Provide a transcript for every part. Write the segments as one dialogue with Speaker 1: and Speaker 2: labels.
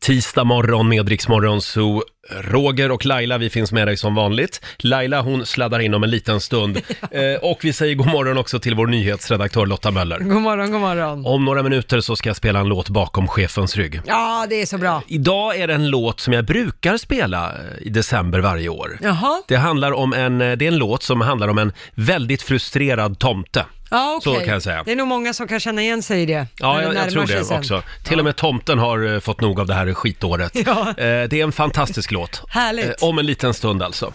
Speaker 1: Tisdag morgon med Rix Morgon Zoo. Roger och Laila, vi finns med dig som vanligt. Laila, hon sladdar in om en liten stund. Eh, och vi säger god morgon också till vår nyhetsredaktör Lotta Möller.
Speaker 2: God morgon, god morgon.
Speaker 1: Om några minuter så ska jag spela en låt bakom chefens rygg.
Speaker 2: Ja, det är så bra.
Speaker 1: Idag är det en låt som jag brukar spela eh, i december varje år.
Speaker 2: Jaha.
Speaker 1: Det, handlar om en, eh, det är en låt som handlar om en väldigt frustrerad tomte.
Speaker 2: Ja, okej.
Speaker 1: Så kan jag säga.
Speaker 2: Det är nog många som kan känna igen sig i det.
Speaker 1: Ja,
Speaker 2: när
Speaker 1: jag, jag
Speaker 2: närmar
Speaker 1: tror
Speaker 2: sig
Speaker 1: det
Speaker 2: sen.
Speaker 1: också. Till och med tomten har eh, fått nog av det här skitåret.
Speaker 2: Ja.
Speaker 1: Eh, det är en fantastisk låt.
Speaker 2: Härligt.
Speaker 1: Eh, om en liten stund alltså.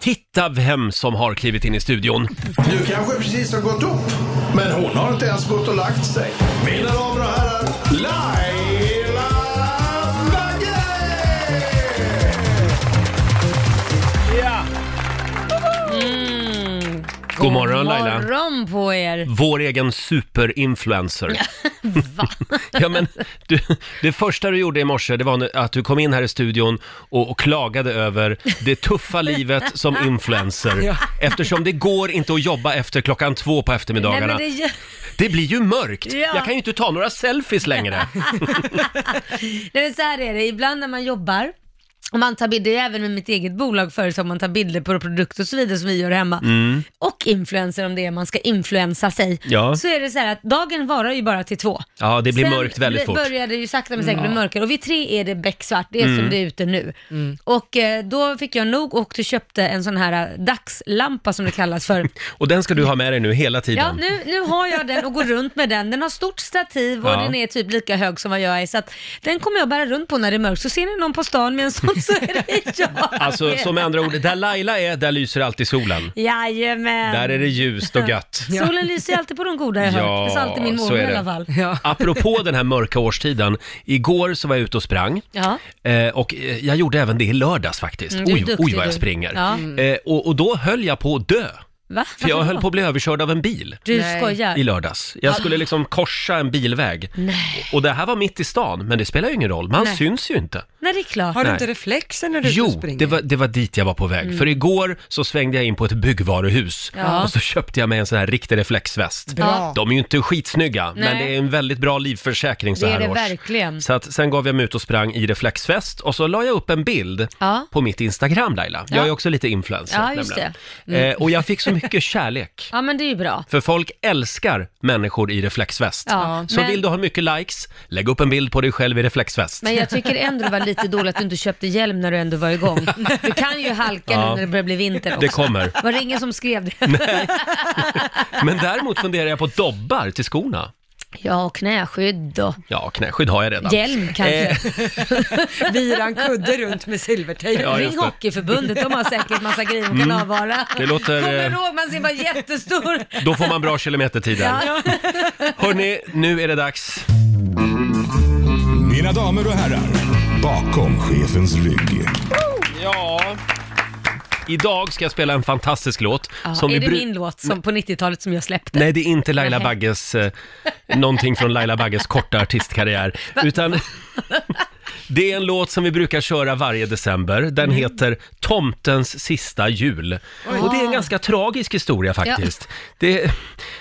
Speaker 1: Titta vem som har klivit in i studion.
Speaker 3: Du kanske precis har gått upp, men hon har inte ens gått och lagt sig. Mina damer och herrar, Laila Bagge!
Speaker 1: God morgon Laila.
Speaker 4: Mm. morgon på er.
Speaker 1: Vår egen superinfluencer. ja, men du, det första du gjorde i morse, det var nu- att du kom in här i studion och, och klagade över det tuffa livet som influencer. Eftersom det går inte att jobba efter klockan två på eftermiddagarna.
Speaker 4: Nej, men det, gör-
Speaker 1: Det blir ju mörkt!
Speaker 4: Ja.
Speaker 1: Jag kan ju inte ta några selfies längre.
Speaker 4: Nej, men så här är det, ibland när man jobbar, och man tar bilder, även med mitt eget bolag förut, så har man tar bilder på produkter och så vidare som vi gör hemma.
Speaker 1: Mm.
Speaker 4: Och influencer om det är man ska influensa sig.
Speaker 1: Ja.
Speaker 4: Så är det så här att dagen varar ju bara till två.
Speaker 1: Ja, det blir
Speaker 4: Sen
Speaker 1: mörkt väldigt
Speaker 4: bli-
Speaker 1: fort. Mm.
Speaker 4: börjar det ju sakta men säkert bli mörkare och vid tre är det becksvart, det är som det är ute nu. Och eh, då fick jag nog och du köpte en sån här eh, dagslampa som det kallas för.
Speaker 1: Och den ska du ha med dig nu hela
Speaker 4: Ja,
Speaker 1: tiden.
Speaker 4: nu, nu har jag den och går runt med den. Den har stort stativ och
Speaker 1: Ja.
Speaker 4: den är typ lika hög som vad jag är. Så att den kommer jag bära runt på när det är mörkt. Så ser ni någon på stan med en sån så är det jag.
Speaker 1: Alltså, som med andra ord, där Laila är, där lyser alltid solen.
Speaker 4: Jajamän.
Speaker 1: Där är det ljust och gött.
Speaker 4: Solen lyser ju alltid på de goda jag har hört. Det sa alltid min
Speaker 1: så
Speaker 4: mormor
Speaker 1: är
Speaker 4: i
Speaker 1: det.
Speaker 4: alla fall.
Speaker 2: Ja.
Speaker 1: Apropå den här mörka årstiden, igår så var jag ute och sprang.
Speaker 4: Ja.
Speaker 1: Eh, och eh, jag gjorde även det i lördags faktiskt.
Speaker 4: Mm, du är
Speaker 1: oj,
Speaker 4: duktig,
Speaker 1: oj vad jag
Speaker 4: du.
Speaker 1: springer.
Speaker 4: Ja.
Speaker 1: Eh, och, och då höll jag på att dö.
Speaker 4: Va?
Speaker 1: För jag
Speaker 4: Varför
Speaker 1: höll
Speaker 4: då?
Speaker 1: på att bli överkörd av en bil
Speaker 4: Du
Speaker 2: Nej.
Speaker 1: i
Speaker 4: skojar. Ah.
Speaker 1: lördags. Jag skulle liksom korsa en bilväg.
Speaker 4: Nej.
Speaker 1: Och det här var mitt i stan, men det spelar ju ingen roll. Man
Speaker 4: Nej.
Speaker 1: syns ju inte.
Speaker 4: Nej, det är klart.
Speaker 2: Har du
Speaker 1: Nej.
Speaker 2: inte reflexer när du är ute och
Speaker 1: Jo,
Speaker 2: springer?
Speaker 1: det var, det var dit jag var på väg. För igår så svängde jag in på ett byggvaruhus
Speaker 4: Mm. Ja.
Speaker 1: och så köpte jag mig en sån här riktig reflexväst.
Speaker 2: Bra.
Speaker 1: De är ju inte skitsnygga, men
Speaker 4: Nej.
Speaker 1: det är en väldigt bra livförsäkring så
Speaker 4: Det är
Speaker 1: här
Speaker 4: det
Speaker 1: års.
Speaker 4: verkligen.
Speaker 1: Så att sen gav jag mig ut och sprang i reflexväst och så la jag upp en bild
Speaker 4: Ja.
Speaker 1: på mitt Instagram Laila. Jag
Speaker 4: Ja.
Speaker 1: är också lite influencer
Speaker 4: Ja, just Mm.
Speaker 1: nämligen. Eh, och jag fick så mycket kärlek.
Speaker 4: Ja, men det är ju bra.
Speaker 1: För folk älskar människor i reflexväst.
Speaker 4: Ja,
Speaker 1: så
Speaker 4: men-
Speaker 1: vill du ha mycket likes, lägg upp en bild på dig själv i reflexväst.
Speaker 4: Men jag tycker ändå det var lite dåligt att du inte köpte hjälm när du ändå var igång. Du kan ju halka
Speaker 1: Ja.
Speaker 4: nu när det börjar bli vinter också.
Speaker 1: Det kommer.
Speaker 4: Var det ingen som skrev det?
Speaker 1: Men däremot funderar jag på dobbar till skorna.
Speaker 4: Ja, och knäskydd och
Speaker 1: Ja, knäskydd har jag redan.
Speaker 4: hjälm kanske.
Speaker 1: Eh,
Speaker 2: Vira en kudde runt med silvertejp.
Speaker 1: Ja, Eh. just
Speaker 4: Ring
Speaker 1: det. Mm.
Speaker 4: Hockeyförbundet, de har säkert massa grejer de kan avvara.
Speaker 1: Det låter,
Speaker 4: Kommer
Speaker 1: eh,
Speaker 4: du ihåg, man ser bara jättestor.
Speaker 1: då får man bra kilometertider.
Speaker 4: Ja.
Speaker 1: Hörni, nu är det dags.
Speaker 3: Mina damer och herrar, bakom chefens rygg.
Speaker 1: Ja. Idag ska jag spela en fantastisk låt.
Speaker 4: Ja,
Speaker 1: som
Speaker 4: är
Speaker 1: vi
Speaker 4: det
Speaker 1: bru-
Speaker 4: min låt som på 90-talet som jag släppte?
Speaker 1: Nej, det är inte Laila
Speaker 4: Nej.
Speaker 1: Bagges, eh, någonting från Laila Bagges korta artistkarriär, utan det är en låt som vi brukar köra varje december.
Speaker 4: Mm.
Speaker 1: Den heter Tomtens sista jul. Och det är en ganska tragisk historia faktiskt. Det,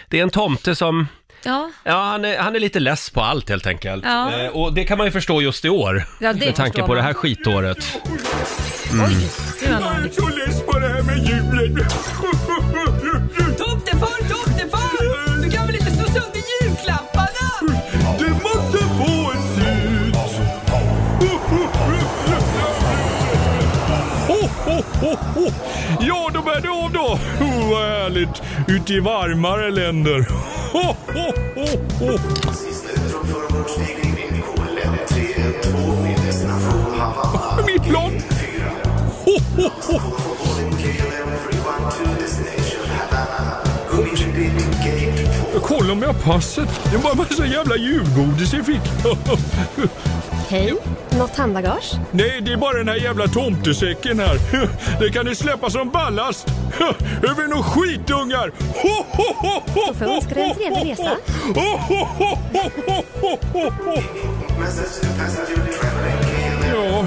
Speaker 1: det är en tomte som,
Speaker 4: Ja,
Speaker 1: ja han är, han är lite less på allt helt enkelt.
Speaker 4: Ja.
Speaker 1: Eh, Och det kan man ju förstå just i år,
Speaker 4: Ja, det
Speaker 1: med tanke
Speaker 4: förstår
Speaker 1: på det
Speaker 4: man.
Speaker 1: här skitåret.
Speaker 4: det var någon.
Speaker 3: Så less på det här med julen.
Speaker 5: Tomtefar, tomtefar! Du kan väl inte slå sönder julklapparna?
Speaker 3: Du måste få en slut.
Speaker 6: Ho, ho, ho, ho. Ja, då är det av då. Oh, vad härligt. Ute i varmare länder. Ho, ho, ho, ho. Mitt plan. Ho, ho, ho. Jag kollar om jag har passet. Det var en massa jävla julgodis jag fick.
Speaker 7: Hej, något handbagage?
Speaker 6: Nej, det är bara den här jävla tomtesäcken här. Det kan ni släppa som ballast. Över några skitungar. Ho, ho, ho, ho,
Speaker 7: får jag önska dig en trevlig resa.
Speaker 6: Ho, ho, ho, ho, ho, ho, ho, ho. Ja,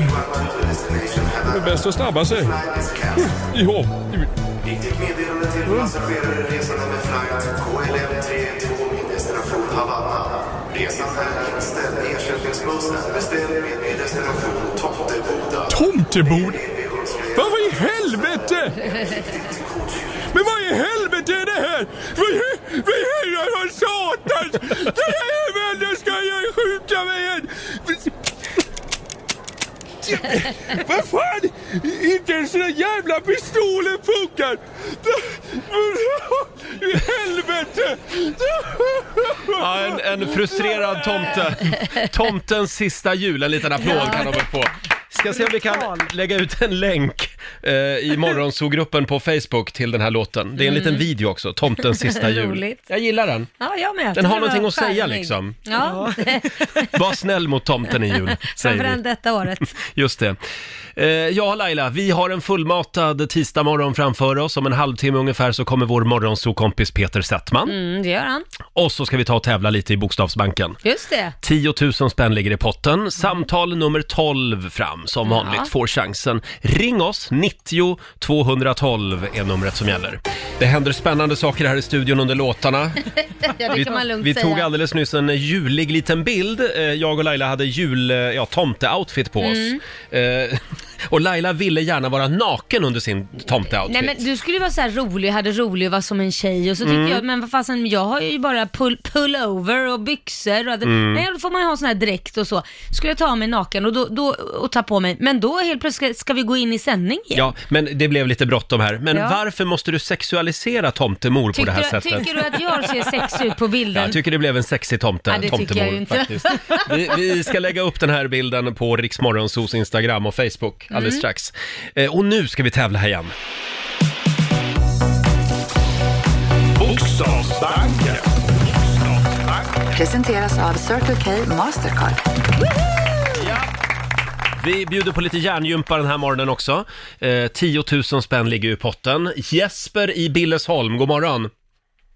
Speaker 6: det är bäst att snabba sig. Ja,
Speaker 8: Viktigt meddelande till passagerare resande med flight KLM 32 min destination Havanna. resan är inställd. Ersättningsbussen. Beställ med destination Tomteboda.
Speaker 6: Tomtebod? Vad i helvete?
Speaker 1: Mm.
Speaker 6: Men vad i helvete är det här? Vad i vad i herrar och satans? Den här jäveln ska jag skjuta mig igen! Vad fan! Inte ens den jävla pistolen funkar! I helvete!
Speaker 1: Ja, en, en frustrerad tomte. Tomtens sista jul. En liten applåd kan de väl få. Ska se om vi kan lägga ut en länk eh, i morgonsogruppen på Facebook till den här låten. Det är en liten video också, Tomtens sista jul.
Speaker 4: Mm. Roligt.
Speaker 1: Jag gillar den.
Speaker 4: Ja, jag med.
Speaker 1: Den har
Speaker 4: var
Speaker 1: någonting att säga,
Speaker 4: charmig.
Speaker 1: liksom.
Speaker 4: Ja,
Speaker 1: Var snäll mot tomten i jul, säger
Speaker 4: framförallt
Speaker 1: vi.
Speaker 4: detta året.
Speaker 1: Just det. Eh, ja, Laila, vi har en fullmatad tisdagmorgon framför oss. Om en halvtimme ungefär så kommer vår morgonsokompis Peter Settman.
Speaker 4: Mm, det gör han.
Speaker 1: Och så ska vi ta och tävla lite i Bokstavsbanken.
Speaker 4: Just det.
Speaker 1: 10 000 spänn ligger i
Speaker 4: Mm.
Speaker 1: potten. Samtal nummer 12 fram, som vanligt, får chansen. Ring oss, 90 212 är numret som gäller. Det händer spännande saker här i studion under låtarna.
Speaker 4: Ja, det kan man lugnt
Speaker 1: vi
Speaker 4: säga.
Speaker 1: tog alldeles nyss en julig liten bild. Eh, Jag och Laila hade jul, eh, ja, tomteoutfit på oss.
Speaker 4: Mm.
Speaker 1: Eh, och Laila ville gärna vara naken under sin tomteoutfit.
Speaker 4: Nej men du skulle ju vara så här rolig, hade rolig och vara som en tjej och så tycker
Speaker 1: Mm.
Speaker 4: jag, men vad fasen, jag har ju bara pull, pullover och byxor och
Speaker 1: Mm.
Speaker 4: Nej, då får man ju ha sån här dräkt och så. Skulle jag ta av mig naken och, då, då, och ta på mig, men då helt plötsligt ska vi gå in i sändning igen.
Speaker 1: Ja, men det blev lite bråttom här. Men
Speaker 4: Ja.
Speaker 1: varför måste du sexualisera tomtemor på det här
Speaker 4: Tycker du,
Speaker 1: sättet?
Speaker 4: tycker du att jag ser sexig ut på bilden?
Speaker 1: Jag tycker det blev en sexig tomte,
Speaker 4: Ja, det tycker
Speaker 1: tomtemor
Speaker 4: jag ju inte.
Speaker 1: faktiskt. Vi, vi ska lägga upp den här bilden på Riksmorgonsos Instagram och Facebook alldeles
Speaker 4: Mm.
Speaker 1: strax. Eh, och nu ska vi tävla här igen.
Speaker 3: Bokstavsbanken.
Speaker 9: Presenteras av Circle K Mastercard.
Speaker 1: Vi bjuder på lite hjärngympa den här morgonen också. Eh, 10 000 spänn ligger ju i potten. Jesper i Billesholm, god morgon.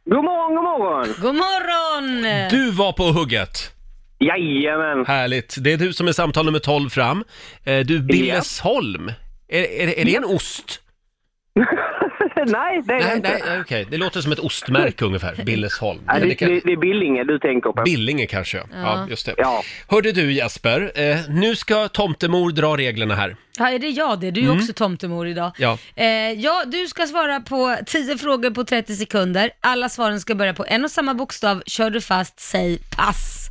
Speaker 10: God morgon, god morgon!
Speaker 4: God morgon!
Speaker 1: Du var på hugget.
Speaker 10: Jajamän!
Speaker 1: Härligt. Det är du som är samtal nummer 12 fram. Eh, du, Billesholm. Är, är, är det en ost?
Speaker 10: nej, det är
Speaker 1: Nej,
Speaker 10: inte.
Speaker 1: nej, eh. okej. Det låter som ett ostmärke ungefär. Billesholm.
Speaker 10: Nej,
Speaker 1: Men det
Speaker 10: det,
Speaker 1: kan-
Speaker 10: det, det är Billinge du tänker på.
Speaker 1: Billinge kanske, ja. ja just det.
Speaker 10: Ja.
Speaker 1: Hörde du Jesper, eh, nu ska tomtemor dra reglerna här.
Speaker 4: Ja, är det jag det? Du
Speaker 1: Mm.
Speaker 4: är ju också tomtemor idag.
Speaker 1: Ja.
Speaker 4: Eh, ja, du ska svara på 10 frågor på 30 sekunder. Alla svaren ska börja på en och samma bokstav. Kör du fast, säg pass.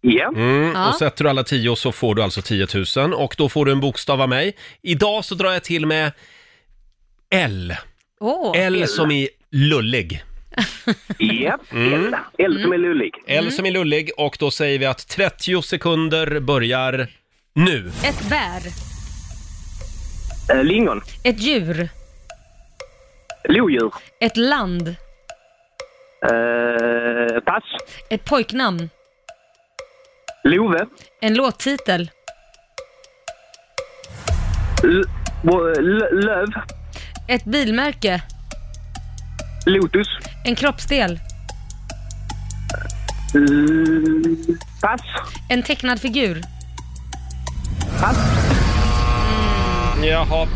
Speaker 10: Ja.
Speaker 1: Mm,
Speaker 4: Ja.
Speaker 1: Och sätter du alla tio så får du alltså 10 000 och då får du en bokstav av mig. Idag så drar jag till med L.
Speaker 4: Åh,
Speaker 1: L som i lullig. Mm.
Speaker 10: Japp, L. L som är lullig. Mm.
Speaker 1: L som i lullig och då säger vi att 30 sekunder börjar nu.
Speaker 4: ett bär,
Speaker 10: Eh, lingon.
Speaker 4: ett djur,
Speaker 10: Lodjur.
Speaker 4: ett land,
Speaker 10: Eh, pass.
Speaker 4: ett pojknamn,
Speaker 10: Love.
Speaker 4: en låttitel,
Speaker 10: L- bo- l- löv.
Speaker 4: ett bilmärke,
Speaker 10: Lotus.
Speaker 4: en kroppsdel,
Speaker 10: L- pass.
Speaker 4: en tecknad figur.
Speaker 1: Jaha.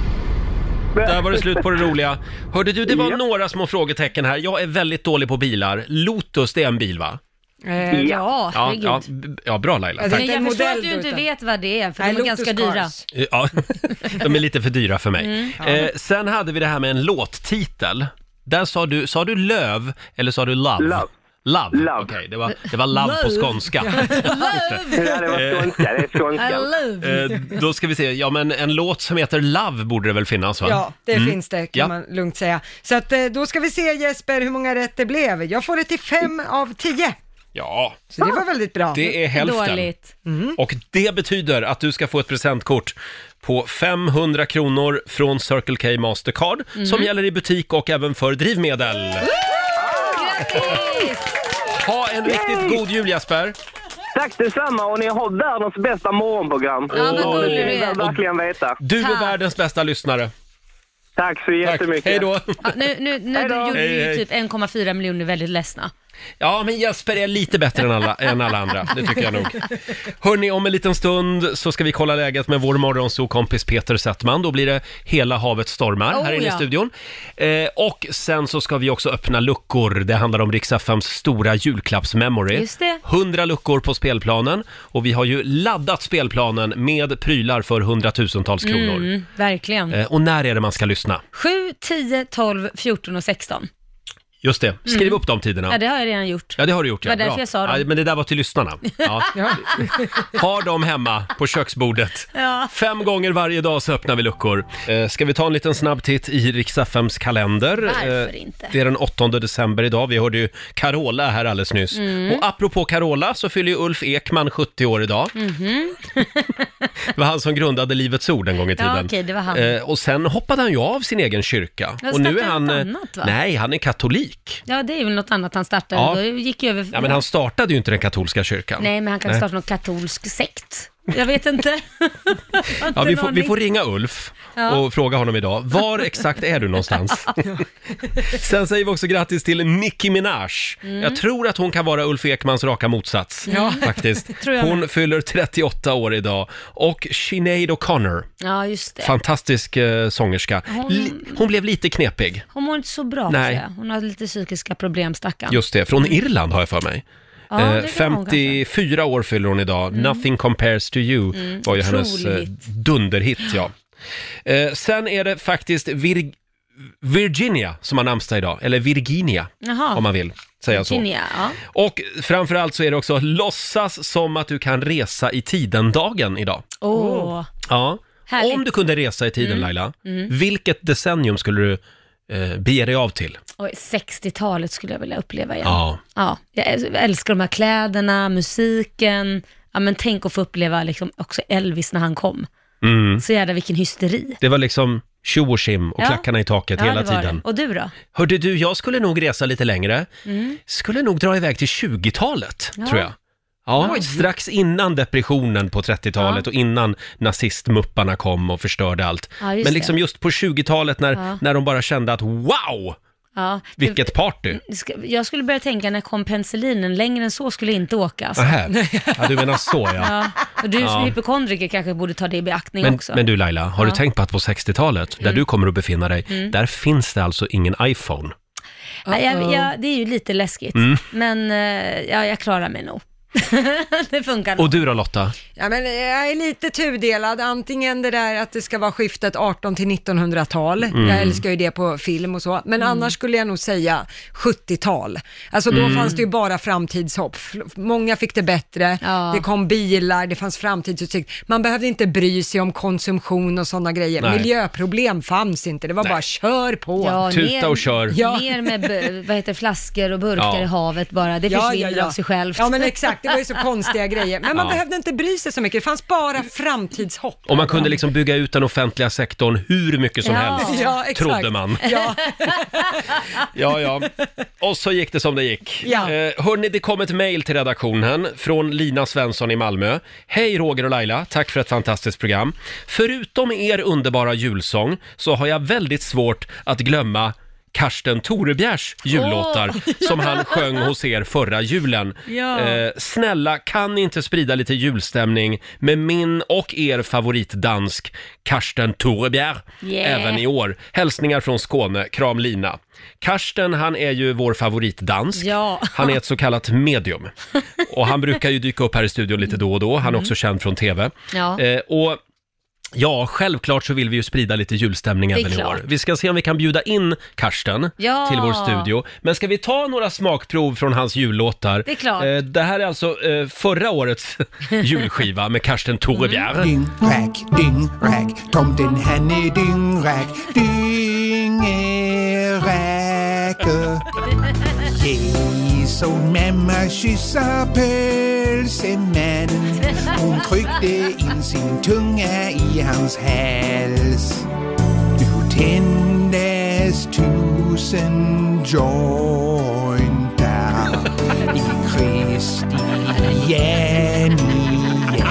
Speaker 1: Där var det slut på det roliga. Hörde du, det var
Speaker 10: Ja.
Speaker 1: några små frågetecken här. Jag är väldigt dålig på bilar. Lotus, det är en bil va?
Speaker 4: Eh, ja,
Speaker 1: Ja,
Speaker 4: herregud.
Speaker 1: ja, b- ja bra Laila.
Speaker 2: Ja,
Speaker 1: Tack.
Speaker 4: Men
Speaker 2: Det är
Speaker 4: jag
Speaker 2: en
Speaker 4: förstår
Speaker 2: modell
Speaker 4: att du
Speaker 2: då,
Speaker 4: inte
Speaker 2: utan-
Speaker 4: vet vad det är, för
Speaker 2: Nej,
Speaker 4: de är
Speaker 2: Lotus
Speaker 4: ganska
Speaker 2: Cars.
Speaker 4: dyra.
Speaker 1: Ja, de är lite för dyra för mig.
Speaker 2: Mm.
Speaker 1: Eh, sen hade vi det här med en låttitel. Där sa du, sa du löv eller sa du love?
Speaker 10: Love.
Speaker 1: Love,
Speaker 10: Love.
Speaker 1: okej. Det, var, det var love, på
Speaker 4: Love.
Speaker 1: skånska.
Speaker 4: Love,
Speaker 10: Ja, det var skånska. Det är
Speaker 4: I
Speaker 10: skånska.
Speaker 4: love.
Speaker 1: Eh, då ska vi se, ja men en låt som heter Love borde det väl finnas va? Mm.
Speaker 2: Ja, det finns det kan
Speaker 1: Ja.
Speaker 2: man lugnt säga. Så att, eh, då ska vi se Jesper hur många rätt det blev. Jag får det till fem av tio.
Speaker 1: Ja,
Speaker 2: Så det var väldigt bra. Mm.
Speaker 1: det är hälften.
Speaker 4: Dåligt.
Speaker 1: Och det betyder att du ska få ett presentkort på 500 kronor från Circle K Mastercard som gäller i butik och även för drivmedel.
Speaker 4: Grattis!
Speaker 1: Ha en riktigt god jul Jesper!
Speaker 10: Tack detsamma och ni har världens bästa morgonprogram.
Speaker 4: Ja, vad gullig
Speaker 10: Det
Speaker 4: du
Speaker 10: vill jag
Speaker 4: är.
Speaker 10: verkligen veta.
Speaker 1: Du är
Speaker 4: Tack.
Speaker 1: världens bästa lyssnare.
Speaker 10: Tack så
Speaker 1: Tack.
Speaker 10: jättemycket.
Speaker 1: Hej då.
Speaker 4: Ja, nu nu, nu
Speaker 10: Hej då.
Speaker 4: gjorde
Speaker 1: Hej,
Speaker 4: ju
Speaker 1: hej.
Speaker 4: typ 1,4 miljoner väldigt ledsna.
Speaker 1: Ja, men Jesper är lite bättre än alla, än alla andra. Det tycker jag nog. Hörni, om en liten stund så ska vi kolla läget med vår morgonsokompis Peter Settman. Då blir det Hela havet stormar här
Speaker 4: Oh,
Speaker 1: inne i
Speaker 4: ja.
Speaker 1: studion. Eh, och sen så ska vi också öppna luckor. Det handlar om Rix FMs stora julklappsmemory.
Speaker 4: Just det.
Speaker 1: 100 luckor på spelplanen och vi har ju laddat spelplanen med prylar för hundratusentals kronor.
Speaker 4: Mm, verkligen.
Speaker 1: Eh, och när är det man ska lyssna?
Speaker 4: 7, 10, 12, 14 och 16.
Speaker 1: Just det, skriv
Speaker 4: Mm.
Speaker 1: upp de tiderna.
Speaker 4: Ja, det har jag redan gjort.
Speaker 1: Ja, det har du gjort. Ja.
Speaker 4: Det var därför
Speaker 1: Bra.
Speaker 4: jag sa dem.
Speaker 1: Ja, men det där var till lyssnarna. Ja. Har dem hemma på köksbordet.
Speaker 4: Ja.
Speaker 1: Fem gånger varje dag så öppnar vi luckor. Eh, ska vi ta en liten snabb titt i Riks-FMs kalender?
Speaker 4: Varför
Speaker 1: Eh,
Speaker 4: inte?
Speaker 1: Det är den 8 december idag. Vi hörde ju Carola här alldeles nyss.
Speaker 4: Mm.
Speaker 1: Och apropå Carola så fyller ju Ulf Ekman 70 år idag.
Speaker 4: Mhm.
Speaker 1: Det var han som grundade Livets Ord en gång i tiden.
Speaker 4: Ja, okej, det var han.
Speaker 1: Eh, och sen hoppade han ju av sin egen kyrka.
Speaker 4: Ja,
Speaker 1: och
Speaker 4: startade han
Speaker 1: eh,
Speaker 4: något annat, va?
Speaker 1: Nej, han är katolik.
Speaker 4: Ja, det är väl något annat han startade.
Speaker 1: Ja.
Speaker 4: Då gick ju över...
Speaker 1: Ja, men han startade ju inte den katolska kyrkan.
Speaker 4: Nej, men han kan
Speaker 1: Nej.
Speaker 4: starta någon katolsk sekt. Jag vet inte. Jag har inte
Speaker 1: Ja, vi,
Speaker 4: en
Speaker 1: får, vi
Speaker 4: aning.
Speaker 1: får ringa Ulf
Speaker 4: Ja.
Speaker 1: och fråga honom idag. Var exakt är du någonstans? Sen säger vi också grattis till Nicki Minaj.
Speaker 4: Mm.
Speaker 1: Jag tror att hon kan vara Ulf Ekmans raka motsats.
Speaker 4: Ja.
Speaker 1: Faktiskt.
Speaker 4: Tror jag
Speaker 1: hon
Speaker 4: med.
Speaker 1: fyller 38 år idag. Och Sinead O'Connor,
Speaker 4: Ja, just det.
Speaker 1: fantastisk eh, sångerska.
Speaker 4: Hon-
Speaker 1: Li- Hon blev lite knepig.
Speaker 4: Hon mår inte så bra,
Speaker 1: Nej.
Speaker 4: tror jag. Hon har lite psykiska problem, stackarn.
Speaker 1: Just det, från Irland har jag för mig.
Speaker 4: Mm. Ja, det kan
Speaker 1: Eh,
Speaker 4: hon
Speaker 1: 54 år fyller hon idag. Nothing compares to you
Speaker 4: Mm,
Speaker 1: var ju
Speaker 4: otrolig
Speaker 1: hennes eh,
Speaker 4: hit.
Speaker 1: dunderhit. Ja. Eh, sen är det faktiskt Vir- Virginia som har namnsdag idag, eller Virginia
Speaker 4: Jaha.
Speaker 1: om man vill säga
Speaker 4: Virginia, ja.
Speaker 1: så. Och framförallt så är det också låtsas som att du kan resa i tiden-dagen idag.
Speaker 4: Åh,
Speaker 1: Ja.
Speaker 4: härligt.
Speaker 1: Om du kunde resa i tiden
Speaker 4: Mm.
Speaker 1: Laila,
Speaker 4: Mm.
Speaker 1: vilket decennium skulle du eh, bege dig av till?
Speaker 4: Oj, 60-talet skulle jag vilja uppleva igen.
Speaker 1: Ja.
Speaker 4: Ja, jag äl- älskar de här kläderna, musiken. Ja, men tänk att få uppleva liksom också Elvis när han kom.
Speaker 1: Mm.
Speaker 4: Så jävla vilken hysteri.
Speaker 1: Det var liksom tjo och tjim och
Speaker 4: Ja.
Speaker 1: klackarna i taket
Speaker 4: Ja,
Speaker 1: hela
Speaker 4: det var det.
Speaker 1: tiden.
Speaker 4: Och du då?
Speaker 1: Hörde du, jag skulle nog resa lite längre.
Speaker 4: Mm.
Speaker 1: Skulle nog dra iväg till 20-talet,
Speaker 4: Ja.
Speaker 1: tror jag. Ja,
Speaker 4: Oj.
Speaker 1: strax innan depressionen på 30-talet
Speaker 4: Ja.
Speaker 1: och innan nazistmupparna kom och förstörde allt.
Speaker 4: Ja, just
Speaker 1: Men liksom
Speaker 4: det.
Speaker 1: just på 20-talet när,
Speaker 4: Ja.
Speaker 1: när de bara kände att wow,
Speaker 4: Ja, det-
Speaker 1: vilket party!
Speaker 4: det Mm, ska- Jag skulle börja tänka, när kom penicillinen? Längre än så skulle jag inte åka. Alltså.
Speaker 1: Nähä. Ja, du menar så ja.
Speaker 4: Ja, och du
Speaker 1: Ja.
Speaker 4: som hypokondriker kanske borde ta det i beaktning
Speaker 1: Men,
Speaker 4: också.
Speaker 1: men du Laila, har
Speaker 4: Ja.
Speaker 1: du tänkt på att på 60-talet, där
Speaker 4: Mm.
Speaker 1: du kommer att befinna dig,
Speaker 4: Mm.
Speaker 1: där finns det alltså ingen iPhone.
Speaker 4: Nej, jag, jag, det är ju lite läskigt,
Speaker 1: Mm.
Speaker 4: men eh, ja, jag klarar mig nog. det funkar nog.
Speaker 1: Och du då Lotta?
Speaker 2: Ja, men eh, jag är lite tudelad. Antingen det där att det ska vara skiftet 18 till 1900-tal.
Speaker 11: Mm.
Speaker 2: Jag älskar ju det på film och så.
Speaker 4: Mm.
Speaker 2: Men annars skulle jag nog säga 70-tal. Alltså då
Speaker 11: Mm.
Speaker 2: fanns det ju bara framtidshopp. F- Många fick det bättre. Det kom bilar, det fanns framtidsutsikt. Man behövde inte bry sig om konsumtion och sådana grejer.
Speaker 1: Nej.
Speaker 2: Miljöproblem fanns inte. Det var bara kör på.
Speaker 4: Ja,
Speaker 1: Tuta
Speaker 4: ner-
Speaker 1: och kör.
Speaker 2: Ja.
Speaker 4: Ner med b- vad heter, det, flaskor och burkar
Speaker 1: Ja.
Speaker 4: i havet bara. Det
Speaker 2: Ja,
Speaker 4: försvinner
Speaker 2: ja, ja.
Speaker 4: av sig självt.
Speaker 2: Ja men exakt, det var ju så konstiga grejer. Men man
Speaker 1: Ja.
Speaker 2: behövde inte bry sig så mycket, det fanns bara framtidshopp.
Speaker 1: Och man kunde liksom bygga ut den offentliga sektorn hur mycket som
Speaker 2: Ja.
Speaker 1: helst,
Speaker 2: Ja, exakt.
Speaker 1: trodde man.
Speaker 2: Ja.
Speaker 1: Ja, ja. Och så gick det som det gick.
Speaker 2: Ja.
Speaker 1: Eh, hörni, det kom ett mejl till redaktionen från Lina Svensson i Malmö. Hej Roger och Laila, tack för ett fantastiskt program. Förutom er underbara julsång så har jag väldigt svårt att glömma Karsten Torebjärs jullåtar
Speaker 6: Åh.
Speaker 1: som han sjöng hos er förra julen.
Speaker 6: Ja.
Speaker 1: Eh, snälla, kan ni inte sprida lite julstämning med min och er favoritdansk Karsten Torebjer
Speaker 6: Yeah.
Speaker 1: även i år? Hälsningar från Skåne, kram Lina. Karsten, han är ju vår favoritdansk.
Speaker 4: Ja.
Speaker 1: Han är ett så kallat medium. Och han brukar ju dyka upp här i studion lite då och då. Han är också känd från TV.
Speaker 4: Mm. Ja.
Speaker 1: Eh, och ja, självklart så vill vi ju sprida lite julstämning
Speaker 4: Det är
Speaker 1: även i
Speaker 4: klart.
Speaker 1: år. Vi ska se om vi kan bjuda in Karsten
Speaker 4: Ja.
Speaker 1: till vår studio. Men ska vi ta några smakprov från hans jullåtar?
Speaker 4: Det är klart.
Speaker 1: Eh, det här är alltså eh, förra årets julskiva med Karsten Torebjer.
Speaker 12: Mm. Rack, ding, rack, tomten han är dyngrack, e, dyngeräke. Jason mamma kyssa pölsemannen. Hon tryckte in sin tunga i hans hals. Nu tändes tusen jointar i Kristiania.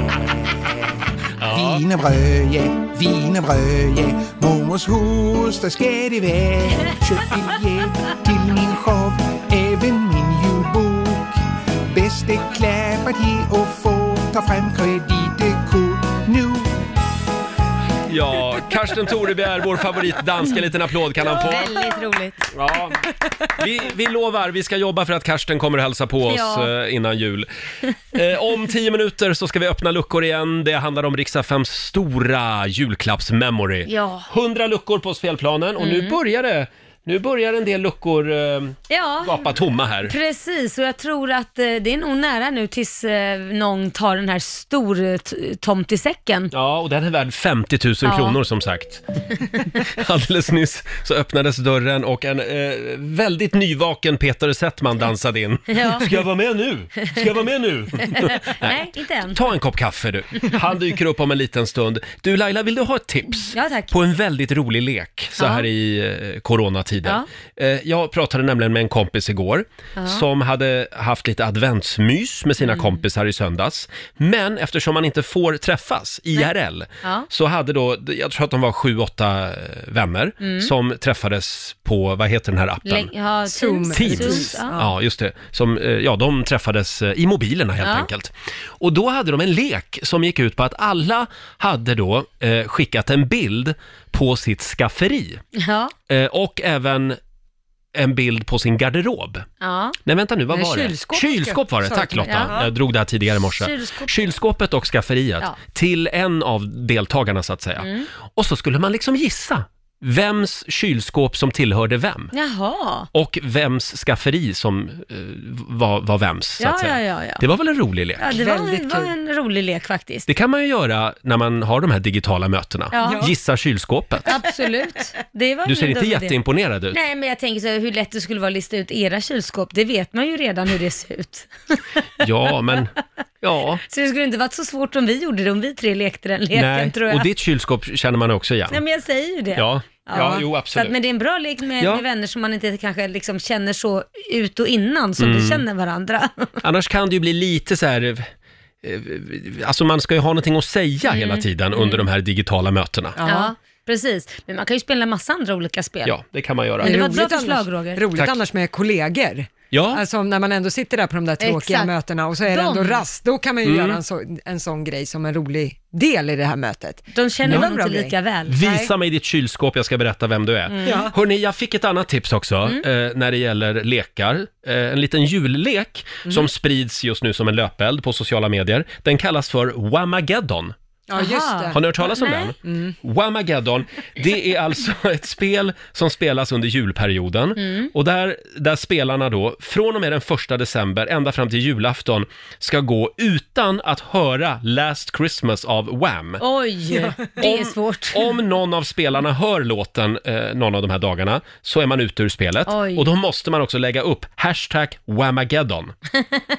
Speaker 12: Wienerbrødje, wienerbrødje, mormors hus, der skal det være. Køb billet til min show, even min julebord. Det är klart att ge och få. Ta fram kreditkort nu.
Speaker 1: Ja, Karsten Toreby är vår favorit dansk. En liten applåd kan han få.
Speaker 4: Väldigt roligt.
Speaker 1: Ja. Vi, vi lovar, vi ska jobba för att Karsten kommer och hälsa på oss
Speaker 4: Ja.
Speaker 1: eh, innan jul. Eh, om tio minuter så ska vi öppna luckor igen. Det handlar om Rix FMs stora julklappsmemory.
Speaker 4: Ja.
Speaker 1: 100 luckor på spelplanen och nu
Speaker 4: Mm.
Speaker 1: börjar det. Nu börjar en del luckor eh,
Speaker 4: Ja.
Speaker 1: gapa tomma här.
Speaker 4: Precis, och jag tror att eh, det är nog nära nu tills eh, någon tar den här eh, stortomtisäcken.
Speaker 1: Ja, och den är värd 50 000
Speaker 4: Mm. Ja.
Speaker 1: kronor som sagt. Alldeles nyss så öppnades dörren och en eh, väldigt nyvaken Peter Settman dansade in.
Speaker 4: Ja.
Speaker 1: Ska jag vara med nu? Ska jag vara med nu?
Speaker 4: Nej, inte än.
Speaker 1: Ta en kopp kaffe du. Han dyker upp om en liten stund. Du Laila, vill du ha ett tips?
Speaker 4: Ja, tack.
Speaker 1: På en väldigt rolig lek så
Speaker 4: Ja.
Speaker 1: här i eh, coronatider. Eh, jag pratade nämligen med en kompis igår
Speaker 4: Ja. Mm.
Speaker 1: som hade haft lite adventsmys med sina kompisar i söndags. Men eftersom man inte får träffas IRL
Speaker 4: Ja.
Speaker 1: så hade då, jag tror att de var sju, åtta eh, vänner
Speaker 4: Mm.
Speaker 1: som träffades på, vad heter den här appen?
Speaker 4: Läng- ja, Teams. Teams,
Speaker 1: Teams.
Speaker 4: ja.
Speaker 1: Ja. just det. Som, eh, ja, de träffades eh, i mobilerna helt
Speaker 4: Ja.
Speaker 1: enkelt. Och då hade de en lek som gick ut på att alla hade då eh, skickat en bild på sitt skafferi
Speaker 4: Ja.
Speaker 1: eh, och även en bild på sin garderob.
Speaker 4: ja.
Speaker 1: Nej, vänta nu, vad
Speaker 4: Nej,
Speaker 1: var det?
Speaker 4: kylskåp.
Speaker 1: Kylskåp var det,
Speaker 4: Sa
Speaker 1: tack
Speaker 4: du till mig.
Speaker 1: Lotta.
Speaker 4: Ja.
Speaker 1: Jag drog det här tidigare i morse.
Speaker 4: Kylskåp.
Speaker 1: Kylskåpet och skafferiet
Speaker 4: Ja.
Speaker 1: till en av deltagarna så att säga.
Speaker 4: Mm.
Speaker 1: Och så skulle man liksom gissa vems kylskåp som tillhörde vem.
Speaker 4: Jaha.
Speaker 1: Och vems skafferi som eh, var, var vems, så
Speaker 4: Ja,
Speaker 1: att säga.
Speaker 4: ja, ja, ja.
Speaker 1: Det var väl en rolig lek?
Speaker 4: Ja, det var, en- var en rolig lek faktiskt.
Speaker 1: Det kan man ju göra när man har de här digitala mötena.
Speaker 4: Ja.
Speaker 1: Gissa kylskåpet.
Speaker 4: Absolut. Det var
Speaker 1: Du
Speaker 4: ingen
Speaker 1: ser inte
Speaker 4: dum idé.
Speaker 1: jätteimponerad ut.
Speaker 4: Nej, men jag tänker så här, hur lätt det skulle vara att lista ut era kylskåp, det vet man ju redan hur det ser ut.
Speaker 1: Ja, men... Ja.
Speaker 4: Så det skulle inte varit så svårt om vi gjorde det, om vi tre lekte den leken
Speaker 1: Nej.
Speaker 4: tror jag.
Speaker 1: Och ditt kylskåp känner man också igen.
Speaker 4: Nej, men jag säger ju det.
Speaker 1: Ja. Ja, jo,
Speaker 4: Så
Speaker 1: absolut.
Speaker 4: Att, men det är en bra lek med,
Speaker 1: Ja.
Speaker 4: med vänner som man inte kanske liksom känner så ut och innan som vi
Speaker 1: Mm.
Speaker 4: känner varandra.
Speaker 1: Annars kan det ju bli lite så här... eh, Alltså man ska ju ha någonting att säga hela tiden under de här digitala mötena.
Speaker 4: Mm. Ja. precis. Men man kan ju spela massa andra olika spel.
Speaker 1: Ja, det kan man göra.
Speaker 4: Men det var ett bra
Speaker 2: Roligt
Speaker 4: förslag
Speaker 2: annars.
Speaker 4: Roger.
Speaker 2: Roligt
Speaker 1: Tack.
Speaker 2: annars med kollegor.
Speaker 1: Ja.
Speaker 2: Alltså när man ändå sitter där på de där tråkiga
Speaker 4: Exakt.
Speaker 2: mötena och så är det
Speaker 4: De-
Speaker 2: ändå rast, då kan man ju
Speaker 1: Mm.
Speaker 2: göra en, så, en sån grej som en rolig del i det här mötet.
Speaker 4: De känner
Speaker 2: Det var en
Speaker 4: varandra
Speaker 2: bra
Speaker 4: inte lika
Speaker 2: grej.
Speaker 4: väl.
Speaker 1: Visa mig ditt kylskåp, jag ska berätta vem du är.
Speaker 4: Mm. Ja.
Speaker 1: Hörni, jag fick ett annat tips också eh, när det gäller lekar. Eh, en liten jullek
Speaker 2: Mm.
Speaker 1: som sprids just nu som en löpeld på sociala medier. Den kallas för Whamageddon.
Speaker 2: Ja, just det.
Speaker 1: Har ni hört talas om
Speaker 2: Nej.
Speaker 1: den?
Speaker 2: Mm.
Speaker 1: Whamageddon, det är alltså ett spel som spelas under julperioden.
Speaker 6: Mm.
Speaker 1: Och där, där spelarna då, från och med den första december ända fram till julafton, ska gå utan att höra Last Christmas av Wham.
Speaker 4: Oj, det är svårt.
Speaker 1: Om någon av spelarna hör låten eh, någon av de här dagarna så är man ute ur spelet.
Speaker 4: Oj.
Speaker 1: Och då måste man också lägga upp hashtag whamageddon.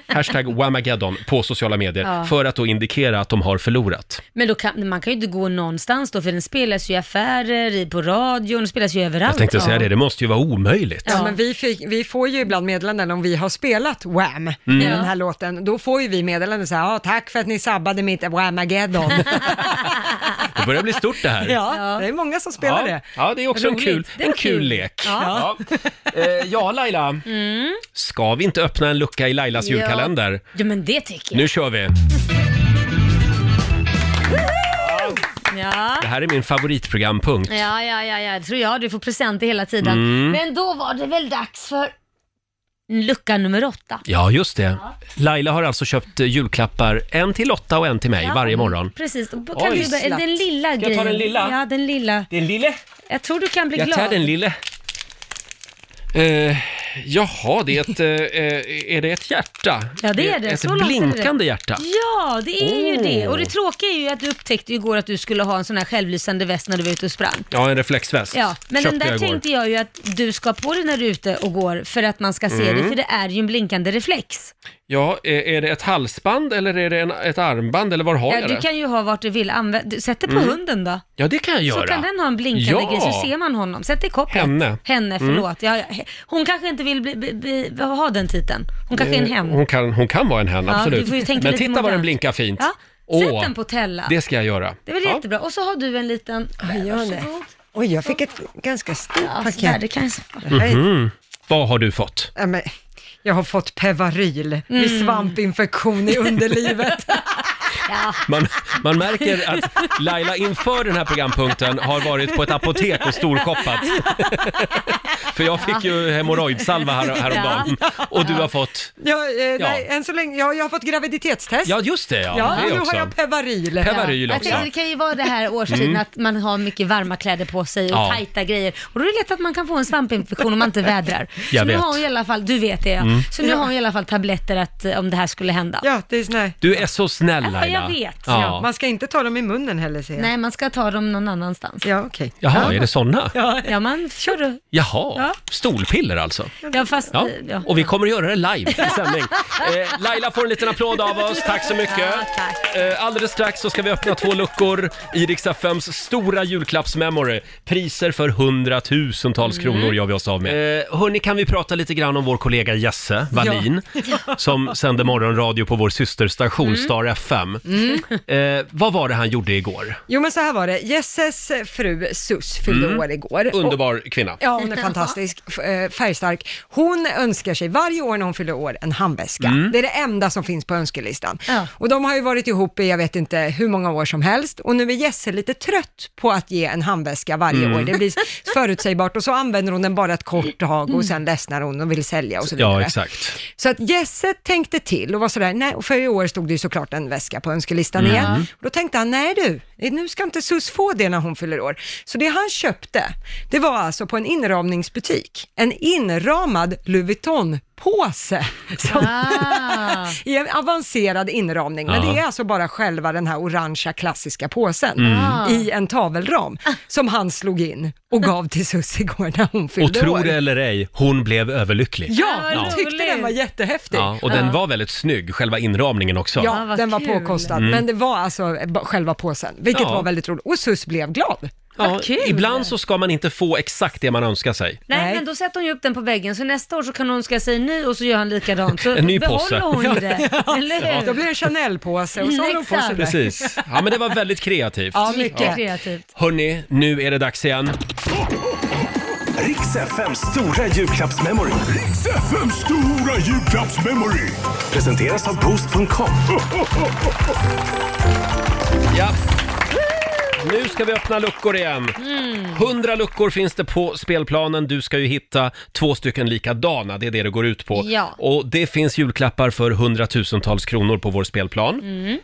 Speaker 1: hashtag whamageddon på sociala medier
Speaker 4: Ja.
Speaker 1: för att då indikera att de har förlorat.
Speaker 4: Men då kan, man kan ju inte gå någonstans då, för den spelas ju i affärer, i- på radion, den spelas ju överallt.
Speaker 1: Jag tänkte säga det, det måste ju vara omöjligt.
Speaker 2: Ja, men vi, fick, vi får ju ibland meddelanden om vi har spelat Wham,
Speaker 1: Mm.
Speaker 2: den här låten. Då får ju vi meddelanden så här, "Ja, tack för att ni sabbade mitt Whamageddon.
Speaker 1: Det börjar bli stort det här.
Speaker 2: ja, det är många som spelar
Speaker 1: Ja.
Speaker 2: det.
Speaker 1: Ja, det är också en
Speaker 2: Roligt.
Speaker 1: kul,
Speaker 2: Det
Speaker 1: en
Speaker 2: var
Speaker 1: kul lek.
Speaker 2: Ja.
Speaker 1: Ja. Eh, ja, Laila. Ska vi inte öppna en lucka i Lailas
Speaker 4: Ja.
Speaker 1: julkalender?
Speaker 4: Mm. Ja, men det tycker jag.
Speaker 1: Nu kör vi!
Speaker 4: Ja.
Speaker 1: Det här är min favoritprogrampunkt.
Speaker 4: Ja, ja, ja, ja, det tror jag. Du får presenter hela tiden.
Speaker 1: Mm.
Speaker 4: Men då var det väl dags för lucka nummer åtta.
Speaker 1: Ja, just det. Laila har alltså köpt eh, julklappar, en till Lotta och en till mig
Speaker 4: Ja.
Speaker 1: varje morgon.
Speaker 4: Precis, och då kan
Speaker 1: Oj.
Speaker 4: du börja, den lilla
Speaker 1: Ska jag ta
Speaker 4: grejen.
Speaker 1: den lilla?
Speaker 4: Ja, den lilla.
Speaker 1: Den lille?
Speaker 4: Jag tror du kan bli
Speaker 1: Jag
Speaker 4: glad.
Speaker 1: tar den lille. Eh, jaha, det är ett, eh, eh, är det ett hjärta?
Speaker 4: Ja, det är det.
Speaker 1: Ett
Speaker 4: Så låter det.
Speaker 1: blinkande hjärta.
Speaker 4: Ja, det är ju
Speaker 1: Åh.
Speaker 4: det. Och det tråkiga är ju att du upptäckte igår att du skulle ha en sån här självlysande väst när du var ute och sprang.
Speaker 1: Ja, en reflexväst.
Speaker 4: Ja, men den
Speaker 1: Köpte
Speaker 4: där
Speaker 1: jag igår.
Speaker 4: tänkte jag ju att du ska ha på dig när du är ute och går för att man ska se
Speaker 1: Mm.
Speaker 4: dig, för det är ju en blinkande reflex.
Speaker 1: Ja, är, är det ett halsband eller är det en, ett armband eller var har
Speaker 4: Ja,
Speaker 1: jag
Speaker 4: du
Speaker 1: det?
Speaker 4: kan ju ha vart du vill. Använd, du, sätt det på
Speaker 1: Mm.
Speaker 4: hunden då.
Speaker 1: Ja, det kan jag göra.
Speaker 4: Så kan den ha en blinkande
Speaker 1: Ja.
Speaker 4: grej, så ser man honom. Sätt det i kopplet.
Speaker 1: Henne.
Speaker 4: Henne,
Speaker 1: Mm.
Speaker 4: förlåt. Ja, ja, he- hon kanske inte vill bli, bli, bli, ha den titeln. Hon kanske är en
Speaker 1: Eh,
Speaker 4: hen.
Speaker 1: Hon kan, hon kan vara en hen,
Speaker 4: Ja, du
Speaker 1: absolut.
Speaker 4: får ju tänka
Speaker 1: men
Speaker 4: lite
Speaker 1: titta vad den
Speaker 4: modernt.
Speaker 1: blinkar fint.
Speaker 4: Ja,
Speaker 1: Åh,
Speaker 4: Sätt den på Tella.
Speaker 1: det ska jag göra.
Speaker 4: Det är väl jättebra. Och så har du en liten... Varsågod.
Speaker 2: Oj, jag fick ett ganska stort
Speaker 4: Ja,
Speaker 2: paket.
Speaker 4: sådär, det kan...
Speaker 2: Nej.
Speaker 1: Mhm. Vad har du fått?
Speaker 2: Ja, men, jag har fått Pevaryl vid
Speaker 4: Mm.
Speaker 2: svampinfektion i underlivet.
Speaker 1: Man, man märker att Laila inför den här programpunkten har varit på ett apotek och storshoppat. För jag fick ju hemorrojdsalva här, häromdagen. Och du har fått...
Speaker 2: Ja, eh,
Speaker 1: Ja.
Speaker 2: Nej, än så länge, ja, jag har fått graviditetstest.
Speaker 1: Ja, just det ja.
Speaker 2: Ja,
Speaker 1: det
Speaker 2: nu
Speaker 1: också.
Speaker 2: har jag Pevaryl.
Speaker 1: Pevaryl
Speaker 4: Jag
Speaker 1: också.
Speaker 4: tänkte, det kan ju vara det här årstiden
Speaker 1: Mm.
Speaker 4: att man har mycket varma kläder på sig och
Speaker 1: Ja.
Speaker 4: tajta grejer. Och då är det lätt att man kan få en svampinfektion om man inte vädrar.
Speaker 1: Jag
Speaker 4: så nu
Speaker 1: vet.
Speaker 4: har hon i alla fall, du vet det ja.
Speaker 1: Mm.
Speaker 4: Så nu
Speaker 1: Ja.
Speaker 4: har hon i alla fall tabletter att eh, om det här skulle hända.
Speaker 2: Ja, det är nej.
Speaker 1: Du är så snäll
Speaker 4: Ja,
Speaker 1: Laila.
Speaker 4: jag vet.
Speaker 1: Ja.
Speaker 2: Man ska inte ta dem i munnen heller säger jag.
Speaker 4: Nej, man ska ta dem någon annanstans.
Speaker 2: Ja, okej.
Speaker 1: Jaha, är det sådana?
Speaker 4: Ja, man kör
Speaker 1: Jaha,
Speaker 4: Ja.
Speaker 1: stolpiller alltså.
Speaker 4: Ja, fast... eh,
Speaker 1: Ja.
Speaker 4: ja.
Speaker 1: Och vi kommer att göra det live i sändning. Eh, Laila får en liten applåd av oss, tack så mycket.
Speaker 4: Ja,
Speaker 1: Eh, alldeles strax så ska vi öppna två luckor i Rix FMs stora julklappsmemory. Priser för hundratusentals
Speaker 11: Mm.
Speaker 1: kronor gör vi oss av med. Eh, hörni, kan vi prata lite grann om vår kollega Jesse Wallin? Som sänder morgonradio på vår systerstation
Speaker 2: Mm.
Speaker 1: Star FM.
Speaker 2: Mm.
Speaker 1: Eh, vad var det han gjorde igår?
Speaker 2: Jo men så här var det, Jesses fru Sus fyllde
Speaker 1: Mm.
Speaker 2: år igår.
Speaker 1: Underbar kvinna.
Speaker 2: Ja, hon är fantastisk, f- eh, färgstark. Hon önskar sig varje år när hon fyller år en handväska.
Speaker 13: Mm.
Speaker 2: Det är det enda som finns på önskelistan. Och de har ju varit ihop i jag vet inte hur många år som helst och nu är Jesse lite trött på att ge en handväska varje
Speaker 13: Mm.
Speaker 2: år. Det blir förutsägbart och så använder hon den bara ett kort tag och sen ledsnar hon och vill sälja och så vidare.
Speaker 1: Ja, exakt.
Speaker 2: Så att Jesse tänkte till och var sådär, nej, och för i år stod det ju såklart en väska på önskelistan
Speaker 13: Mm.
Speaker 2: igen. Och då tänkte han, nej du, nu ska inte Sus få det när hon fyller år. Så det han köpte, det var alltså på en inramningsbutik, en inramad Louis Vuitton-påse. Som
Speaker 1: Ah.
Speaker 2: I en avancerad inramning, men
Speaker 13: Ja.
Speaker 2: det är alltså bara själva den här orangea klassiska påsen
Speaker 1: Mm.
Speaker 2: i en tavelram som han slog in och gav till Sus igår när hon fyllde
Speaker 1: Och tro
Speaker 2: år.
Speaker 1: det eller ej, hon blev överlycklig.
Speaker 2: Ja, jag tyckte den var jättehäftig.
Speaker 1: Ja, och den var väldigt snygg, själva inramningen också.
Speaker 4: Ah,
Speaker 2: Ja, den var påkostad,
Speaker 1: Mm.
Speaker 2: men det var alltså ba- själva påsen, vilket
Speaker 1: Ja.
Speaker 2: var väldigt roligt. Och Sus blev glad.
Speaker 1: Ja, ibland så ska man inte få exakt det man önskar sig.
Speaker 4: Nej, men då sätter hon ju upp den på väggen så nästa år så kan hon önska sig en ny och så gör han likadant. Så
Speaker 1: En ny påse.
Speaker 4: behåller hon ju det.
Speaker 2: Ja.
Speaker 4: Eller hur?
Speaker 2: Då blir det en Chanel-påse och så
Speaker 1: Mm,
Speaker 2: har hon på sig det.
Speaker 1: Precis. Ja, men det var väldigt kreativt.
Speaker 2: Ja, mycket
Speaker 4: kreativt.
Speaker 1: Hörni, nu är det dags igen.
Speaker 11: Riks FMs stora julklappsmemory. Riks FMs stora julklappsmemory. Presenteras av Boost.com.
Speaker 1: Ja. Nu ska vi öppna luckor igen.
Speaker 11: Mm.
Speaker 1: 100 luckor finns det på spelplanen. Du ska ju hitta två stycken likadana, det är det det går ut på.
Speaker 11: Ja.
Speaker 1: Och det finns julklappar för hundratusentals kronor på vår spelplan.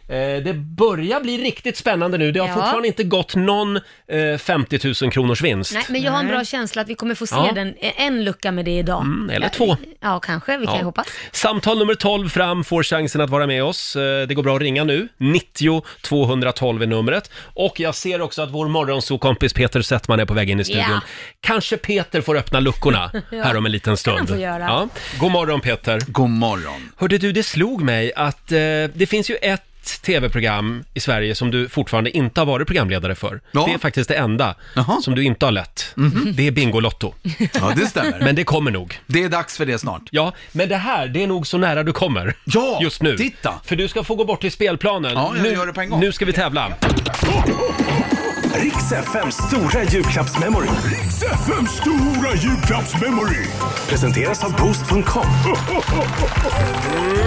Speaker 1: Eh, det börjar bli riktigt spännande nu. Det har
Speaker 4: Mm. Ja.
Speaker 1: fortfarande inte gått någon eh, 50 000 kronors vinst.
Speaker 4: Nej, men jag har en bra känsla att vi kommer få se
Speaker 1: Ja.
Speaker 4: den, e- en lucka med det idag.
Speaker 1: Mm, eller
Speaker 4: Ja,
Speaker 1: två.
Speaker 4: Ja, kanske. Vi kan
Speaker 1: Ja.
Speaker 4: ju hoppas.
Speaker 1: Samtal nummer 12 fram får chansen att vara med oss. Eh, Det går bra att ringa nu. 90 212 är numret. Och jag ser också att vår morgonsokompis Peter Settman är på väg in i studion.
Speaker 4: Ja.
Speaker 1: Kanske Peter får öppna luckorna
Speaker 4: Ja.
Speaker 1: här om en liten stund.
Speaker 4: han få göra.
Speaker 1: God morgon Peter.
Speaker 14: God morgon.
Speaker 1: Hörde du, det slog mig att eh, det finns ju ett tv-program i Sverige som du fortfarande inte har varit programledare för. Det är faktiskt det enda som du inte har lett. Det är Bingolotto.
Speaker 14: Mhm. Ja, det stämmer.
Speaker 1: Men det kommer nog.
Speaker 14: Det är dags för det snart.
Speaker 1: Ja, men det här, det är nog så nära du kommer.
Speaker 14: Ja,
Speaker 1: just nu.
Speaker 14: titta.
Speaker 1: För du ska få gå bort till spelplanen.
Speaker 14: Ja, jag
Speaker 1: nu,
Speaker 14: gör det på en gång.
Speaker 1: Nu ska vi tävla.
Speaker 11: Riks FMs stora julklappsmemory. Riks FMs stora julklappsmemory. Presenteras av Boost.com.
Speaker 6: Mm.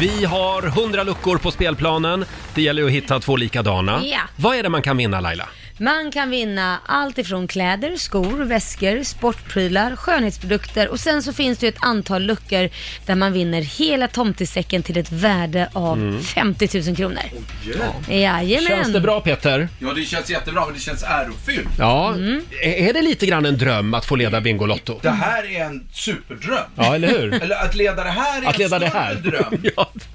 Speaker 1: Vi har 100 luckor på spelplanen. Det gäller ju att hitta två likadana.
Speaker 4: Ja.
Speaker 1: Vad är det man kan vinna Laila?
Speaker 4: Man kan vinna allt ifrån kläder, skor, väskor, sportprylar, skönhetsprodukter och sen så finns det ju ett antal luckor där man vinner hela tomtesäcken till ett värde av
Speaker 14: Mm.
Speaker 4: 50 000 kronor.
Speaker 14: Ja.
Speaker 4: Jajamän.
Speaker 1: Känns det bra Peter?
Speaker 14: Ja, det känns jättebra, men det känns ärofyllt.
Speaker 1: Ja,
Speaker 14: Mm.
Speaker 1: Ä- är det lite grann en dröm att få leda Bingolotto?
Speaker 14: Det här är en superdröm.
Speaker 1: Ja, eller hur?
Speaker 14: Eller att leda det här är
Speaker 1: Att leda
Speaker 14: en
Speaker 1: det
Speaker 14: större
Speaker 1: här.
Speaker 14: dröm.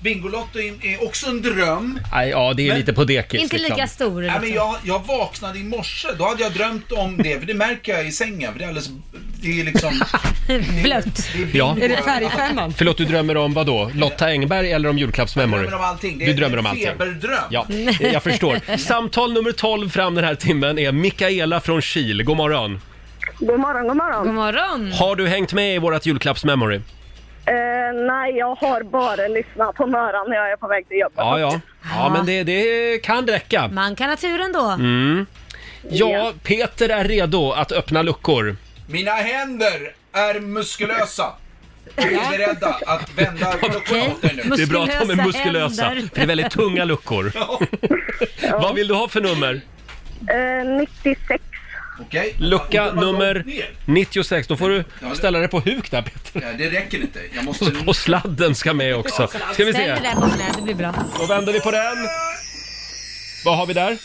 Speaker 14: Bingolotto är är också en dröm.
Speaker 1: Nej, ja, det är lite på dekis liksom.
Speaker 14: Nej, men jag, jag vaknade i morse, då hade jag drömt om det, för det märker jag i sängen, för det är alldeles... Det är liksom...
Speaker 4: Blött.
Speaker 1: Ja.
Speaker 14: Är det färgfemman?
Speaker 1: Förlåt, du drömmer om vad då? Lotta Engberg eller om julklappsmemory?
Speaker 14: Jag drömmer om allting. Det är
Speaker 1: Du drömmer om
Speaker 14: en
Speaker 1: allting.
Speaker 14: feberdröm.
Speaker 1: Ja, eh, jag förstår. Samtal nummer 12 fram den här timmen är Mikaela från Kil. God morgon.
Speaker 14: Mm.
Speaker 15: God morgon, god morgon.
Speaker 4: God morgon.
Speaker 1: Har du hängt med i vårat julklappsmemory?
Speaker 15: Eh, nej, jag har bara lyssnat på Möran när jag är på väg till jobbet.
Speaker 1: Ja, ja. Ja, men det, det kan räcka.
Speaker 4: Man kan ha tur ändå.
Speaker 1: Mm. Ja, Peter är redo att öppna luckor.
Speaker 14: Mina händer är muskulösa. Vi är beredda att vända plockouten nu.
Speaker 1: Det är bra att de är muskulösa, för det är väldigt tunga luckor. Vad vill du ha för nummer?
Speaker 15: Eh, 96.
Speaker 1: Lucka nummer 96. Då får du ställa dig på huk där Peter.
Speaker 14: Ja, det räcker inte. Jag måste...
Speaker 1: Och sladden ska med också. Ska vi
Speaker 4: Ställ dig
Speaker 1: se.
Speaker 4: där borta, det blir bra.
Speaker 1: Då vänder vi på den. Vad har vi där?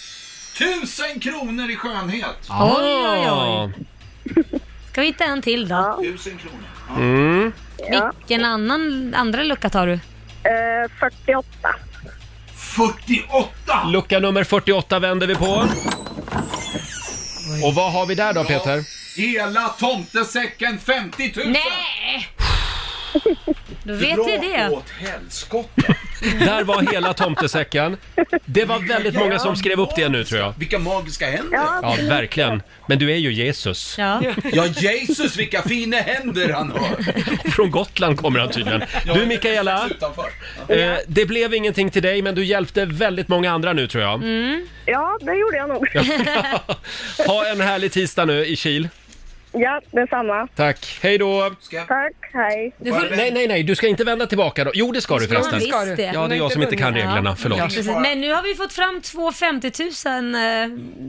Speaker 14: Tusen kronor i skönhet!
Speaker 1: Ah.
Speaker 4: Ska vi hitta en till då?
Speaker 14: Tusen kronor.
Speaker 1: Mm.
Speaker 4: Vilken annan, andra lucka tar du?
Speaker 15: 48.
Speaker 14: 48!
Speaker 1: Lucka nummer 48 vänder vi på. Och vad har vi där då Peter?
Speaker 14: Hela tomtesäcken 50 000!
Speaker 4: Nej! Då vet
Speaker 14: Dra
Speaker 4: vi det.
Speaker 14: åt helskotta.
Speaker 1: Där var hela tomtesäcken. Det var väldigt många som skrev upp det nu tror jag.
Speaker 14: Vilka magiska händer!
Speaker 1: Ja, verkligen. Men du är ju Jesus.
Speaker 4: Ja.
Speaker 14: Ja, Jesus vilka fina händer han har!
Speaker 1: Från Gotland kommer han tydligen. Du Mikaela, eh, det blev ingenting till dig men du hjälpte väldigt många andra nu tror jag.
Speaker 15: Ja, det gjorde jag nog.
Speaker 1: Ha en härlig tisdag nu i Kil.
Speaker 15: ja, detsamma.
Speaker 1: Tack. Hej då!
Speaker 15: Tack, hej.
Speaker 1: Nej, nej, nej, du ska inte vända tillbaka då. Jo, det ska du
Speaker 4: Ja,
Speaker 1: förresten.
Speaker 4: visst det.
Speaker 1: Ja, det är jag som inte kan reglerna.
Speaker 4: Ja,
Speaker 1: Förlåt.
Speaker 4: precis. Men nu har vi fått fram två 50 000, eh,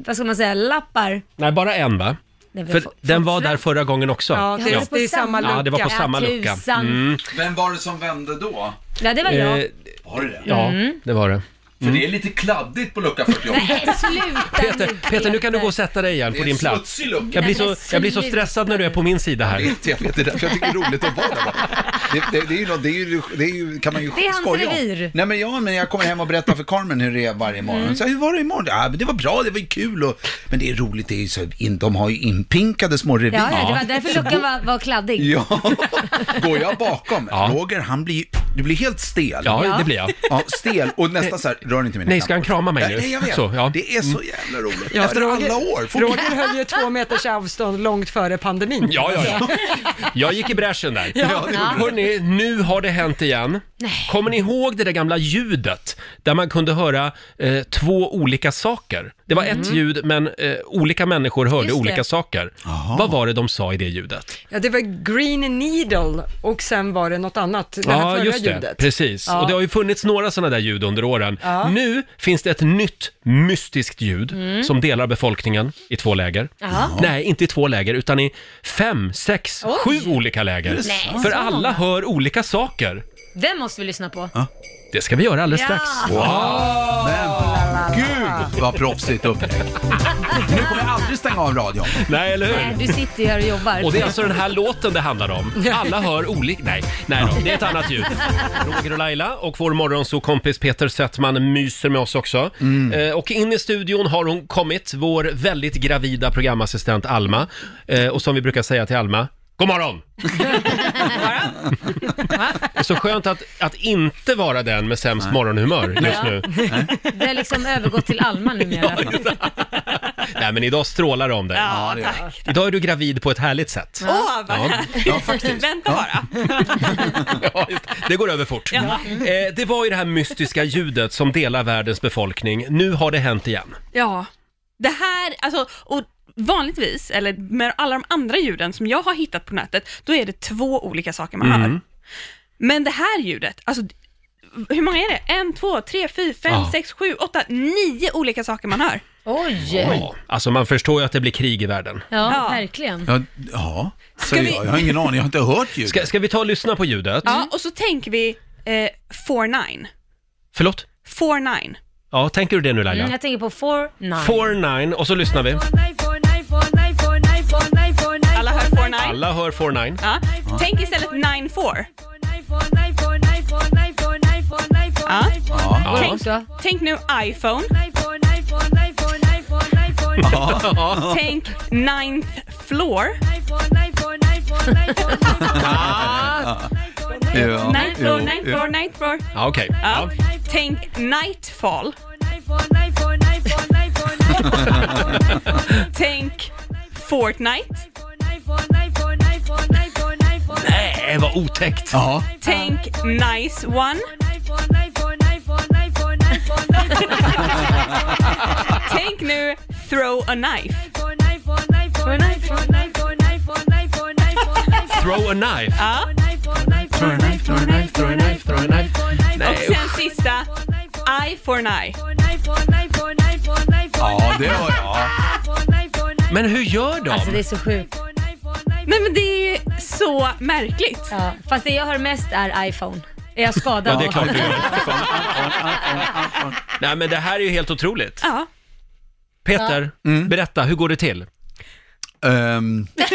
Speaker 4: vad ska man säga, lappar.
Speaker 1: Nej, bara en va?
Speaker 4: Nej, vi
Speaker 1: För
Speaker 4: får-
Speaker 1: den var där förra gången också.
Speaker 4: Ja, det är på samma
Speaker 1: Ja, det var på
Speaker 4: lucka.
Speaker 1: samma
Speaker 4: Ja,
Speaker 1: lucka. Mm.
Speaker 4: tusan.
Speaker 14: Vem var det som vände då?
Speaker 4: Ja, det var jag. Mm.
Speaker 1: Eh,
Speaker 14: Var det det?
Speaker 1: Ja, det var det. Mm.
Speaker 14: För det är lite kladdigt på lucka 48.
Speaker 4: Nej, sluta
Speaker 1: Peter, Peter, nu kan du gå och sätta dig igen
Speaker 14: Det
Speaker 1: på
Speaker 14: är
Speaker 1: din
Speaker 14: en
Speaker 1: plats.
Speaker 14: smutsig lucka.
Speaker 1: Jag blir,
Speaker 14: Nej,
Speaker 1: så,
Speaker 14: men
Speaker 1: jag blir så
Speaker 14: sluta.
Speaker 1: stressad när du är på min sida här.
Speaker 13: vet, jag vet. Det är därför jag tycker det är roligt att vara där. borta. Det, det, det, är ju något, det, är ju, det är ju, kan man ju
Speaker 4: Det är hans
Speaker 13: skoja om.
Speaker 4: revir. Mm.
Speaker 13: Nej men, ja, men jag kommer hem och berättar för Carmen hur det är varje morgon. Så, här, hur var det imorgon? Ja, men det var bra, det var ju kul. Och, men det är roligt, det är ju så, in, de har ju inpinkade små revir.
Speaker 4: Ja, ja, det var därför
Speaker 13: Så
Speaker 4: luckan
Speaker 13: gå-
Speaker 4: var, var kladdig.
Speaker 13: Ja, går jag bakom, Roger han blir, du blir helt stel.
Speaker 1: Ja, det blir jag.
Speaker 13: Ja, stel och nästan så här, rör inte mina
Speaker 1: Nej, ska han krama mig nu?
Speaker 13: Nej, jag vet.
Speaker 1: Så, ja.
Speaker 13: Det är så jävla roligt.
Speaker 1: Ja,
Speaker 13: Efter
Speaker 1: Roger-
Speaker 13: alla år. får-
Speaker 2: Roger höll ju två meters avstånd långt före pandemin. Alltså,
Speaker 1: Ja, ja, ja. Jag gick i bräschen där.
Speaker 2: Ja, det gjorde du.
Speaker 1: Hörni, nu har det hänt igen. Kommer ni ihåg det där gamla ljudet där man kunde höra eh, två olika saker? Det var ett
Speaker 2: Mm.
Speaker 1: ljud, men eh, olika människor hörde
Speaker 2: Just det.
Speaker 1: olika saker. Vad var det de sa i det ljudet?
Speaker 2: Ja, det var Green Needle och sen var det något annat, det här
Speaker 1: Ja,
Speaker 2: förra
Speaker 1: just det.
Speaker 2: ljudet.
Speaker 1: Precis.
Speaker 2: Ja.
Speaker 1: Och det har ju funnits några sådana där ljud under åren.
Speaker 2: Ja.
Speaker 1: Nu finns det ett nytt mystiskt ljud
Speaker 4: Mm.
Speaker 1: som delar befolkningen i två läger.
Speaker 4: Jaha.
Speaker 1: Nej, inte i två läger, utan i fem, sex,
Speaker 4: Oj.
Speaker 1: sju olika läger.
Speaker 4: Nej, så
Speaker 1: För
Speaker 4: många.
Speaker 1: alla hör olika saker.
Speaker 4: Den måste vi lyssna på.
Speaker 1: Det ska vi göra alldeles
Speaker 4: Ja.
Speaker 1: strax.
Speaker 4: Wow. Ah.
Speaker 13: Gud vad proffsigt upplägg. Nu kommer jag aldrig stänga av radion.
Speaker 1: Nej, eller
Speaker 4: Nej, du sitter ju här och jobbar.
Speaker 1: Och det är alltså den här låten det handlar om. Alla hör olika... Nej, nej då, det är ett annat ljud. Roger och Laila och vår morgonsokompis Peter Settman myser med oss också. Eh, och in i studion har hon kommit, vår väldigt gravida programassistent Alma. Eh, och som vi brukar säga till Alma, God morgon! Det är så skönt att, att inte vara den med sämst morgonhumör just nu.
Speaker 4: Det har liksom övergått till Alma numera.
Speaker 1: Nej men idag strålar det om dig.
Speaker 4: Ja, Ja, tack.
Speaker 1: Idag är du gravid på ett härligt sätt.
Speaker 5: Åh, vad
Speaker 1: Ja.
Speaker 5: härligt.
Speaker 1: Ja, faktiskt.
Speaker 5: Vänta bara.
Speaker 1: Ja, just det. det går över fort.
Speaker 5: Ja.
Speaker 1: Eh, det var ju det här mystiska ljudet som delar världens befolkning. Nu har det hänt igen.
Speaker 5: Ja, det här, alltså, och vanligtvis, eller med alla de andra ljuden som jag har hittat på nätet, då är det två olika saker man
Speaker 1: Mm.
Speaker 5: hör. Men det här ljudet, alltså, hur många är det? En, två, tre, fyra, fem,
Speaker 1: Ja.
Speaker 5: sex, sju, åtta, nio olika saker man hör.
Speaker 4: Oj!
Speaker 1: Ja, alltså man förstår ju att det blir krig i världen.
Speaker 4: Ja, verkligen.
Speaker 13: Ja, ja. Så jag, jag har ingen aning, jag har inte hört ljudet.
Speaker 1: Ska, ska vi ta och lyssna på ljudet?
Speaker 5: Ja, och så tänker vi eh, 4-9.
Speaker 1: Förlåt?
Speaker 5: 4-9.
Speaker 1: Ja, tänker du det nu Laila?
Speaker 4: Mm, jag tänker på
Speaker 13: Mm.
Speaker 4: 4-9.
Speaker 1: 4-9 och så lyssnar vi.
Speaker 5: Alla hör 4-9.
Speaker 1: Alla hör 4-9.
Speaker 5: Ja. Tänk istället 9-4. Ja.
Speaker 1: Ja.
Speaker 5: Tänk, tänk nu iPhone.
Speaker 1: Ja.
Speaker 5: Tänk ninth floor. Ninth floor, ninth floor, ninth floor.
Speaker 1: Ja, okej.
Speaker 5: Ja. Tänk nightfall. Tänk Fortnite.
Speaker 1: Nej, vad otäckt!
Speaker 13: Ja.
Speaker 5: Tänk nice one. Tänk nu throw a knife.
Speaker 1: Throw a knife.
Speaker 5: Ja. throw a knife, throw a knife, throw a knife, throw a knife. Och
Speaker 6: Nej.
Speaker 5: sen sista, eye for an eye.
Speaker 6: Ja, det har jag.
Speaker 1: Men hur gör de?
Speaker 4: Alltså det är så sjukt.
Speaker 5: Nej men det är så märkligt.
Speaker 4: Ja, fast det jag hör mest är iPhone. Är jag skadad?
Speaker 1: Ja, det är klart du gör. Nej, men det här är ju helt otroligt.
Speaker 5: Ja.
Speaker 1: Peter,
Speaker 13: Mm.
Speaker 1: berätta, hur går det till?
Speaker 5: Ehm,
Speaker 4: Jag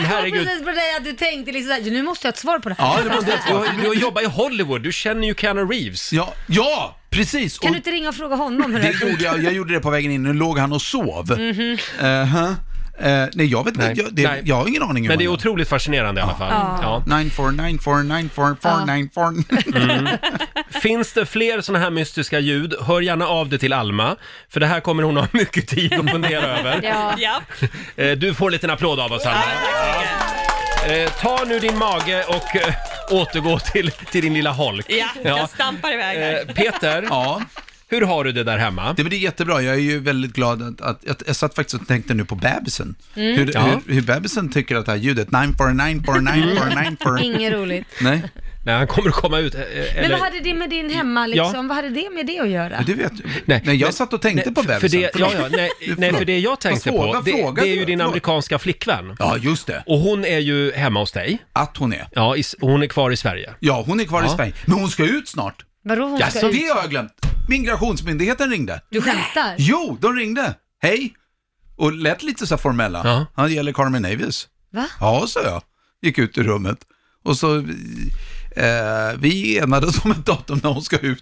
Speaker 1: Men
Speaker 4: tror
Speaker 1: herregud.
Speaker 4: precis på dig att du tänkte liksom såhär, nu måste jag ha ett svar på det här.
Speaker 1: Ja, det måste du, har- du har jobbat i Hollywood, du känner ju Keanu Reeves.
Speaker 13: Ja, ja precis!
Speaker 4: Kan du inte ringa och fråga honom hur det
Speaker 13: Det
Speaker 4: här
Speaker 13: gjorde jag, jag gjorde det på vägen in, nu låg han och sov.
Speaker 4: Mhm.
Speaker 13: Eh-huh. Eh, nej, jag vet inte.
Speaker 1: Nej,
Speaker 13: Jag, det,
Speaker 1: nej.
Speaker 13: jag har ingen aning.
Speaker 1: Men det är otroligt fascinerande i alla fall. Ja.
Speaker 13: 94949494.
Speaker 1: Mm. Finns det fler sådana här mystiska ljud, hör gärna av dig till Alma, för det här kommer hon ha mycket tid att fundera över.
Speaker 4: Ja.
Speaker 5: ja.
Speaker 1: Eh, Du får en liten applåd av oss, Alma. Eh, Ta nu din mage och eh, återgå till, till din lilla holk.
Speaker 5: Ja, jag stampar iväg här.
Speaker 1: Eh, Peter, hur har du det där hemma?
Speaker 13: Det, men det är jättebra, jag är ju väldigt glad att, att, att jag satt faktiskt och tänkte nu på bebisen.
Speaker 4: Mm.
Speaker 13: Hur,
Speaker 4: Ja.
Speaker 13: hur, hur bebisen tycker att det här ljudet, 94949494.
Speaker 4: Mm. Inget roligt.
Speaker 13: Nej.
Speaker 1: Nej, han kommer att komma ut. eh,
Speaker 4: Men vad hade det med din hemma liksom?
Speaker 1: Ja.
Speaker 4: Vad hade det med det att göra?
Speaker 13: Du vet, nej, jag satt och tänkte på bebisen.
Speaker 1: För det, ja, ja, nej,
Speaker 13: Förlåt.
Speaker 1: nej, för det jag tänkte
Speaker 13: Vad
Speaker 1: på,
Speaker 13: fråga-
Speaker 1: det,
Speaker 13: fråga
Speaker 1: det är ju
Speaker 13: du?
Speaker 1: din
Speaker 13: Förlåt.
Speaker 1: amerikanska flickvän.
Speaker 13: Ja, just det.
Speaker 1: Och hon är ju hemma hos dig.
Speaker 13: Att hon är?
Speaker 1: Ja, i, s- hon är kvar i Sverige.
Speaker 13: Ja, hon är kvar i Sverige. Men hon ska ut snart.
Speaker 4: Vadå hon
Speaker 13: Jaså, det
Speaker 4: ska
Speaker 13: har
Speaker 4: ut?
Speaker 13: jag glömt. Migrationsmyndigheten ringde.
Speaker 4: Du skämtar?
Speaker 13: Jo, de ringde. Hej. Och lät lite så här formella. Ja. Han gäller Carmen Navis.
Speaker 4: Va?
Speaker 13: Ja, sa jag. Gick ut ur rummet. Och så, eh, vi enades om ett datum när hon ska ut.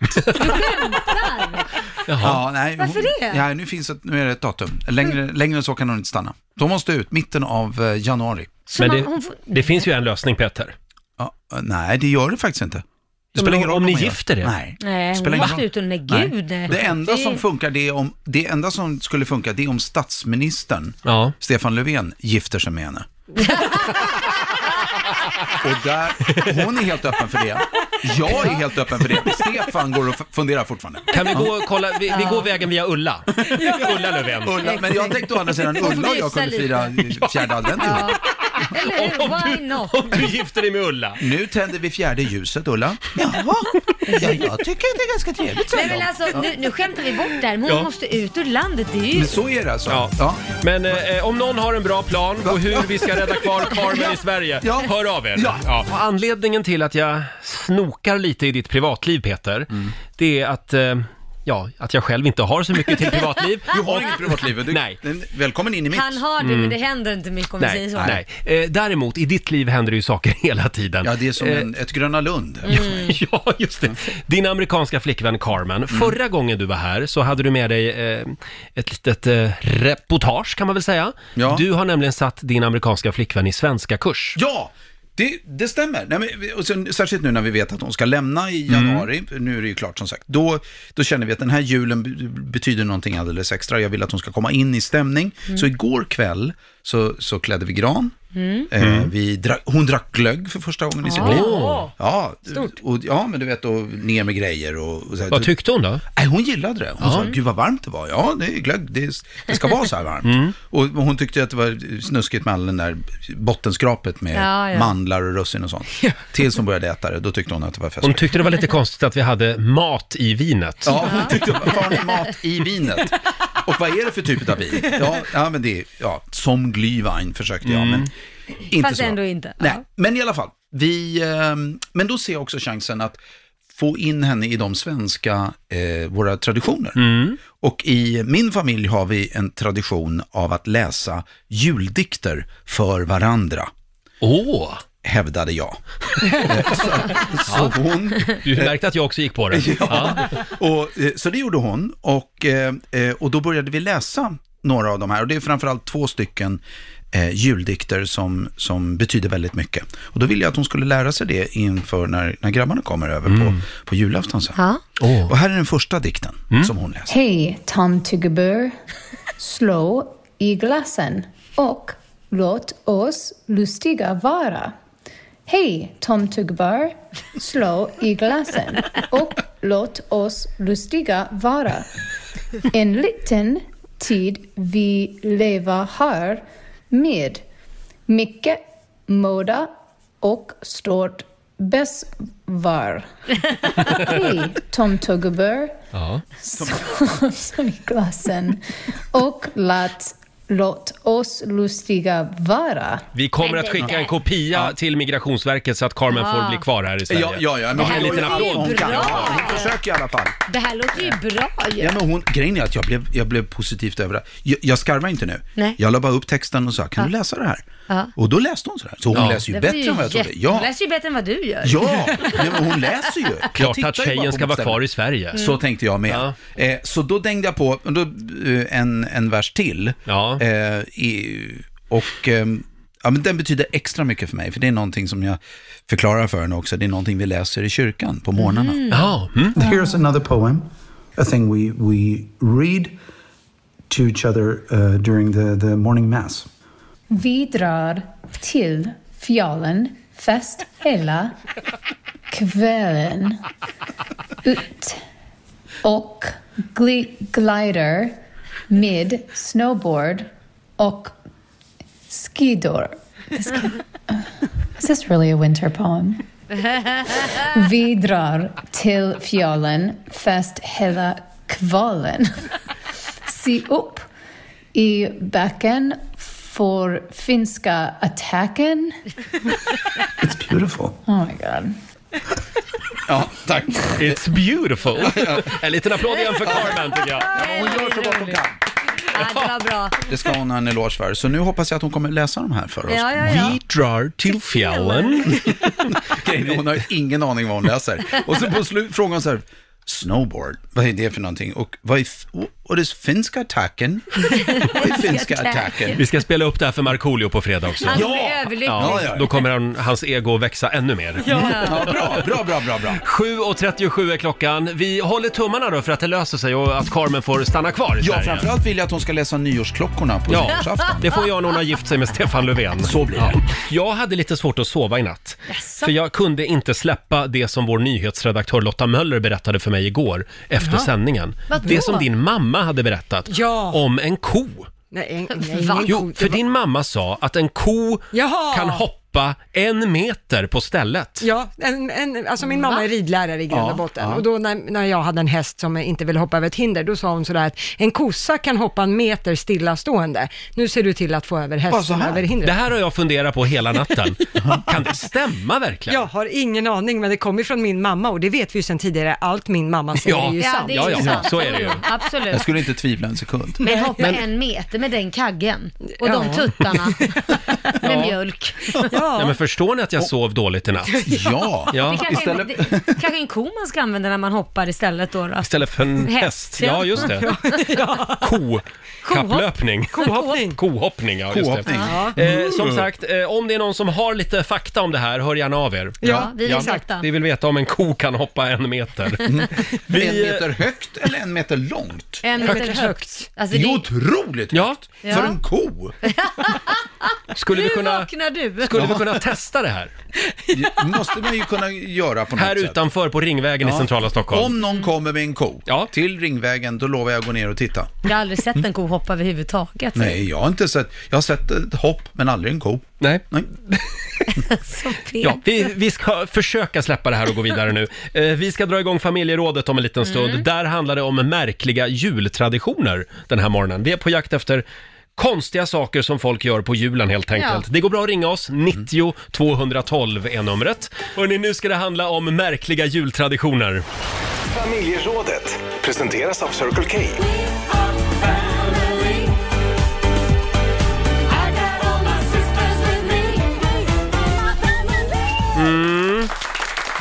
Speaker 13: Ja, nej,
Speaker 4: Varför
Speaker 13: hon,
Speaker 4: det? Mm.
Speaker 13: Ja, nu, finns ett, nu är det ett datum. Längre, längre än så kan hon inte stanna. De måste ut mitten av eh, januari.
Speaker 4: Så Men man- det- hon får-
Speaker 1: det finns ju en lösning, Peter.
Speaker 13: Ja, eh, nej, det gör det faktiskt inte. Det
Speaker 1: Men
Speaker 13: spelar ingen
Speaker 1: om-
Speaker 13: roll
Speaker 1: om ni
Speaker 13: man gör.
Speaker 1: gifter er?
Speaker 13: Nej.
Speaker 4: Nej,
Speaker 13: Spelar
Speaker 4: hon
Speaker 13: ingen
Speaker 4: måste
Speaker 13: roll.
Speaker 4: ut och nej
Speaker 13: Nej.
Speaker 4: gud nej.
Speaker 13: Det enda som funkar, det är om, det enda som skulle funka, det är om statsministern, Stefan Löfven, gifter sig med henne. och där, hon är helt öppen för det. Jag är helt öppen för det. Stefan går och f- funderar fortfarande.
Speaker 1: Kan vi gå
Speaker 13: Ja.
Speaker 1: och kolla, vi, vi går vägen via Ulla. Ulla Löfven.
Speaker 13: Ulla, men jag tänkte å andra sidan
Speaker 1: Hon får
Speaker 13: Ulla och jag
Speaker 1: mysa
Speaker 13: kunde
Speaker 1: lite.
Speaker 13: fira eh, fjärde advent ihop.
Speaker 4: Eller hur? Why not?
Speaker 1: Om du gifter dig med Ulla.
Speaker 13: Nu tänder vi fjärde ljuset, Ulla. Jaha, ja, jag tycker att det är ganska trevligt. säger
Speaker 4: Nej men
Speaker 13: de.
Speaker 4: alltså, nu, nu skämtar vi bort det här. men Hon
Speaker 1: Ja.
Speaker 4: måste ut ur landet. Det är ju...
Speaker 13: Men så är det alltså.
Speaker 1: Ja.
Speaker 13: Ja.
Speaker 1: Men eh, om någon har en bra plan på hur vi ska rädda kvar Carmen i Sverige,
Speaker 13: Ja.
Speaker 1: hör av er.
Speaker 13: Ja.
Speaker 1: Och anledningen till att jag snokar lite i ditt privatliv, Peter,
Speaker 13: Mm.
Speaker 1: det är att eh, Ja, att jag själv inte har så mycket till privatliv.
Speaker 13: Du har
Speaker 1: Och-
Speaker 13: inget privatliv. Du,
Speaker 1: Nej.
Speaker 13: Välkommen in i mitt.
Speaker 4: Han har det, men
Speaker 1: Mm.
Speaker 4: det händer inte mycket om vi säger
Speaker 1: Nej,
Speaker 4: så.
Speaker 1: nej. Eh, däremot, i ditt liv händer det ju saker hela tiden. Ja,
Speaker 13: det är som en- ett Gröna Lund. Liksom.
Speaker 1: ja, just det. Din amerikanska flickvän Carmen.
Speaker 13: Mm.
Speaker 1: Förra gången du var här så hade du med dig eh, ett litet eh, reportage kan man väl säga. Du har nämligen satt din amerikanska flickvän i svenska kurs.
Speaker 13: Ja, det, det stämmer. Nej, men, vi- och sen, särskilt nu när vi vet att hon ska lämna i januari, nu är det ju klart som sagt, då, då känner vi att den här julen b- betyder någonting alldeles extra. Jag vill att hon ska komma in i stämning.
Speaker 11: Mm.
Speaker 13: Så igår kväll så, så klädde vi gran.
Speaker 11: Mm.
Speaker 13: Eh, vi drack, hon drack glögg för första gången i sitt
Speaker 1: Ah.
Speaker 11: Åh.
Speaker 13: liv.
Speaker 11: Åh.
Speaker 13: Ja, och, ja, men du vet, och ner med grejer och, och så här.
Speaker 1: Vad tyckte hon då?
Speaker 13: Nej, hon gillade det. Hon
Speaker 1: Ja.
Speaker 13: sa, gud vad varmt det var. Ja, det är glögg, det, det ska vara så här varmt.
Speaker 1: Mm.
Speaker 13: Och hon tyckte att det var snuskigt med all den där bottenskrapet med
Speaker 1: Ja, ja.
Speaker 13: mandlar och russin och sånt. Tills hon började äta det, då tyckte hon att det var fest.
Speaker 1: Hon tyckte det var lite konstigt att vi hade mat i vinet.
Speaker 13: Ja, hon tyckte, vad fan är mat i vinet? Och vad är det för typ av vin? Ja, ja men det, ja, som glühwein försökte jag,
Speaker 1: Mm.
Speaker 13: men inte
Speaker 4: Fast
Speaker 13: så.
Speaker 4: ändå inte.
Speaker 13: Nej, men i alla fall. Vi, ehm, men då ser jag också chansen att få in henne i de svenska, eh, våra traditioner.
Speaker 1: Mm.
Speaker 13: Och i min familj har vi en tradition av att läsa juldikter för varandra.
Speaker 1: Åh! Oh.
Speaker 13: Hävdade jag. Eh,
Speaker 16: Eh,
Speaker 1: Ja.
Speaker 13: Så hon...
Speaker 1: Du märkte att jag också gick på det. Ja.
Speaker 13: Och, eh, så det gjorde hon och, eh, eh, och då började vi läsa några av de här och det är framförallt två stycken eh, juldikter som, som betyder väldigt mycket. Och då ville jag att hon skulle lära sig det inför när, när grabbarna kommer över
Speaker 1: Mm.
Speaker 13: på, på julafton sen. Och här är den första dikten
Speaker 1: Mm.
Speaker 13: som hon läser.
Speaker 17: Hej tomtegubbor! Slå i glasen och låt oss lustiga vara. Hej tomtegubbor! Slå i glasen och låt oss lustiga vara. En liten tid vi lever här med mycket moda och stort besvär. Hej, Tom Tuggebur
Speaker 1: Ja.
Speaker 17: som, som i glassen och låt, låt oss lustiga vara.
Speaker 1: Vi kommer att skicka en kopia till Migrationsverket så att Carmen
Speaker 4: Ja.
Speaker 1: får bli kvar här i Sverige.
Speaker 13: Ja, ja, ja, men
Speaker 1: men en
Speaker 13: hon-
Speaker 1: liten
Speaker 13: hon-
Speaker 1: applåd.
Speaker 13: hon kan.
Speaker 4: Bra.
Speaker 13: Ja, hon försöker i alla fall.
Speaker 4: Det här låter ju bra ju.
Speaker 13: Ja, men hon, grejen är att jag blev, jag blev positivt överraskad. Jag, jag skarvar inte nu.
Speaker 4: Nej.
Speaker 13: Jag la bara upp texten och sa, kan du
Speaker 4: Ja.
Speaker 13: läsa det här?
Speaker 4: Ja.
Speaker 13: Och då läste hon sådär. Så hon
Speaker 1: Ja.
Speaker 13: läser ju
Speaker 4: Det var
Speaker 13: bättre än vad jag trodde.
Speaker 4: jätte-
Speaker 13: Ja.
Speaker 4: Hon läser ju bättre än vad du gör.
Speaker 13: Ja, nej, men hon läser ju. Hon
Speaker 1: Klart
Speaker 13: tittar
Speaker 1: att
Speaker 13: ju bara
Speaker 1: tjejen
Speaker 13: på
Speaker 1: ska vara
Speaker 13: bokstäverna.
Speaker 1: kvar i Sverige. Mm.
Speaker 13: Så tänkte jag med. Eh, så då dängde jag på då, eh, en, en vers till. Eh, i, och eh, ja, men den betyder extra mycket för mig, för det är någonting som jag förklarar för henne också. Det är någonting vi läser i kyrkan på morgnarna.
Speaker 1: Mm. Ja,
Speaker 18: Here's another poem, a thing we, we read to each other uh, during the, the morning mass.
Speaker 17: Vi drar till fjällen fest hela kvällen ut och gli- glider med snowboard och skidor. Is this really a winter poem? Vi drar till fjällen fast hela kvällen. Se upp i backen för finska attacken.
Speaker 18: Beautiful.
Speaker 17: Oh my god.
Speaker 13: Ja, tack.
Speaker 1: It's beautiful. En liten applåd igen för Carmen tycker jag.
Speaker 13: Hon gör så gott hon kan.
Speaker 4: Ja, det var bra.
Speaker 13: Det ska hon ha en eloge för. Så nu hoppas jag att hon kommer läsa de här för oss.
Speaker 4: Ja, ja, ja.
Speaker 1: Vi drar till fjällen.
Speaker 13: Grejen är, hon har ingen aning vad hon läser. Och så på slut frågar hon så här, snowboard, vad är det för någonting? Och vad är, f- och det är finska attacken? Vad är finska attacken?
Speaker 1: Vi ska spela upp det här för Markoolio på fredag också.
Speaker 4: Han blir överlycklig.
Speaker 1: Då kommer han, hans ego växa ännu mer.
Speaker 4: Ja.
Speaker 13: Ja, bra, bra, bra, bra, bra.
Speaker 1: 7.37 är klockan. Vi håller tummarna då för att det löser sig och att Carmen får stanna kvar i
Speaker 13: Ja,
Speaker 1: Sverige.
Speaker 13: framförallt vill jag att hon ska läsa nyårsklockorna på
Speaker 1: Ja,
Speaker 13: nyårsafton.
Speaker 1: det får jag när hon har gift sig med Stefan Löfven.
Speaker 13: Så blir det.
Speaker 1: Ja. Jag hade lite svårt att sova i natt.
Speaker 4: Jaså?
Speaker 1: För jag kunde inte släppa det som vår nyhetsredaktör Lotta Möller berättade för mig igår efter
Speaker 2: Jaha.
Speaker 1: sändningen.
Speaker 2: Vadå?
Speaker 1: Det som din mamma hade berättat
Speaker 2: Ja.
Speaker 1: om en ko.
Speaker 2: Nej, en, nej, ingen
Speaker 1: Jo, för din mamma sa att en ko
Speaker 2: Jaha.
Speaker 1: kan hoppa en meter på stället.
Speaker 2: Ja, en, en, alltså min mamma är ridlärare i Gröna
Speaker 1: Ja,
Speaker 2: Botten
Speaker 1: ja.
Speaker 2: och då när, när jag hade en häst som inte ville hoppa över ett hinder, då sa hon sådär att en kossa kan hoppa en meter stillastående. Nu ser du till att få över hästen över hindret.
Speaker 1: Det här har jag funderat på hela natten. kan det stämma verkligen?
Speaker 2: Jag har ingen aning, men det kommer från min mamma och det vet vi ju sedan tidigare, allt min mamma säger
Speaker 1: Ja.
Speaker 2: är ju
Speaker 1: Ja,
Speaker 2: sant.
Speaker 1: det är Ja, ju ja, sant. så är det ju.
Speaker 4: Absolut.
Speaker 13: Jag skulle inte tvivla en sekund.
Speaker 4: Men hoppa
Speaker 13: Men-
Speaker 4: en meter med den kaggen och de
Speaker 13: Ja.
Speaker 4: tuttarna med mjölk.
Speaker 1: Ja, men förstår ni att jag sov dåligt i natt?
Speaker 4: Det kanske,
Speaker 1: Istället,
Speaker 4: det, kanske en ko man ska använda när man hoppar istället då. då.
Speaker 1: istället för en
Speaker 4: Häst,
Speaker 1: häst. Ja, just det. Ko. Kapplöpning.
Speaker 2: Kohoppning.
Speaker 1: Kohoppning, ja. Just
Speaker 13: Kohoppning.
Speaker 1: Det. Eh, som sagt, eh, om det är någon som har lite fakta om det här, hör gärna av er.
Speaker 13: Ja, vi vill veta.
Speaker 1: Vi vill veta om en ko kan hoppa en meter.
Speaker 13: En meter högt eller en meter långt?
Speaker 4: En meter högt. Alltså,
Speaker 13: det är
Speaker 4: det-
Speaker 13: otroligt högt.
Speaker 4: Ja.
Speaker 13: För en ko.
Speaker 1: Skulle vi
Speaker 4: Nu
Speaker 1: kunna-
Speaker 4: vaknar du.
Speaker 1: Skulle vi kunna testa det här?
Speaker 13: måste man ju kunna göra på något
Speaker 1: Här
Speaker 13: sätt.
Speaker 1: utanför på Ringvägen i
Speaker 13: Ja.
Speaker 1: centrala Stockholm.
Speaker 13: Om någon kommer med en ko till Ringvägen, då lovar jag att gå ner och titta.
Speaker 4: Jag har aldrig sett en ko hoppa överhuvudtaget.
Speaker 13: Nej, jag har inte sett. Jag har sett ett hopp, men aldrig en ko.
Speaker 1: Nej.
Speaker 4: Så fet.
Speaker 1: Ja, vi, vi ska försöka släppa det här och gå vidare nu. Eh, vi ska dra igång familjerådet om en liten stund. Där handlar det om märkliga jultraditioner den här morgonen. Vi är på jakt efter konstiga saker som folk gör på julen helt enkelt.
Speaker 16: Ja.
Speaker 1: Det går bra att ringa oss, 90 212 är numret. Hörrni, nu ska det handla om märkliga jultraditioner.
Speaker 11: Familjerådet presenteras av Circle K.
Speaker 1: Mm.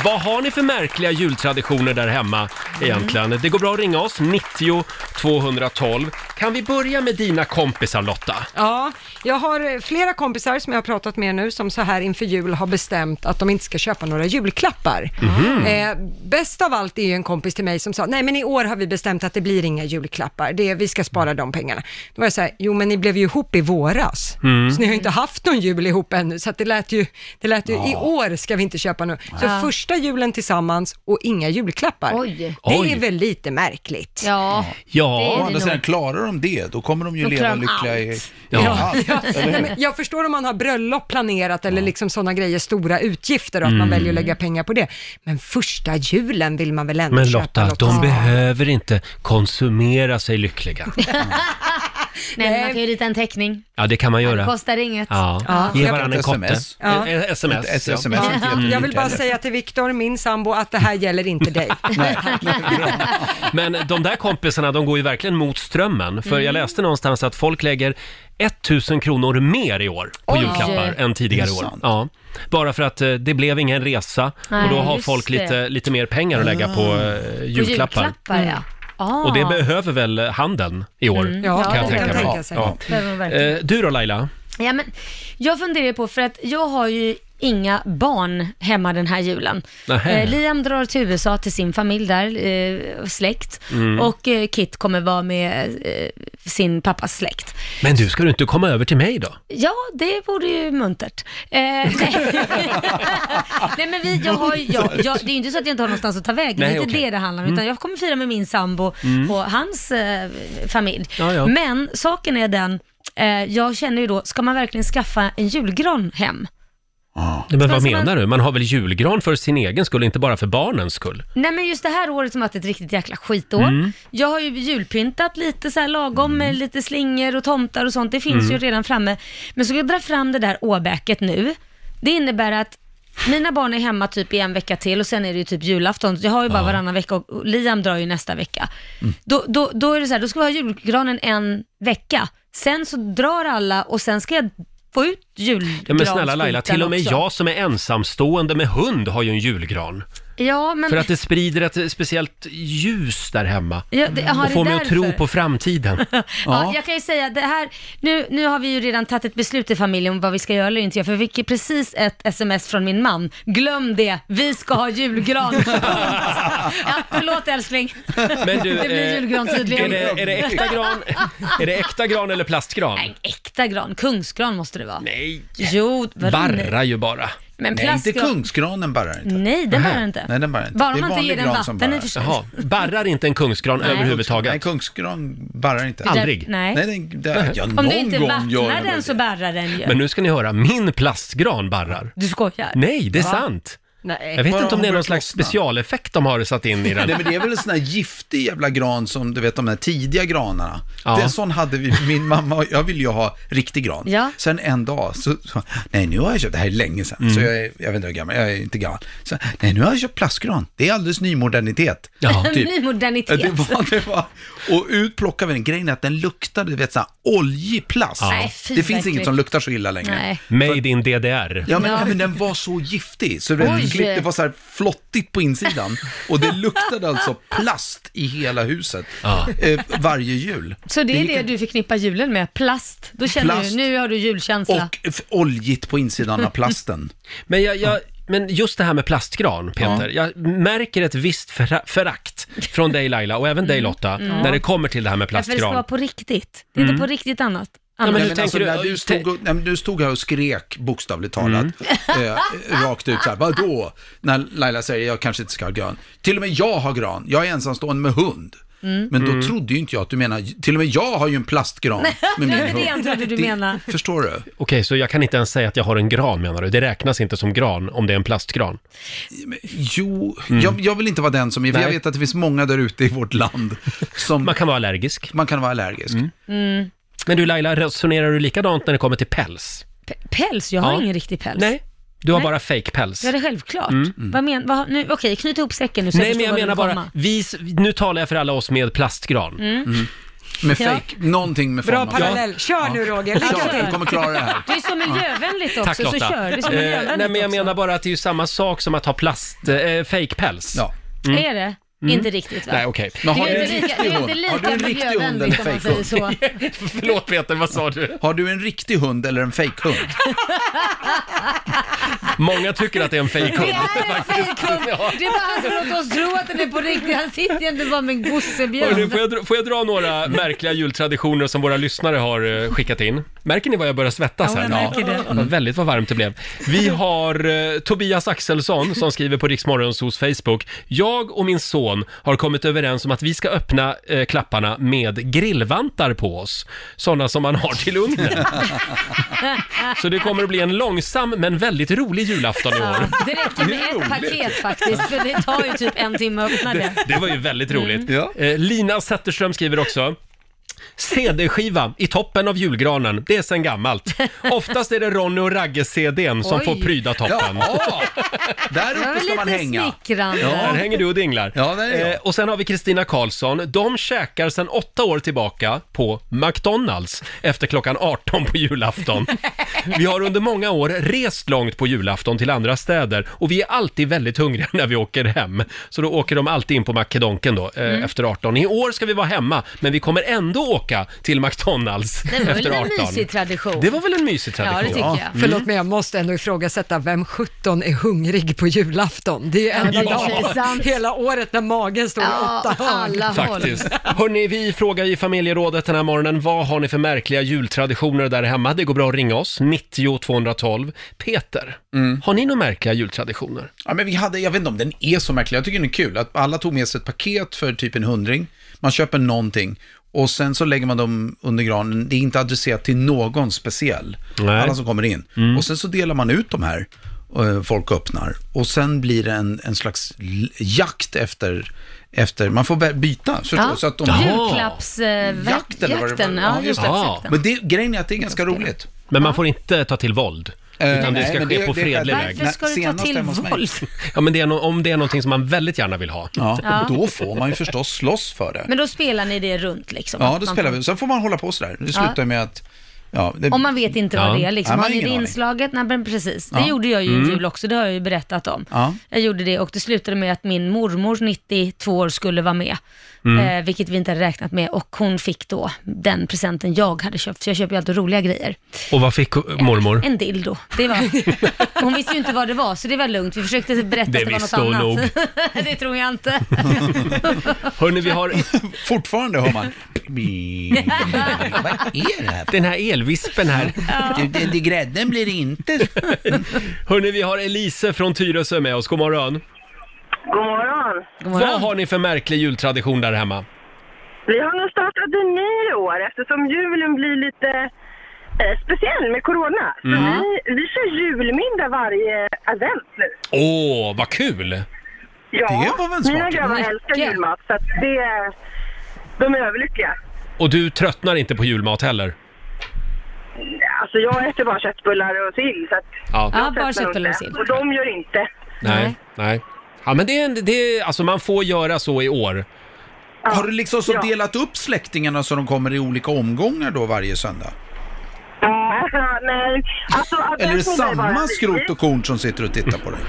Speaker 1: Vad har ni för märkliga jultraditioner där hemma egentligen? Det går bra att ringa oss, 90 212. Kan vi börja med dina kompisar Lotta?
Speaker 2: Ja, jag har eh, flera kompisar som jag har pratat med nu som så här inför jul har bestämt att de inte ska köpa några julklappar.
Speaker 19: Mhm.
Speaker 2: Eh, bäst av allt är ju en kompis till mig som sa, nej men i år har vi bestämt att det blir inga julklappar, det, vi ska spara de pengarna. Då var jag så här, jo men ni blev ju ihop i våras,
Speaker 19: Mm.
Speaker 2: så ni har ju inte haft någon jul ihop ännu, så att det lät ju, det lät ju
Speaker 19: Ja.
Speaker 2: i år ska vi inte köpa nu. Så
Speaker 19: Ja.
Speaker 2: första julen tillsammans och inga julklappar.
Speaker 19: Oj.
Speaker 2: Det Det
Speaker 13: Oj.
Speaker 2: är väl lite märkligt.
Speaker 4: Ja,
Speaker 13: Ja, å andra sidan klarar de det, då kommer de ju
Speaker 2: Då
Speaker 13: leva
Speaker 2: klarar de
Speaker 13: lyckliga i...
Speaker 2: allt.
Speaker 13: Ja.
Speaker 2: Ja, ja.
Speaker 13: eller
Speaker 2: Nej,
Speaker 13: hur?
Speaker 2: men jag förstår om man har bröllop planerat eller liksom sådana grejer, stora utgifter och att man
Speaker 1: Mm.
Speaker 2: väljer att lägga pengar på det. Men första julen vill man väl ändå
Speaker 1: Men
Speaker 2: köpa
Speaker 1: Lotta,
Speaker 2: något?
Speaker 1: de behöver inte konsumera sig lyckliga.
Speaker 4: Nej, men man kan ju rita en teckning.
Speaker 1: Ja, det kan man
Speaker 4: Det
Speaker 1: göra.
Speaker 4: kostar inget.
Speaker 1: Ja. Ge varandra en kotte.
Speaker 13: SMS.
Speaker 2: Ja.
Speaker 1: Eh, eh, SMS.
Speaker 13: Ett
Speaker 1: ja.
Speaker 13: SMS,
Speaker 1: Ja.
Speaker 13: inte
Speaker 1: Mm.
Speaker 2: Jag vill bara säga till Viktor, min sambo, att det här gäller inte dig.
Speaker 1: Men de där kompisarna, de går ju verkligen mot strömmen. För
Speaker 2: Mm.
Speaker 1: jag läste någonstans att folk lägger 1000 kronor mer i år på
Speaker 4: Oj.
Speaker 1: julklappar än tidigare
Speaker 4: Det är
Speaker 1: år.
Speaker 4: sant.
Speaker 1: Ja. Bara för att eh, det blev ingen resa
Speaker 4: Nej,
Speaker 1: och då har
Speaker 4: just
Speaker 1: folk
Speaker 4: det.
Speaker 1: lite, lite mer pengar att lägga på eh,
Speaker 4: På
Speaker 1: julklappar. Mm.
Speaker 4: julklappar ja. Ah.
Speaker 1: Och det behöver väl handeln i år,
Speaker 4: Mm. Ja,
Speaker 1: kan jag
Speaker 4: det kan
Speaker 1: tänka
Speaker 4: jag
Speaker 1: mig.
Speaker 4: tänka sig. Behöver man verkligen.
Speaker 1: Eh, Du då Laila?
Speaker 4: Ja, men jag funderar på, för att jag har ju inga barn hemma den här julen.
Speaker 1: Nähä.
Speaker 4: Eh, Liam drar till USA till sin familj där, eh, släkt.
Speaker 1: Mm.
Speaker 4: Och eh, Kit kommer vara med eh, sin pappas släkt.
Speaker 1: Men du, ska du inte komma över till mig då?
Speaker 4: Ja, det vore ju muntert. Eh, nej. nej, men vi, jag har, ju- jag, jag, det är ju inte så att jag inte har någonstans att ta vägen, det
Speaker 16: Nej,
Speaker 4: är inte
Speaker 16: okej.
Speaker 4: det det handlar om,
Speaker 16: Mm.
Speaker 4: utan jag kommer fira med min sambo
Speaker 16: Mm.
Speaker 4: och hans eh, familj.
Speaker 16: Ja, ja.
Speaker 4: Men saken är den, eh, jag känner ju då, ska man verkligen skaffa en julgran hem?
Speaker 1: Nej, Men vad
Speaker 4: Fast Alltså, man-
Speaker 1: menar du? Man har väl julgran för sin egen skull, inte bara för barnens skull?
Speaker 4: Nej men just det här året som har varit ett riktigt jäkla skitår.
Speaker 1: Mm.
Speaker 4: Jag har ju julpyntat lite så här lagom med lite slingor och tomtar och sånt. Det finns
Speaker 16: Mm.
Speaker 4: ju redan framme. Men så ska jag dra fram det där åbäket nu. Det innebär att mina barn är hemma typ i en vecka till och sen är det ju typ julafton. Jag har ju bara
Speaker 16: Ja.
Speaker 4: varannan vecka och och Liam drar ju nästa vecka.
Speaker 1: Mm.
Speaker 4: Då, då, då är det så här, då ska vi ha julgranen en vecka. Sen så drar alla och sen ska jag få ut julgransskylten
Speaker 1: Ja, men snälla Laila, till och med
Speaker 4: också.
Speaker 1: jag som är ensamstående med hund har ju en julgran.
Speaker 4: Ja, men...
Speaker 1: För att det sprider ett speciellt ljus där hemma.
Speaker 4: Ja, det- jaha,
Speaker 1: och
Speaker 4: det
Speaker 1: får
Speaker 4: är
Speaker 1: mig att tro
Speaker 4: därför.
Speaker 1: på framtiden.
Speaker 4: Ja. jag kan ju säga det här, nu, nu har vi ju redan tagit ett beslut i familjen om vad vi ska göra eller inte göra, för vi fick ju precis ett sms från min man. Glöm det, vi ska ha julgran. ja, förlåt älskling.
Speaker 1: Men du,
Speaker 4: det blir
Speaker 1: eh,
Speaker 4: julgran tydligen.
Speaker 1: är det- är det äkta gran? Är det äkta gran eller plastgran?
Speaker 4: Äkta gran, kungsgran måste det vara.
Speaker 1: Nej.
Speaker 4: Jo, vadå nej?
Speaker 1: Barra ju bara.
Speaker 4: Men Nej, inte plastgran-
Speaker 1: kungsgranen barrar
Speaker 4: Nej, den barrar inte.
Speaker 1: Nej, den barrar inte.
Speaker 4: Bara man inte ger den vatten i och för sig.
Speaker 1: Jaha, barrar inte en kungsgran
Speaker 4: Nej.
Speaker 1: överhuvudtaget?
Speaker 13: Nej, kungsgran barrar inte.
Speaker 1: Aldrig?
Speaker 4: Nej.
Speaker 13: den, den, ja,
Speaker 4: Om du inte
Speaker 13: någon gång gör
Speaker 4: vattnar
Speaker 13: den
Speaker 4: den så barrar den ju.
Speaker 1: Men nu ska ni höra, min plastgran barrar.
Speaker 4: Du skojar?
Speaker 1: Nej, det är
Speaker 4: Va?
Speaker 1: sant.
Speaker 4: Nej.
Speaker 1: Jag vet
Speaker 13: Bara
Speaker 1: inte
Speaker 13: hon
Speaker 1: om det är
Speaker 13: börjar
Speaker 1: någon slags specialeffekt de har satt in i den.
Speaker 13: Nej, men det är väl en sån här giftig jävla gran som du vet de där tidiga granarna.
Speaker 1: Ja.
Speaker 13: Den sån hade vi, min mamma, och jag ville ju ha riktig gran.
Speaker 4: Ja.
Speaker 13: Sen en dag så, så, nej nu har jag köpt, det här är länge sedan,
Speaker 1: Mm.
Speaker 13: så jag, är, jag vet inte hur gammal, jag är inte gammal. Så, nej nu har jag köpt plastgran, det är alldeles ny modernitet.
Speaker 1: typ.
Speaker 4: Ny modernitet.
Speaker 13: Det var, det var, och ut plockade vi den, grejen är att den luktade, du vet såhär, oljig plast.
Speaker 1: Ja. Nej, fy,
Speaker 13: det finns
Speaker 1: vad
Speaker 13: inget som
Speaker 1: äckligt.
Speaker 13: luktar så illa längre.
Speaker 4: Nej.
Speaker 1: Made in DDR.
Speaker 13: Ja men, ja, men den var så giftig, så det,
Speaker 1: Oj.
Speaker 13: klipp- det var så här flottigt på insidan. Och det luktade alltså plast i hela huset eh, varje jul.
Speaker 4: Så det är det
Speaker 13: gick-
Speaker 4: du förknippar julen med, plast. Då känner
Speaker 13: Plast.
Speaker 4: du, nu har du julkänsla.
Speaker 13: Och f- oljigt på insidan av plasten.
Speaker 1: Men, jag, jag, men just det här med plastgran, Peter. Jag märker ett visst föra- förakt från dig Laila och även dig Lotta
Speaker 4: Mm.
Speaker 1: när det kommer till det här med
Speaker 4: Därför det ska vara
Speaker 1: plastgran.
Speaker 4: på riktigt. Det är
Speaker 1: Mm.
Speaker 4: inte på riktigt annat.
Speaker 13: Ja,
Speaker 4: annat.
Speaker 13: men alltså, när du, Mm. stod och, när du stod här och skrek bokstavligt talat, eh, rakt ut så här, vadå? När Laila säger, jag kanske inte ska ha gran. Till och med jag har gran, jag är ensamstående med hund.
Speaker 4: Mm.
Speaker 13: Men då
Speaker 4: Mm.
Speaker 13: trodde ju inte jag att du menar, till och med jag har ju en plastgran
Speaker 4: Nej,
Speaker 13: med min
Speaker 4: det var
Speaker 13: hund.
Speaker 4: det jag trodde du
Speaker 13: Det-
Speaker 4: menade.
Speaker 13: Förstår du?
Speaker 1: Okej, så jag kan inte ens säga att jag har en gran menar du? Det räknas inte som gran om det är en plastgran?
Speaker 13: Jo, jag, jag vill inte vara den som, är- för jag
Speaker 1: Nej.
Speaker 13: vet att det finns många där ute i vårt land som... Man
Speaker 1: kan vara allergisk.
Speaker 13: Man kan vara allergisk.
Speaker 4: Mm.
Speaker 1: Men du Laila, resonerar du likadant när det kommer till päls?
Speaker 4: P- Päls, jag har
Speaker 1: Ja.
Speaker 4: ingen riktig päls.
Speaker 1: Nej, du har
Speaker 4: Nej.
Speaker 1: bara fake päls
Speaker 4: Ja, det är självklart.
Speaker 1: Mm.
Speaker 4: Vad men, vad, nu, okej, knyt ihop säcken nu så
Speaker 1: Nej,
Speaker 4: jag
Speaker 1: men jag
Speaker 4: förstår
Speaker 1: menar
Speaker 4: var du
Speaker 1: bara,
Speaker 4: kommer.
Speaker 1: vi, s- nu talar jag för alla oss med plastgran.
Speaker 4: Mm. Mm.
Speaker 13: Med
Speaker 4: Ja.
Speaker 13: fake, någonting med form av-
Speaker 2: Kör nu Roger,
Speaker 13: lycka Ja, till. du kommer klara det här.
Speaker 4: Det är så miljövänligt
Speaker 1: Tack
Speaker 4: också,
Speaker 1: Lotta.
Speaker 4: så kör. Det är så
Speaker 1: Eh,
Speaker 4: miljövänligt
Speaker 1: nej, men jag
Speaker 4: också.
Speaker 1: menar bara att det är ju samma sak som att ha plast, eh, Mm. fake päls. Ja.
Speaker 13: Mm.
Speaker 4: Är det? Inte riktigt va?
Speaker 1: Nej, okej.
Speaker 4: Men har Det är du inte en lika- riktig det är inte hund? lika Har du en riktig hund miljövänligt eller om man fake säger hund?
Speaker 1: Förlåt Peter, vad sa du?
Speaker 13: Har du en riktig hund eller en fejkhund?
Speaker 1: Många tycker att det är en fake hund.
Speaker 4: Fejkhund. Det är bara han som låter oss tro att den är på riktigt. Han sitter egentligen bara med en gossebjörn.
Speaker 1: Hörrni, får, jag dra, får jag dra några märkliga jultraditioner som våra lyssnare har eh, skickat in? Märker ni vad jag börjar svettas
Speaker 4: Ja,
Speaker 1: här?
Speaker 4: jag märker det.
Speaker 1: Vad väldigt vad varmt det blev. Vi har eh, Tobias Axelsson som skriver på Riksmorgonsos Facebook. Jag och min son son har kommit överens om att vi ska öppna eh, klapparna med grillvantar på oss. Sådana som man har till ugnen. Så det kommer att bli en långsam men väldigt rolig julafton i år.
Speaker 4: Det räcker med ett paket faktiskt, för det tar ju typ en timme att öppna det. Mm.
Speaker 1: Det, det var ju väldigt roligt. Eh, Lina Zetterström skriver också. CD-skiva i toppen av julgranen, det är sen gammalt. Oftast är det Ronny och Ragge-CDn som
Speaker 4: Oj.
Speaker 1: får pryda toppen.
Speaker 4: Ja,
Speaker 13: där
Speaker 4: Det var väl lite smickrande.
Speaker 1: Ja, där hänger du och dinglar. Eh, och sen har vi Kristina Karlsson. De käkar sedan åtta år tillbaka på McDonalds efter klockan 18 på julafton. Vi har under många år rest långt på julafton till andra städer och vi är alltid väldigt hungriga när vi åker hem. Så då åker de alltid in på Mackedonken då, eh,
Speaker 4: Mm.
Speaker 1: efter 18. I år ska vi vara hemma, men vi kommer ändå åka till McDonalds
Speaker 4: Det var
Speaker 1: efter
Speaker 4: väl
Speaker 1: 18.
Speaker 4: en mysig tradition.
Speaker 1: Det var väl en mysig tradition?
Speaker 4: Ja, det tycker jag.
Speaker 1: Mm.
Speaker 2: Förlåt, men jag måste ändå ifrågasätta, vem 17 är hungrig på julafton? Det är ju enda
Speaker 1: Ja.
Speaker 2: dagen hela året när magen står i
Speaker 4: Ja,
Speaker 2: åtta hörn.
Speaker 4: alla
Speaker 1: Faktiskt. Hörni, vi frågar i familjerådet den här morgonen, vad har ni för märkliga jultraditioner där hemma? Det går bra att ringa oss, 90 212. Peter, har ni några märkliga jultraditioner?
Speaker 13: Mm. Ja, men vi hade, jag vet inte om den är så märklig, jag tycker den är kul. Att alla tog med sig ett paket för typ en hundring, man köper någonting och sen så lägger man dem under granen. Det är inte adresserat till någon speciell,
Speaker 1: Nej.
Speaker 13: alla som kommer in. Och sen så delar man ut de här, eh, folk öppnar. Och sen blir det en, en slags l- jakt efter, efter man får bä- byta. förstår du? Så att de, Jakt eller vad det var.
Speaker 4: Julklappsjakten, ja just det.
Speaker 1: Ja.
Speaker 4: exakt.
Speaker 13: Men det, grejen är att det är ganska roligt.
Speaker 1: Men man får inte ta till våld.
Speaker 13: Eh,
Speaker 1: Utan det
Speaker 13: nej,
Speaker 1: ska
Speaker 13: men
Speaker 1: ske
Speaker 13: det-
Speaker 1: på
Speaker 13: det-
Speaker 1: fredlig
Speaker 13: varför
Speaker 1: väg.
Speaker 13: ska du ta Senast till hemma hos mig. våld?
Speaker 1: Ja, men det är no- om det är någonting som man väldigt gärna vill ha.
Speaker 13: Ja,
Speaker 4: Ja.
Speaker 13: Då får man ju förstås slåss för det.
Speaker 4: Men då spelar ni det runt liksom?
Speaker 13: Ja,
Speaker 4: att
Speaker 13: då
Speaker 4: man
Speaker 13: spelar
Speaker 4: får-
Speaker 13: vi. Sen får man hålla på sådär. Det
Speaker 4: Ja.
Speaker 13: slutar med att... Ja, det,
Speaker 4: Om man vet inte
Speaker 13: Ja.
Speaker 4: vad det är
Speaker 13: Nej,
Speaker 4: liksom.
Speaker 13: man
Speaker 4: Har ni
Speaker 13: ingen
Speaker 4: det
Speaker 13: aning.
Speaker 4: inslaget? Nej, men precis. Det
Speaker 13: Ja.
Speaker 4: gjorde jag ju i
Speaker 13: Mm.
Speaker 4: jul också, det har jag ju berättat om.
Speaker 13: Ja.
Speaker 4: Jag gjorde det och det slutade med att min mormor, 92 år, skulle vara med.
Speaker 13: Mm.
Speaker 4: Eh, vilket vi inte hade räknat med och hon fick då den presenten jag hade köpt, så jag köper ju alltid roliga grejer.
Speaker 1: Och vad fick eh, mormor?
Speaker 4: En dildo. Det var... Hon visste ju inte vad det var, så det var lugnt. Vi försökte berätta
Speaker 1: Det
Speaker 4: att det var något
Speaker 1: visste hon
Speaker 4: annat. det tror jag inte.
Speaker 1: Hörni, vi har...
Speaker 13: Fortfarande hör man... är det här?
Speaker 1: Den här elvispen här.
Speaker 13: Du, det, det, grädden blir inte...
Speaker 1: Hörni, vi har Elise från Tyresö med oss. God morgon.
Speaker 15: God morgon.
Speaker 1: Vad har ni för märklig jultradition där hemma?
Speaker 15: Vi har nog startat en ny i år eftersom julen blir lite eh, speciell med corona. Så
Speaker 1: Mm.
Speaker 15: vi, vi kör julmiddag varje advent nu.
Speaker 1: Åh, vad kul!
Speaker 15: Ja,
Speaker 1: Det var väl
Speaker 15: mina
Speaker 1: smaken.
Speaker 15: grabbar älskar julmat så att det, de är överlyckliga.
Speaker 1: Och du tröttnar inte på julmat heller?
Speaker 15: Alltså jag äter bara köttbullar och sill så att
Speaker 1: Ja.
Speaker 15: jag
Speaker 1: Ja, bara
Speaker 15: tröttnar
Speaker 1: köttbullar
Speaker 15: inte.
Speaker 1: och sill.
Speaker 15: Och de gör inte.
Speaker 1: Nej. Nej. Ja, men det, är en- det, är- alltså man får göra så i år.
Speaker 13: Har du liksom så delat upp släktingarna så de kommer i olika omgångar då varje söndag?
Speaker 15: Ja, nej. Alltså, advent
Speaker 13: Eller är det
Speaker 15: får man ju bara-
Speaker 13: samma skrot och korn som sitter och tittar på dig?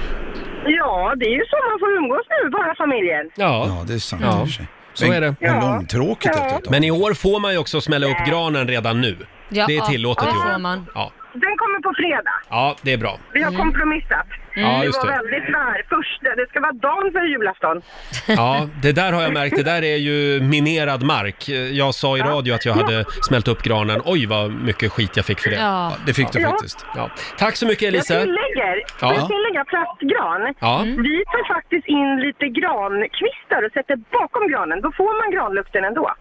Speaker 15: Ja, det är ju så man får umgås nu, bara familjen.
Speaker 1: Ja,
Speaker 13: det är sant
Speaker 1: Ja.
Speaker 13: i och för sig.
Speaker 1: Så är det.
Speaker 13: Vad långtråkigt
Speaker 15: Ja.
Speaker 13: efter ett
Speaker 1: Men i år får man ju också smälla upp granen redan nu.
Speaker 15: Ja,
Speaker 1: det är
Speaker 15: ja,
Speaker 1: tillåtet
Speaker 15: det
Speaker 1: i år.
Speaker 15: får man.
Speaker 1: Ja.
Speaker 15: Den kommer på fredag.
Speaker 1: ja, det är bra.
Speaker 15: Vi har kompromissat.
Speaker 1: Mm. Ja,
Speaker 15: det
Speaker 1: just
Speaker 15: var
Speaker 1: det.
Speaker 15: väldigt där. Först, det ska vara dagen före julafton.
Speaker 1: Ja, det där har jag märkt. Det där är ju minerad mark. Jag sa i radio att jag hade smält upp granen. Oj, vad mycket skit jag fick för det.
Speaker 15: Ja. Ja, det fick du
Speaker 1: Ja.
Speaker 15: faktiskt.
Speaker 1: Ja. Tack så mycket
Speaker 15: Jag
Speaker 1: Elise.
Speaker 15: tillägger,
Speaker 1: Ja.
Speaker 15: får jag tillägga plastgran? Mm.
Speaker 1: Ja.
Speaker 15: Vi tar faktiskt in lite grankvistar och sätter bakom granen. Då får man granlukten ändå.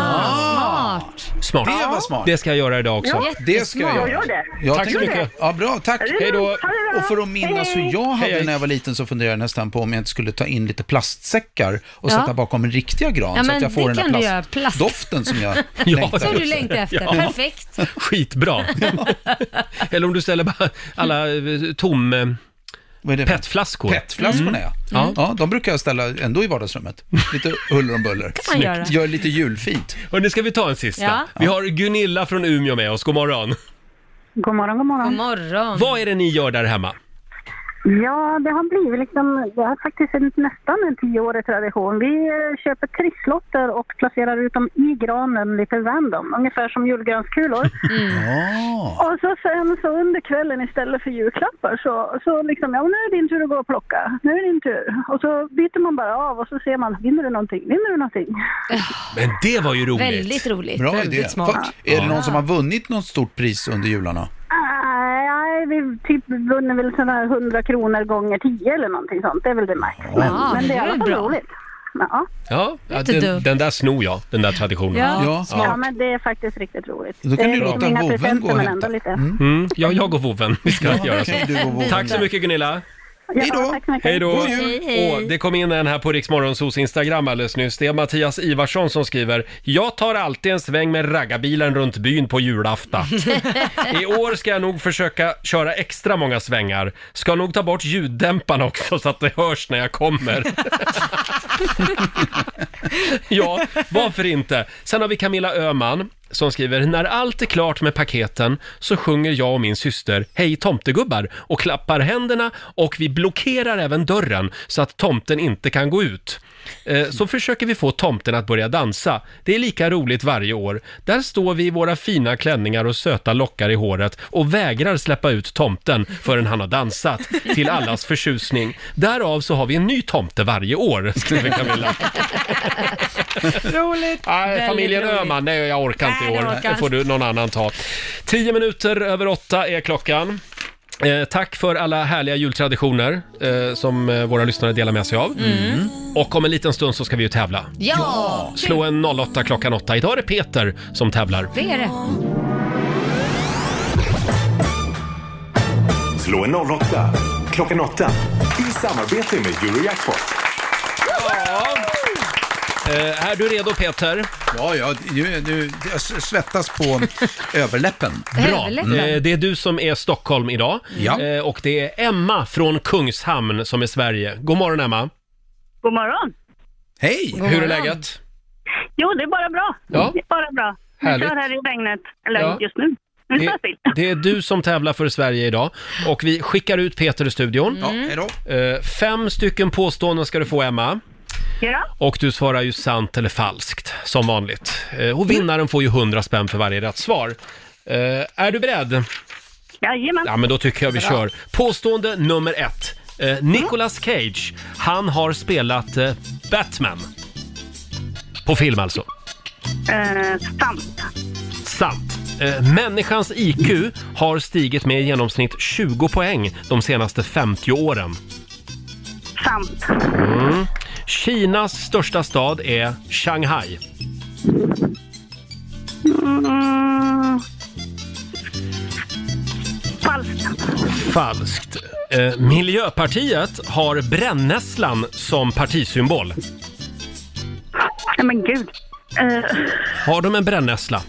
Speaker 4: Ah,
Speaker 1: Smart.
Speaker 13: Det var smart.
Speaker 1: Det ska jag göra idag också.
Speaker 15: Ja,
Speaker 13: Det ska jag göra.
Speaker 15: Jag gör det.
Speaker 13: Jag
Speaker 1: Tack så
Speaker 13: tänker-
Speaker 1: mycket.
Speaker 13: Ja, bra. Tack.
Speaker 15: det Hej då. bra. Ha det bra.
Speaker 13: Och för att minnas hur jag hade
Speaker 15: Hej, hej.
Speaker 13: när jag var liten så funderade jag nästan på om jag inte skulle ta in lite plastsäckar och
Speaker 4: Ja.
Speaker 13: sätta bakom en riktiga gran
Speaker 4: Ja,
Speaker 13: så
Speaker 4: men
Speaker 13: att jag får
Speaker 4: det
Speaker 13: den där
Speaker 4: kan du
Speaker 13: plast...
Speaker 4: göra. Plast.
Speaker 13: doften som jag
Speaker 1: Ja,
Speaker 13: längtar
Speaker 4: Som du
Speaker 13: efter.
Speaker 4: längtar efter.
Speaker 1: Ja.
Speaker 4: Perfekt.
Speaker 1: Skitbra. Eller om du ställer bara alla eh, tom... eh, Petflaskor.
Speaker 13: Petflaskorna
Speaker 1: Mm.
Speaker 13: ja.
Speaker 1: Ja.
Speaker 13: ja. De brukar jag ställa ändå i vardagsrummet. Lite huller om buller.
Speaker 1: man
Speaker 13: Snyggt.
Speaker 1: göra.
Speaker 13: Gör lite julfint.
Speaker 1: Och nu ska vi ta en sista.
Speaker 4: Ja.
Speaker 1: Vi har Gunilla från Umeå med oss. God morgon.
Speaker 16: Mm. God morgon, god morgon.
Speaker 4: God morgon.
Speaker 1: Vad är det ni gör där hemma?
Speaker 16: Ja, det har blivit liksom, det är faktiskt en, nästan en tioårig tradition. Vi eh, köper trisslotter och placerar ut dem i granen lite random, ungefär som julgranskulor.
Speaker 4: Mm.
Speaker 16: Och så sen så under kvällen istället för julklappar så, så liksom, ja nu är det din tur att gå och plocka, nu är det din tur. Och så byter man bara av och så ser man, vinner du någonting, vinner du någonting?
Speaker 1: Men det var ju roligt.
Speaker 16: Väldigt roligt.
Speaker 13: Bra
Speaker 16: Väldigt
Speaker 13: idé.
Speaker 16: smart.
Speaker 13: Fuck. Är det
Speaker 16: Ja.
Speaker 13: någon som har vunnit något stort pris under jularna?
Speaker 16: Nej, nej, vi typ vinner väl sådana här 100 kronor gånger 10 eller någonting sånt. Det är väl det max. Men,
Speaker 13: Ja,
Speaker 16: men det är i alla
Speaker 13: det är
Speaker 16: fall
Speaker 13: bra.
Speaker 16: roligt. Men, ja.
Speaker 1: Ja,
Speaker 16: Det är
Speaker 1: ja
Speaker 16: inte
Speaker 1: den,
Speaker 16: dumt.
Speaker 1: den där snor jag, den där traditionen.
Speaker 16: Ja, ja, men det är faktiskt riktigt roligt.
Speaker 1: Då kan
Speaker 16: Det
Speaker 1: du
Speaker 16: är
Speaker 1: låta
Speaker 16: inga
Speaker 1: vovven
Speaker 16: presenter,
Speaker 1: gå och
Speaker 16: men
Speaker 1: hämta.
Speaker 16: ändå lite.
Speaker 1: Mm, ja, jag och vovven. Vi ska
Speaker 16: Ja,
Speaker 1: göra så.
Speaker 16: okej, du och vovven.
Speaker 1: Tack så mycket Gunilla.
Speaker 16: Hej då!
Speaker 1: Hej då!
Speaker 16: Hej, hej.
Speaker 1: Åh, det kom in en här på Riksmorgonsos Instagram alldeles nyss. Det är Mattias Ivarsson som skriver “Jag tar alltid en sväng med raggarbilen runt byn på julafton. I år ska jag nog försöka köra extra många svängar. Ska nog ta bort ljuddämparna också så att det hörs när jag kommer.” Ja, varför inte? Sen har vi Camilla Öman som skriver “När allt är klart med paketen så sjunger jag och min syster Hej tomtegubbar och klappar händerna och vi blockerar även dörren så att tomten inte kan gå ut. Eh, Så försöker vi få tomten att börja dansa. Det är lika roligt varje år. Där står vi i våra fina klänningar och söta lockar i håret och vägrar släppa ut tomten förrän han har dansat, till allas förtjusning. Därav så har vi en ny tomte varje år, skriver Camilla.
Speaker 2: Roligt!
Speaker 1: Nej, familjen Öhman, nej jag orkar inte i
Speaker 2: Nej, det
Speaker 1: år.
Speaker 2: orkar
Speaker 1: Det får
Speaker 2: inte.
Speaker 1: du någon annan ta. Tio minuter över åtta är klockan. Eh, tack för alla härliga jultraditioner eh, som eh, våra lyssnare delar med sig av.
Speaker 4: Mm.
Speaker 1: Och om en liten stund så ska vi ju tävla.
Speaker 4: Ja!
Speaker 1: Slå en 08 klockan 8. Idag är det Peter som tävlar.
Speaker 4: Det är det.
Speaker 11: Slå en 08 klockan 8 i samarbete med Eurojackpot.
Speaker 1: Eh, är du redo Peter?
Speaker 13: Ja, ja du, du, jag svettas på överläppen.
Speaker 1: Bra! Eh, det är du som är Stockholm idag.
Speaker 13: Ja.
Speaker 1: Eh, och det är Emma från Kungshamn som är Sverige. God morgon Emma!
Speaker 19: God morgon.
Speaker 1: Hej!
Speaker 19: God
Speaker 1: Hur är
Speaker 19: morgon.
Speaker 1: läget?
Speaker 19: Jo, det är bara bra.
Speaker 1: Ja.
Speaker 19: Det är bara bra. Vi
Speaker 1: Härligt.
Speaker 19: kör här i regnet. Eller
Speaker 1: Ja.
Speaker 19: just nu. Vi
Speaker 1: Det,
Speaker 19: kör still.
Speaker 1: det är du som tävlar för Sverige idag och vi skickar ut Peter i studion.
Speaker 19: Ja, Mm. hejdå.
Speaker 1: Eh, Fem stycken påståenden ska du få Emma.
Speaker 19: Ja.
Speaker 1: Och du svarar ju sant eller falskt, som vanligt. Eh, Och vinnaren får ju 100 spänn för varje rätt svar. Eh, Är du beredd?
Speaker 19: Jajamän.
Speaker 1: Ja, men då tycker jag vi
Speaker 19: Bra.
Speaker 1: kör. Påstående nummer ett. Eh, Nicolas Cage, han har spelat eh, Batman. På film alltså.
Speaker 19: Eh, sant.
Speaker 1: Sant. Eh, Människans IQ har stigit med i genomsnitt 20 poäng de senaste 50 åren.
Speaker 19: Sant.
Speaker 1: Mm. Kinas största stad är Shanghai.
Speaker 19: Mm. Falskt.
Speaker 1: Falskt. Eh, Miljöpartiet har brännässlan som partisymbol.
Speaker 19: Nej, men gud. Eh,
Speaker 1: Har de en brännässla?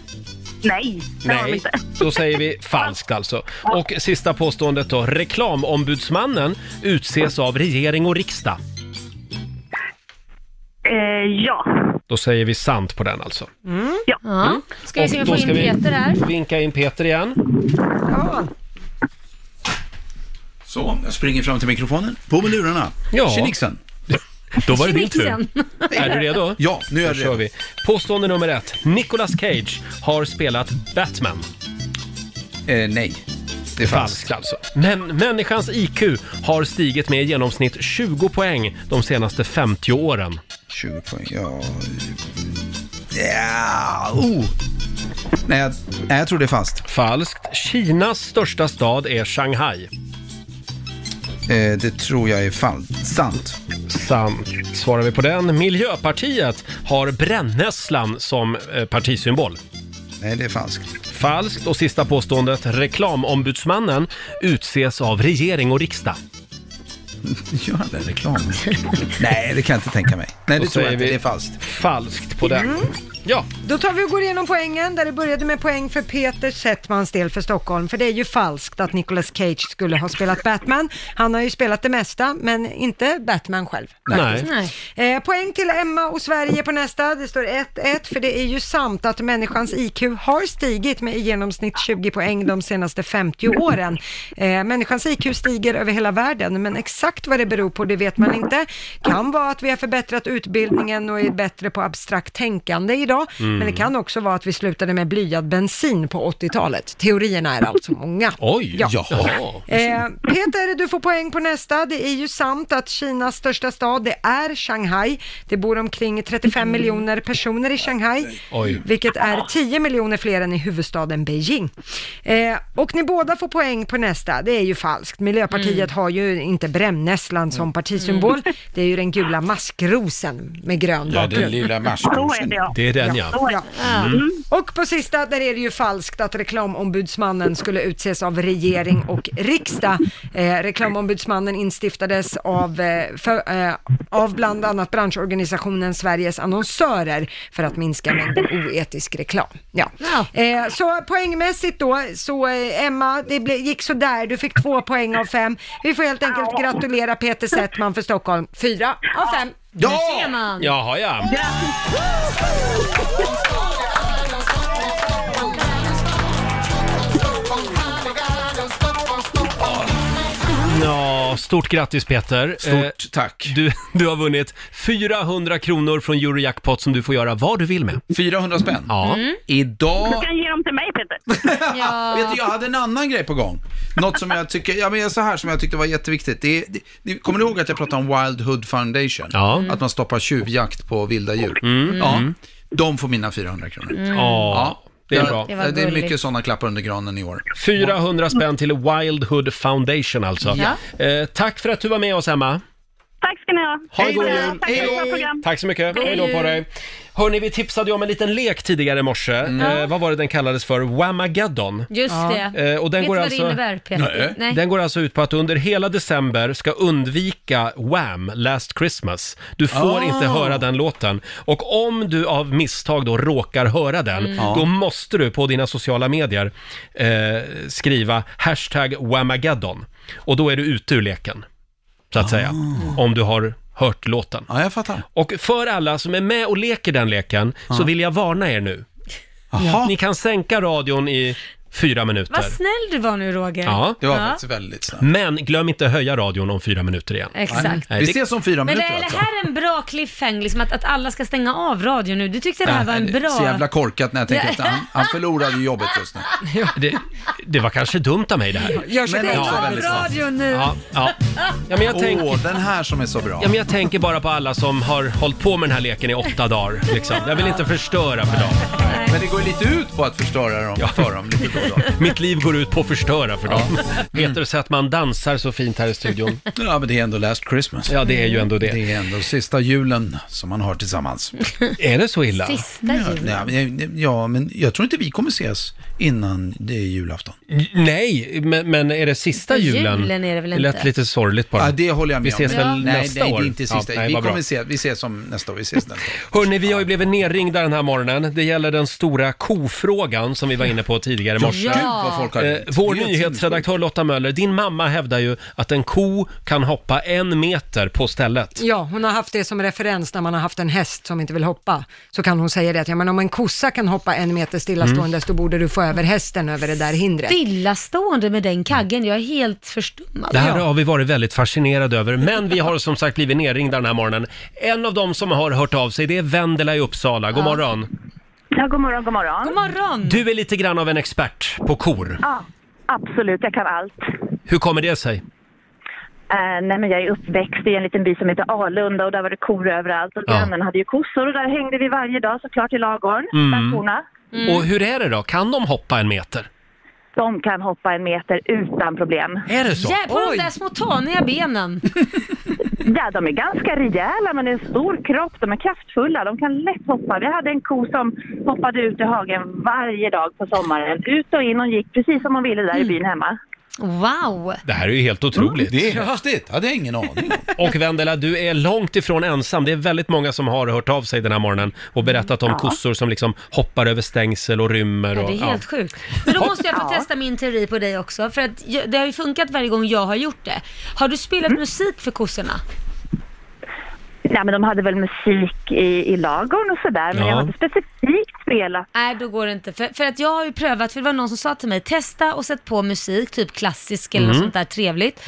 Speaker 19: nej, det har de
Speaker 1: Nej,
Speaker 19: inte.
Speaker 1: då säger vi falskt alltså. Och sista påståendet då. Reklamombudsmannen utses av regering och riksdag.
Speaker 19: Eh, ja.
Speaker 1: Då säger vi sant på den alltså.
Speaker 19: ja.
Speaker 4: Ja. Mm. Ska vi se om vi
Speaker 1: Och
Speaker 4: får
Speaker 1: Mm. då
Speaker 4: in
Speaker 1: ska vi
Speaker 4: Peter här?
Speaker 1: Vinka in Peter igen.
Speaker 13: Så, jag springer fram till mikrofonen. På med lurarna.
Speaker 1: Ja.
Speaker 13: Tjenixen.
Speaker 1: Då var det din tur. Är du redo?
Speaker 13: Ja, nu är
Speaker 1: Då
Speaker 13: jag
Speaker 1: kör
Speaker 13: redo.
Speaker 1: vi. Påstående nummer ett. Nicolas Cage har spelat Batman.
Speaker 13: Eh, nej, det är falskt.
Speaker 1: alltså. Men människans IQ har stigit med i genomsnitt 20 poäng de senaste 50 åren.
Speaker 13: 20 poäng, ja... Ja, oh. Nej, jag, nej, jag tror det är falskt.
Speaker 1: Falskt. Kinas största stad är Shanghai.
Speaker 13: Eh, det tror jag är falskt. Sant.
Speaker 1: Sant. Svarar vi på den. Miljöpartiet har brännässlan som eh, partisymbol.
Speaker 13: Nej, det är falskt.
Speaker 1: Falskt. Och sista påståendet. Reklamombudsmannen utses av regering och riksdag.
Speaker 13: Gör han det? Reklam? nej, det kan jag inte tänka mig. Nej,
Speaker 1: Då
Speaker 13: det tror jag
Speaker 1: säger
Speaker 13: inte.
Speaker 1: vi
Speaker 13: Det är falskt.
Speaker 1: Falskt på den.
Speaker 16: Mm.
Speaker 1: Ja.
Speaker 2: Då tar vi och går igenom poängen där det började med poäng för Peter Settmans del för Stockholm. För det är ju falskt att Nicolas Cage skulle ha spelat Batman. Han har ju spelat det mesta, men inte Batman själv.
Speaker 1: Nej.
Speaker 2: Eh, poäng till Emma och Sverige på nästa. Det står 1-1, för det är ju sant att människans IQ har stigit med i genomsnitt 20 poäng de senaste 50 åren. Eh, människans IQ stiger över hela världen, men exakt vad det beror på, det vet man inte. Kan vara att vi har förbättrat utbildningen och är bättre på abstrakt tänkande idag idag,
Speaker 1: Mm.
Speaker 2: men det kan också vara att vi slutade med blyad bensin på 80-talet. Teorierna är alltså många.
Speaker 1: Oj, jaha.
Speaker 2: Eh, Peter, du får poäng på nästa. Det är ju sant att Kinas största stad, det är Shanghai. Det bor omkring
Speaker 13: Mm.
Speaker 2: 35 miljoner personer i Shanghai.
Speaker 1: Oj.
Speaker 2: Vilket är 10 miljoner fler än i huvudstaden Beijing. Eh, och ni båda får poäng på nästa, det är ju falskt. Miljöpartiet
Speaker 4: Mm.
Speaker 2: har ju inte brännässlan som partisymbol,
Speaker 4: Mm.
Speaker 2: det är ju den gula maskrosen med grön
Speaker 13: Ja,
Speaker 2: bakgrund.
Speaker 13: den lilla maskrosen. Så är det, ja. Det är den, ja.
Speaker 2: Ja.
Speaker 13: Ja. Mm.
Speaker 2: Och på sista, där är det ju falskt att reklamombudsmannen skulle utses av regering och riksdag. Eh, reklamombudsmannen instiftades av, eh, för, eh, av bland annat branschorganisationen Sveriges annonsörer för att minska mängden oetisk reklam. Ja. Eh, så poängmässigt då, så eh, Emma, det ble, gick så där. du fick två poäng av fem. Vi får helt enkelt gratulera Peter Settman för Stockholm, fyra av fem.
Speaker 1: Ja!
Speaker 2: Där ser man.
Speaker 1: Jaha, ja. Ja, stort grattis Peter.
Speaker 13: Stort
Speaker 1: tack. Du, du har vunnit 400 kronor från Eurojackpot som du får göra vad du vill med.
Speaker 13: 400 spänn?
Speaker 1: Ja.
Speaker 2: Mm.
Speaker 13: Idag...
Speaker 19: Du kan ge dem till mig Peter.
Speaker 13: Vet du, jag hade en annan grej på gång. Något som jag tycker, ja men så här som jag tyckte var jätteviktigt. Det, är- det, ni kommer ni ihåg att jag pratade om Wild Hood Foundation? Mm.
Speaker 1: Ja.
Speaker 13: Att man stoppar tjuvjakt på vilda djur. Ja,
Speaker 1: Mm.
Speaker 13: de får mina 400 kronor.
Speaker 1: Mm. Ja, det är
Speaker 13: Ja,
Speaker 1: bra. Det var
Speaker 13: det är
Speaker 1: gulligt.
Speaker 13: mycket sådana klappar under granen i år.
Speaker 1: 400 spänn till Wild Hood Foundation alltså.
Speaker 13: Ja.
Speaker 1: Eh, tack för att du var med oss Emma.
Speaker 19: Tack ska ni ha.
Speaker 1: Ha en god jul.
Speaker 19: Tack för ett bra program.
Speaker 1: Tack så mycket.
Speaker 19: God
Speaker 1: Hej då
Speaker 19: jul.
Speaker 1: på dig. Hörni, vi tipsade ju om en liten lek tidigare i morse. Eh, vad var det den kallades för? Whamageddon.
Speaker 4: Mm. Just Ja. det.
Speaker 1: Eh, och den
Speaker 4: Vet
Speaker 1: går
Speaker 4: du vad det
Speaker 1: alltså...
Speaker 4: innebär, Peter? Nej. Nej.
Speaker 1: Den går alltså ut på att du under hela december ska undvika Wham! Last Christmas. Du får
Speaker 13: Ah.
Speaker 1: inte höra den låten. Och om du av misstag då råkar höra den,
Speaker 13: Mm.
Speaker 1: då
Speaker 13: Ja.
Speaker 1: måste du på dina sociala medier eh, skriva hashtag Whamageddon. Och då är du ute ur leken så att säga. Om du har hört låten.
Speaker 13: Ah. Ja, jag fattar. Ah.
Speaker 1: Och för alla som är med och leker den leken så vill jag varna er nu. Ni kan sänka radion i fyra minuter.
Speaker 4: Vad snäll du var nu Roger.
Speaker 1: Ja. Det var
Speaker 4: ja.
Speaker 1: faktiskt Men glöm inte höja radion om fyra minuter igen.
Speaker 4: Exakt.
Speaker 1: Nej, det-
Speaker 4: Men det,
Speaker 13: alltså.
Speaker 4: är det här en bra cliffhanger, liksom att, att alla ska stänga av radion nu? Du tyckte det här var en bra...
Speaker 13: Så jävla korkat när jag tänker
Speaker 4: Ja.
Speaker 13: efter. Han, han förlorade ju jobbet just nu.
Speaker 1: Det, det var kanske dumt av mig det här.
Speaker 13: Jag köper
Speaker 1: Men
Speaker 13: en
Speaker 1: också
Speaker 13: av
Speaker 1: väldigt
Speaker 13: radion
Speaker 1: snabbt.
Speaker 13: nu.
Speaker 1: Ja, ja. ja men jag
Speaker 13: Åh,
Speaker 1: tänker...
Speaker 13: den här som är så bra.
Speaker 1: Ja, men jag tänker bara på alla som har hållit på med den här leken i åtta dagar. Liksom. Jag vill inte förstöra för dem.
Speaker 13: Men det går ju lite ut på att förstöra dem för dem lite då och då.
Speaker 1: Mitt liv går ut på att förstöra för dem. Peter Settman dansar så fint här i studion.
Speaker 13: Ja, men det är ändå last Christmas.
Speaker 1: Ja, det är ju ändå det.
Speaker 13: Det är ändå sista julen som man har tillsammans.
Speaker 1: Är det så illa?
Speaker 4: Sista julen.
Speaker 13: Ja, men, ja, men jag tror inte vi kommer ses innan det är julafton.
Speaker 1: Nej, men, men är det sista
Speaker 4: Sista
Speaker 1: julen?
Speaker 4: julen är det väl
Speaker 1: Det lät
Speaker 4: inte?
Speaker 1: lite sorgligt bara.
Speaker 13: Ja, det håller jag med
Speaker 1: Vi ses
Speaker 13: om.
Speaker 1: väl
Speaker 13: Ja. nej,
Speaker 1: nästa
Speaker 13: nej,
Speaker 1: år?
Speaker 13: det är inte sista.
Speaker 1: Ja, nej,
Speaker 13: vi
Speaker 1: vad bra.
Speaker 13: kommer ses, vi ses om nästa år. Vi ses nästa år.
Speaker 1: Hörni, vi har ju blivit nerringda den här morgonen. Det gäller den stora kofrågan som vi var inne på tidigare i
Speaker 13: Ja,
Speaker 1: morse.
Speaker 13: gud, vad folk har
Speaker 1: Eh,
Speaker 13: ringt.
Speaker 1: Vår
Speaker 13: Det är
Speaker 1: nyhetsredaktör Lotta Möller, din mamma hävdar ju att en ko kan hoppa en meter på stället.
Speaker 2: Ja, hon har haft det som referens när man har haft en häst som inte vill hoppa. Så kan hon säga det att ja, men om en kossa kan hoppa en meter stillastående
Speaker 1: Mm.
Speaker 2: så borde du få över hästen över det där hindret.
Speaker 4: Stillastående med den kaggen, jag är helt förstummad.
Speaker 1: Det här har vi varit väldigt fascinerade över, men vi har som sagt blivit nerringda den här morgonen. En av dem som har hört av sig, det är Vendela i Uppsala. God
Speaker 19: Ja.
Speaker 1: morgon!
Speaker 19: Ja, god morgon, god morgon.
Speaker 4: God morgon.
Speaker 1: Du är lite grann av en expert på kor.
Speaker 19: Ja, absolut, jag kan allt.
Speaker 1: Hur kommer det sig?
Speaker 19: Eh, nej, men jag är uppväxt i en liten by som heter Alunda och där var det kor överallt. Och
Speaker 1: Ja.
Speaker 19: grannen hade ju kossor och där hängde vi varje dag såklart i ladugården,
Speaker 1: Mm.
Speaker 19: bland korna.
Speaker 1: Och hur är det då? Kan de hoppa en meter?
Speaker 19: De kan hoppa en meter utan problem.
Speaker 1: Är det så?
Speaker 4: Jävlar, de där små taniga benen.
Speaker 19: Ja, de är ganska rejäla men det är en stor kropp. De är kraftfulla. De kan lätt hoppa. Vi hade en ko som hoppade ut i hagen varje dag på sommaren. Ut och in. Hon gick precis som hon ville där i byn hemma.
Speaker 4: Mm. Wow!
Speaker 1: Det här är ju helt otroligt.
Speaker 13: Det är häftigt, hade jag ingen aning
Speaker 1: Och Vendela, du är långt ifrån ensam. Det är väldigt många som har hört av sig den här morgonen och berättat om
Speaker 4: Ja.
Speaker 1: kossor som liksom hoppar över stängsel och rymmer.
Speaker 4: Ja,
Speaker 1: Och,
Speaker 4: det är helt sjukt. Men då måste jag få testa min teori på dig också, för att jag, det har ju funkat varje gång jag har gjort det. Har du spelat
Speaker 1: Mm.
Speaker 4: musik för kossorna?
Speaker 19: Nej, men de hade väl musik i, i lagorn och sådär. Men
Speaker 1: Ja.
Speaker 19: jag har inte specifikt spela.
Speaker 4: Nej, då går det inte. För, för att jag har ju prövat, för det var någon som sa till mig, testa och sätt på musik, typ klassisk eller något
Speaker 19: Mm.
Speaker 4: sånt där trevligt.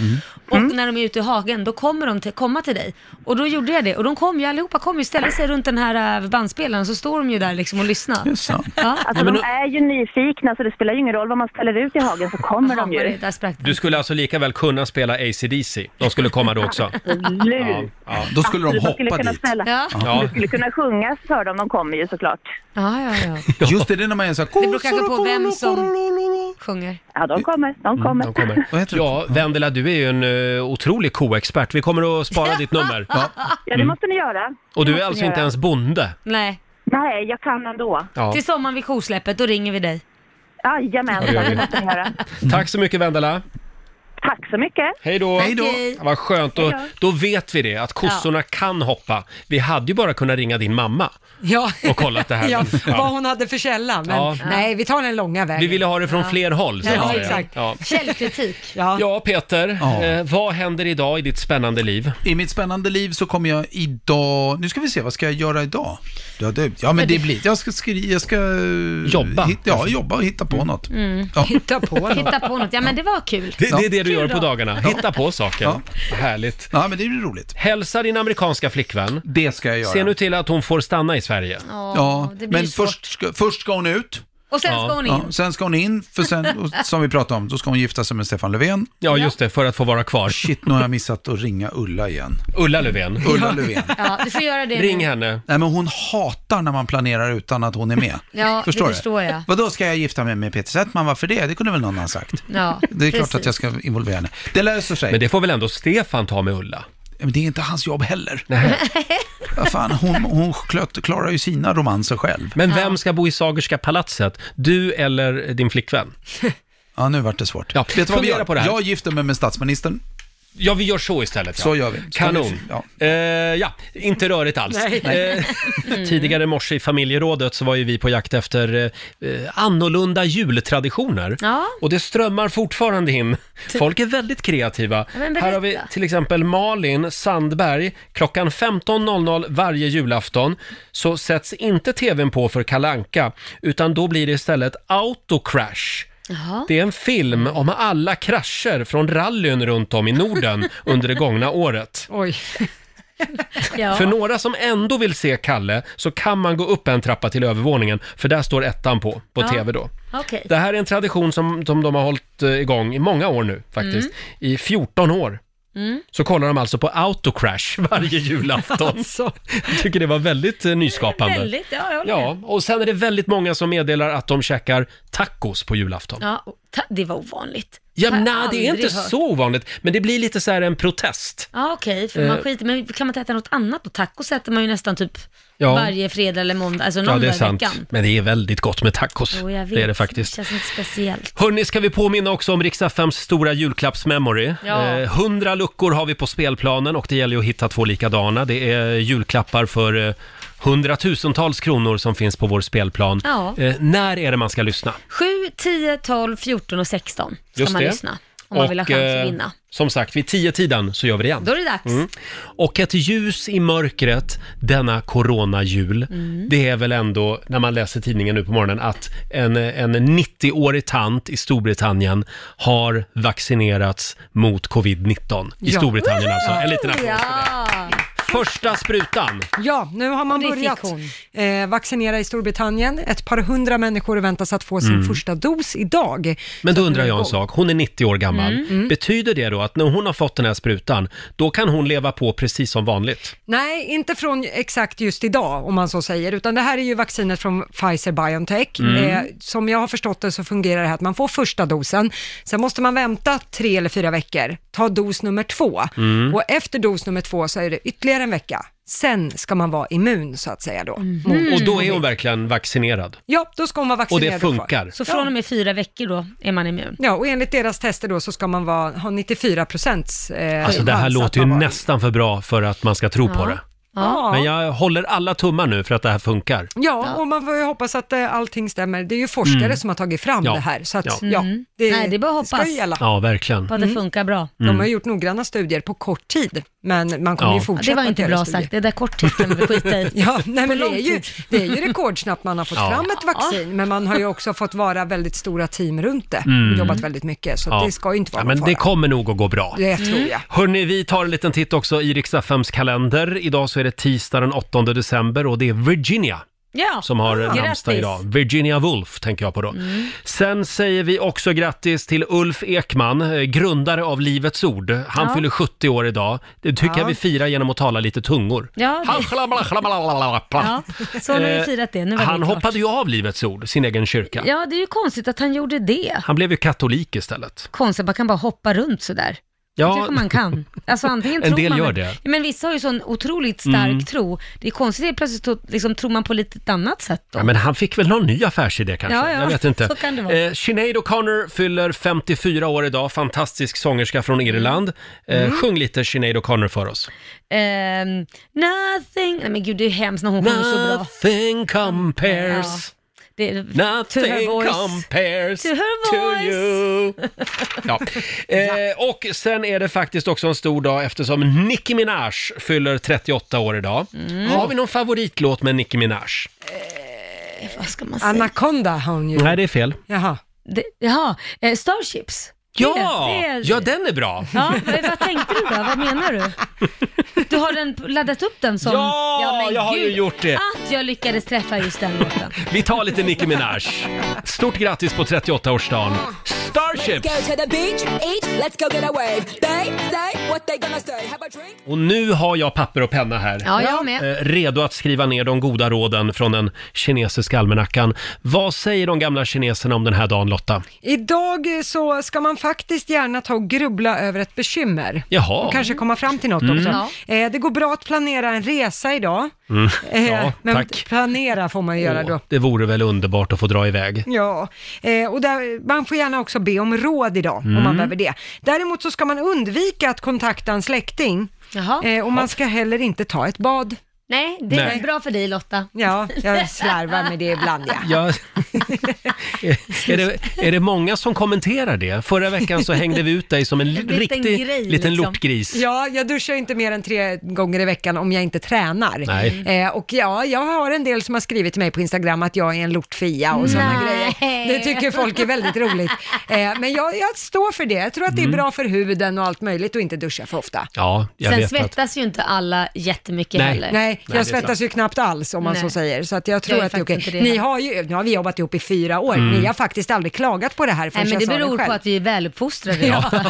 Speaker 4: Och
Speaker 13: Mm.
Speaker 4: när de är ute i hagen, då kommer de till, komma till dig. Och då gjorde jag det. Och de kom ju, allihopa kom ju, ställde sig runt den här äh, bandspelaren, så står de ju där liksom och lyssnar. Ja.
Speaker 19: Alltså, de är ju nyfikna så det spelar ju ingen roll vad man ställer ut i hagen så kommer de ju.
Speaker 1: Du skulle alltså lika väl kunna spela AC/DC. De skulle komma då också.
Speaker 19: Absolut.
Speaker 1: ja.
Speaker 13: Då skulle de
Speaker 19: Absolut, man skulle
Speaker 13: hoppa
Speaker 19: kunna
Speaker 13: dit.
Speaker 19: Ställa.
Speaker 1: Ja.
Speaker 19: Du skulle kunna sjunga för dem, de kommer ju såklart.
Speaker 4: Ja, ja, ja.
Speaker 13: Just det, det är när man är så här,
Speaker 4: Det beror kanske på vem som sjunger.
Speaker 19: Ja, de kommer. De kommer.
Speaker 1: De kommer. Ja, Vendela, du är ju en eh, otrolig koexpert. Vi kommer att spara ditt nummer.
Speaker 19: Ja, det
Speaker 1: Mm.
Speaker 19: måste ni göra.
Speaker 1: Och du är
Speaker 19: Det måste
Speaker 1: alltså
Speaker 19: ni
Speaker 1: inte
Speaker 19: göra.
Speaker 1: ens bonde?
Speaker 4: Nej.
Speaker 19: Nej, jag kan ändå.
Speaker 1: Ja.
Speaker 4: Till sommaren vid kosläppet, då ringer vi dig.
Speaker 19: Jajamensan,
Speaker 1: Ja, det gör vi.
Speaker 19: det måste ni göra.
Speaker 13: Mm.
Speaker 1: Tack så mycket Vendela.
Speaker 19: Tack så mycket.
Speaker 1: Hej då!
Speaker 19: Hej då.
Speaker 1: Ja, Vad skönt, då,
Speaker 19: Hej
Speaker 1: då vet vi det, att kossorna kan hoppa. Vi hade ju bara kunnat ringa din mamma
Speaker 2: Ja.
Speaker 1: och kollat det här.
Speaker 2: ja,
Speaker 1: Ja.
Speaker 2: vad hon hade för källa. Men
Speaker 1: Ja.
Speaker 2: nej, vi tar den långa vägen.
Speaker 1: Vi ville ha det från
Speaker 2: Ja.
Speaker 1: fler håll, så att
Speaker 2: Ja,
Speaker 1: säga.
Speaker 2: exakt.
Speaker 1: Ja.
Speaker 4: Källkritik.
Speaker 2: Ja.
Speaker 1: Ja, Peter, eh, vad händer idag i ditt spännande liv?
Speaker 13: I mitt spännande liv så kommer jag idag, nu ska vi se, vad ska jag göra idag? Ja, det, ja men det blir, jag ska skriva, jag ska... Jobba? Hit, ja, jobba och hitta på något.
Speaker 4: Mm.
Speaker 13: Ja.
Speaker 4: Hitta
Speaker 13: på något.
Speaker 4: Hitta på något. Ja, men det var kul.
Speaker 1: Det, det är det du
Speaker 4: Kul
Speaker 1: gör på
Speaker 4: då.
Speaker 1: dagarna, hitta på saker.
Speaker 13: Ja.
Speaker 1: Härligt.
Speaker 13: Ja, men det blir roligt.
Speaker 1: Hälsa din amerikanska flickvän.
Speaker 13: Det ska jag göra.
Speaker 1: Se nu till att hon får stanna i Sverige.
Speaker 4: Ja,
Speaker 13: Ja,
Speaker 4: det blir
Speaker 13: men
Speaker 4: svårt.
Speaker 13: först ska, först ska hon ut.
Speaker 4: Och sen ska hon in.
Speaker 13: Ja, sen ska hon in, för sen, och som vi pratade om, då ska hon gifta sig med Stefan Löfven.
Speaker 1: Ja, just det, för att få vara kvar.
Speaker 13: Shit, nu har jag missat att ringa Ulla igen.
Speaker 1: Ulla Löfven.
Speaker 13: Ulla Löfven.
Speaker 4: Ja, du får göra det nu.
Speaker 1: henne.
Speaker 13: Nej, men hon hatar när man planerar utan att hon är med.
Speaker 4: Ja, det
Speaker 13: förstår du?
Speaker 4: förstår jag.
Speaker 13: Vadå ska jag gifta mig med Peter Settman? Varför det? Det kunde väl någon ha sagt?
Speaker 4: Ja,
Speaker 13: Det är klart
Speaker 4: precis.
Speaker 13: att jag ska involvera henne. Det löser sig.
Speaker 1: Men det får väl ändå Stefan ta med Ulla?
Speaker 13: Men det är inte hans jobb heller.
Speaker 1: Nej.
Speaker 13: Vad fan, hon, hon klöt, klarar ju sina romanser själv.
Speaker 1: Men vem ska bo i Sagerska palatset? Du eller din flickvän?
Speaker 13: Ja, nu vart det svårt.
Speaker 1: Ja,
Speaker 13: Vet du vad vi
Speaker 1: fundera
Speaker 13: gör?
Speaker 1: på det här.
Speaker 13: Jag gifter mig med statsministern.
Speaker 1: Ja, vi gör så istället. Ja.
Speaker 13: Så gör vi. Så
Speaker 1: Kanon.
Speaker 13: vi- ja.
Speaker 1: Eh, ja, inte rörigt alls.
Speaker 13: Nej.
Speaker 1: Eh,
Speaker 4: Mm.
Speaker 1: tidigare i morse i familjerådet så var ju vi på jakt efter eh, eh, annorlunda jultraditioner.
Speaker 4: Ja.
Speaker 1: Och det strömmar fortfarande in. Folk är väldigt kreativa.
Speaker 4: Ja, men berätta.
Speaker 1: Här har vi till exempel Malin Sandberg. Klockan 15.00 varje julafton så sätts inte tvn på för Kalanka utan då blir det istället Autocrash.
Speaker 4: Jaha.
Speaker 1: Det är en film om alla krascher från rallyn runt om i Norden under det gångna året.
Speaker 2: Oj.
Speaker 4: Ja.
Speaker 1: För några som ändå vill se Kalle så kan man gå upp en trappa till övervåningen för där står ettan på, på
Speaker 4: Ja.
Speaker 1: TV då.
Speaker 4: Okej.
Speaker 1: Det här är en tradition som, som de har hållit eh, igång i många år nu faktiskt.
Speaker 4: Mm.
Speaker 1: I 14 år
Speaker 4: Mm.
Speaker 1: så kollar de alltså på Autocrash varje julafton. Jag tycker det var väldigt eh, nyskapande.
Speaker 4: Alltså. Väldigt, ja, jag håller
Speaker 1: Ja,
Speaker 4: med.
Speaker 1: och sen är det väldigt många som meddelar att de käkar tacos på julafton.
Speaker 4: Ja, och ta- det var ovanligt.
Speaker 1: Ja,
Speaker 4: Har jag
Speaker 1: nej, det är
Speaker 4: aldrig
Speaker 1: inte
Speaker 4: hört.
Speaker 1: så ovanligt, men det blir lite så här en protest.
Speaker 4: Ja, okej, för man
Speaker 1: Eh.
Speaker 4: skiter, men kan man inte äta något annat då? Tacos äter man ju nästan typ
Speaker 1: Ja.
Speaker 4: varje fredag eller måndag, alltså någon
Speaker 1: Ja, det är
Speaker 4: dag i
Speaker 1: sant.
Speaker 4: veckan.
Speaker 1: Men det är väldigt gott med tacos.
Speaker 4: Jo, jag vet.
Speaker 1: Det är det faktiskt.
Speaker 4: känns inte speciellt.
Speaker 1: Hörni, ska vi påminna också om Rix FMs stora julklappsmemory.
Speaker 4: Ja.
Speaker 1: Eh, 100 luckor har vi på spelplanen och det gäller ju att hitta två likadana. Det är julklappar för eh, hundratusentals kronor som finns på vår spelplan.
Speaker 4: Ja.
Speaker 1: Eh, när är det man ska lyssna?
Speaker 4: 7, 10, 12, 14 och 16 ska man lyssna. Om man vill ha chans
Speaker 1: eh,
Speaker 4: att vinna.
Speaker 1: Som sagt, vid tio tiden så gör vi det igen.
Speaker 4: Då är det dags.
Speaker 1: Mm. Och ett ljus i mörkret denna coronajul.
Speaker 4: Mm.
Speaker 1: Det är väl ändå, när man läser tidningen nu på morgonen, att en, en 90-årig tant i Storbritannien har vaccinerats mot covid-19. I
Speaker 2: Ja.
Speaker 1: Storbritannien alltså. En liten applåd.
Speaker 4: Ja.
Speaker 1: Första sprutan.
Speaker 2: Ja, nu har man
Speaker 4: Och det
Speaker 2: börjat
Speaker 4: fick hon.
Speaker 2: eh, vaccinera i Storbritannien. Ett par hundra människor väntas att få sin
Speaker 1: Mm.
Speaker 2: första dos idag.
Speaker 1: Men
Speaker 2: Så
Speaker 1: då
Speaker 2: att nu
Speaker 1: undrar
Speaker 2: är det
Speaker 1: jag en
Speaker 2: igång.
Speaker 1: sak. Hon är 90 år gammal.
Speaker 2: Mm. Mm.
Speaker 1: Betyder det då att när hon har fått den här sprutan, då kan hon leva på precis som vanligt?
Speaker 2: Nej, inte från exakt just idag om man så säger, utan det här är ju vaccinet från Pfizer-Biontech.
Speaker 1: Mm.
Speaker 2: Eh, som jag har förstått det så fungerar det här att man får första dosen, sen måste man vänta tre eller fyra veckor, ta dos nummer två
Speaker 1: Mm.
Speaker 2: och efter dos nummer två så är det ytterligare en vecka. Sen ska man vara immun så att säga då.
Speaker 4: Mhm.
Speaker 2: mot
Speaker 1: Och då är
Speaker 2: covid.
Speaker 1: hon verkligen vaccinerad.
Speaker 2: Ja, då ska hon vara
Speaker 1: Och
Speaker 2: vaccinerad.
Speaker 1: det funkar.
Speaker 4: Så från och med fyra veckor då är man immun.
Speaker 2: Ja, och enligt deras tester då så ska man vara, ha 94 procents eh,
Speaker 1: Alltså det här
Speaker 2: chans att
Speaker 1: låter ju
Speaker 2: man var-
Speaker 1: nästan för bra för att man ska tro på
Speaker 2: Ja.
Speaker 1: det.
Speaker 2: Ja.
Speaker 1: Men jag håller alla tummar nu för att det här funkar.
Speaker 2: Ja, och man får ju hoppas att eh, allting stämmer. Det är ju forskare
Speaker 1: Mm.
Speaker 2: som har tagit fram
Speaker 1: Ja.
Speaker 2: det här, så att
Speaker 1: Ja.
Speaker 2: ja,
Speaker 4: Mm.
Speaker 2: det,
Speaker 4: Nej, det är bara att
Speaker 2: ska
Speaker 4: hoppas.
Speaker 2: ju gälla.
Speaker 1: Ja, verkligen.
Speaker 4: På att det funkar bra.
Speaker 2: De
Speaker 1: Mm.
Speaker 2: har gjort noggranna studier på kort tid, men man kommer
Speaker 1: Ja.
Speaker 2: ju fortsätta
Speaker 4: Det var
Speaker 2: att
Speaker 4: inte
Speaker 2: göra
Speaker 4: bra
Speaker 2: studier.
Speaker 4: sagt, det där kort tid kan vi skita i.
Speaker 2: Ja, nej, men det,
Speaker 4: lång
Speaker 2: är ju,
Speaker 4: tid.
Speaker 2: det är ju rekordsnabbt man har fått
Speaker 1: Ja.
Speaker 2: fram ett vaccin, men man har ju också fått vara väldigt stora team runt det
Speaker 1: Mm.
Speaker 2: och jobbat väldigt mycket, så
Speaker 1: Ja.
Speaker 2: det ska ju inte vara
Speaker 1: ja,
Speaker 2: någon
Speaker 1: men
Speaker 2: fara.
Speaker 1: det kommer nog att gå bra.
Speaker 2: Det tror jag.
Speaker 1: Hörni, vi tar en liten titt också i Rix FMs kalender. Idag så är det tisdag den 8 december och det är Virginia
Speaker 4: Ja.
Speaker 1: som
Speaker 2: Ah.
Speaker 1: har
Speaker 4: Grattis.
Speaker 1: namnsdag idag. Virginia Woolf tänker jag på då.
Speaker 2: Mm.
Speaker 4: Mm.
Speaker 1: Sen säger vi också grattis till Ulf Ekman, eh, grundare av Livets Ord. Han
Speaker 4: Ja.
Speaker 1: fyller 70 år idag. Det tycker
Speaker 4: Ja.
Speaker 1: jag vi firar genom att tala lite tungor.
Speaker 4: Ja,
Speaker 1: det...
Speaker 4: ja, så nu har vi
Speaker 1: Eh,
Speaker 4: firat det. Nu var
Speaker 1: Han
Speaker 4: det klart.
Speaker 1: hoppade ju av Livets Ord, sin egen kyrka.
Speaker 4: Ja, det är ju konstigt att han gjorde det.
Speaker 1: Han blev ju katolik istället.
Speaker 4: Konstigt att man kan bara hoppa runt sådär.
Speaker 1: Ja.
Speaker 4: Det kanske man kan. Alltså antingen
Speaker 1: En
Speaker 4: tror
Speaker 1: del
Speaker 4: man,
Speaker 1: gör det.
Speaker 4: Men vissa har ju sån otroligt stark
Speaker 1: Mm.
Speaker 4: tro. Det är konstigt att plötsligt tro- liksom, tror man på lite ett annat sätt då.
Speaker 1: Ja, men han fick väl någon ny affärsidé kanske?
Speaker 4: Ja, ja.
Speaker 1: Jag vet inte.
Speaker 4: Så kan det vara.
Speaker 1: Eh, Sinead O'Connor fyller 54 år idag, fantastisk sångerska från Irland. Eh,
Speaker 4: Mm.
Speaker 1: Sjung lite Sinead O'Connor för oss.
Speaker 4: Ehm, nothing... Nej men gud, det är hemskt när hon sjunger så bra.
Speaker 1: Nothing compares.
Speaker 4: Ja. Det, to her
Speaker 1: Nothing
Speaker 4: voice.
Speaker 1: compares
Speaker 4: To her voice.
Speaker 1: you. Ja. Eh, och sen är det faktiskt också en stor dag eftersom Nicki Minaj fyller 38 år idag. Har vi någon favoritlåt med Nicki Minaj?
Speaker 4: Vad ska man säga?
Speaker 2: Anaconda har hon ju.
Speaker 1: Nej, det är fel.
Speaker 2: Jaha.
Speaker 4: Det, jaha, eh, Starships. Det
Speaker 1: Ja,
Speaker 4: är det. Det är-
Speaker 1: ja den är bra.
Speaker 4: Ja, vad, vad tänkte du då? Vad menar du? Du har den, laddat upp den som...
Speaker 1: Ja,
Speaker 4: men
Speaker 1: jag har ju
Speaker 4: gud,
Speaker 1: gjort det.
Speaker 4: Att jag lyckades träffa just den låten.
Speaker 1: Vi tar lite Nicki Minaj. Stort grattis på 38-årsdagen.
Speaker 20: Let's
Speaker 1: Starship!
Speaker 20: go to the beach, eat, let's go get a wave. They say what they gonna say. Have a drink.
Speaker 1: Och nu har jag papper och penna här.
Speaker 20: Ja, jag med.
Speaker 1: Eh, Redo att skriva ner de goda råden från den kinesiska almanackan. Vad säger de gamla kineserna om den här dagen, Lotta?
Speaker 2: Idag eh, så ska man faktiskt gärna ta och grubbla över ett bekymmer.
Speaker 1: Jaha.
Speaker 2: Och kanske komma fram till något
Speaker 1: Mm.
Speaker 2: också. Eh, det går bra att planera en resa idag.
Speaker 1: Mm.
Speaker 2: Eh,
Speaker 1: Ja,
Speaker 2: men
Speaker 1: tack.
Speaker 2: planera får man ju göra då.
Speaker 1: Åh, det vore väl underbart att få dra iväg.
Speaker 2: Ja, eh, och där, man får gärna också be om råd idag om
Speaker 1: Mm.
Speaker 2: man behöver det. Däremot så ska man undvika att kontakta en släkting eh, och man ska heller inte ta ett bad.
Speaker 4: Nej, det är
Speaker 1: Nej.
Speaker 4: bra för dig Lotta.
Speaker 2: Ja, jag slarvar med det ibland ja.
Speaker 1: Ja. är, det, är det många som kommenterar det? Förra veckan så hängde vi ut dig som en,
Speaker 2: En liten
Speaker 1: riktig
Speaker 2: grej,
Speaker 1: liten
Speaker 2: liksom.
Speaker 1: lortgris.
Speaker 2: Ja, jag duschar ju inte mer än tre gånger i veckan om jag inte tränar.
Speaker 1: Nej.
Speaker 2: Eh, och ja, jag har en del som har skrivit till mig på Instagram att jag är en lortfia och sådana
Speaker 4: Nej.
Speaker 2: grejer. Det tycker folk är väldigt roligt. Eh, men jag, jag står för det. Jag tror att det är
Speaker 1: Mm.
Speaker 2: bra för huden och allt möjligt och inte duscha för ofta.
Speaker 1: Ja, jag
Speaker 4: Sen
Speaker 1: vet att...
Speaker 4: svettas ju inte alla jättemycket heller.
Speaker 2: Nej, jag svettas ju knappt alls om man
Speaker 4: Nej.
Speaker 2: så säger. Så att jag tror
Speaker 4: Jag är
Speaker 2: att det är
Speaker 4: faktiskt
Speaker 2: okej.
Speaker 4: inte det.
Speaker 2: Ni har ju, nu har vi jobbat ihop i fyra år,
Speaker 1: Mm.
Speaker 2: ni har faktiskt aldrig klagat på det här förrän
Speaker 4: Nej, men det
Speaker 2: jag sa
Speaker 4: beror
Speaker 2: själv.
Speaker 4: på att vi är väluppfostrade.
Speaker 1: Ja.
Speaker 4: Lotta.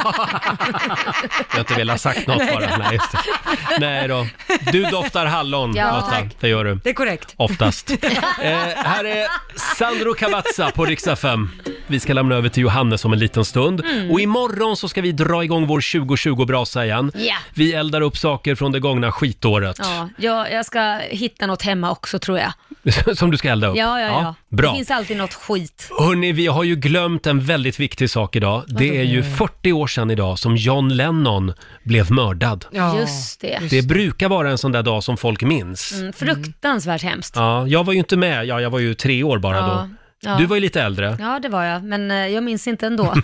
Speaker 1: Jag har inte velat sagt något
Speaker 2: Nej.
Speaker 1: bara. Nej, just det. Nej då. Du doftar hallon,
Speaker 2: Ja.
Speaker 1: Lotta.
Speaker 2: Tack.
Speaker 1: Det gör du.
Speaker 2: Det är korrekt.
Speaker 1: Oftast. Eh, här är Sandro Cavazza på riksdag 5. Vi ska lämna över till Johannes om en liten stund.
Speaker 4: Mm.
Speaker 1: Och imorgon så ska vi dra igång vår 2020-brasa igen.
Speaker 4: Ja.
Speaker 1: Vi eldar upp saker från det gångna skitåret
Speaker 4: Ja, jag, jag ska hitta något hemma också tror jag.
Speaker 1: som du ska elda
Speaker 4: Ja,
Speaker 1: upp.
Speaker 4: ja, ja. Det
Speaker 1: bra.
Speaker 4: finns alltid något skit.
Speaker 1: Hörni, vi har ju glömt en väldigt viktig sak idag. Det är ju 40 år sedan idag som John Lennon blev mördad.
Speaker 2: Ja,
Speaker 4: Just det.
Speaker 1: Det brukar vara en sån där dag som folk minns.
Speaker 4: Mm, fruktansvärt hemskt.
Speaker 1: Ja, jag var ju inte med, ja jag var ju tre år bara
Speaker 4: Ja,
Speaker 1: då.
Speaker 4: ja.
Speaker 1: Du var ju lite äldre.
Speaker 4: Ja, det var jag, men eh, jag minns inte ändå.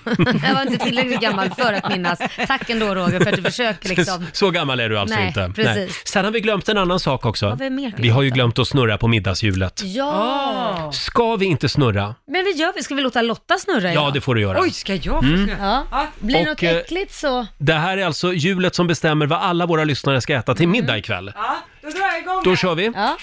Speaker 4: jag var inte tillräckligt gammal för att minnas. Tack ändå Roger för att du försöker liksom.
Speaker 1: Så gammal är du alltså
Speaker 4: Nej,
Speaker 1: inte.
Speaker 4: precis.
Speaker 1: Sen har vi glömt en annan sak också.
Speaker 4: Har vi mer
Speaker 1: vi har ju glömt att snurra på middagshjulet.
Speaker 4: Ja!
Speaker 1: Ska vi inte snurra?
Speaker 4: Men vi gör vi? Ska vi låta Lotta snurra
Speaker 1: Ah. Ja,
Speaker 4: idag?
Speaker 1: det får du göra. Oj,
Speaker 2: ska jag
Speaker 1: få Mm. snurra?
Speaker 4: Ja. Blir det
Speaker 1: Och,
Speaker 4: något
Speaker 1: eh,
Speaker 4: äckligt så...
Speaker 1: Det här är alltså hjulet som bestämmer vad alla våra lyssnare ska äta till
Speaker 4: Mm.
Speaker 1: middag ikväll.
Speaker 2: Ja, då drar jag igång
Speaker 1: Då
Speaker 2: här.
Speaker 1: kör vi.
Speaker 4: Ja.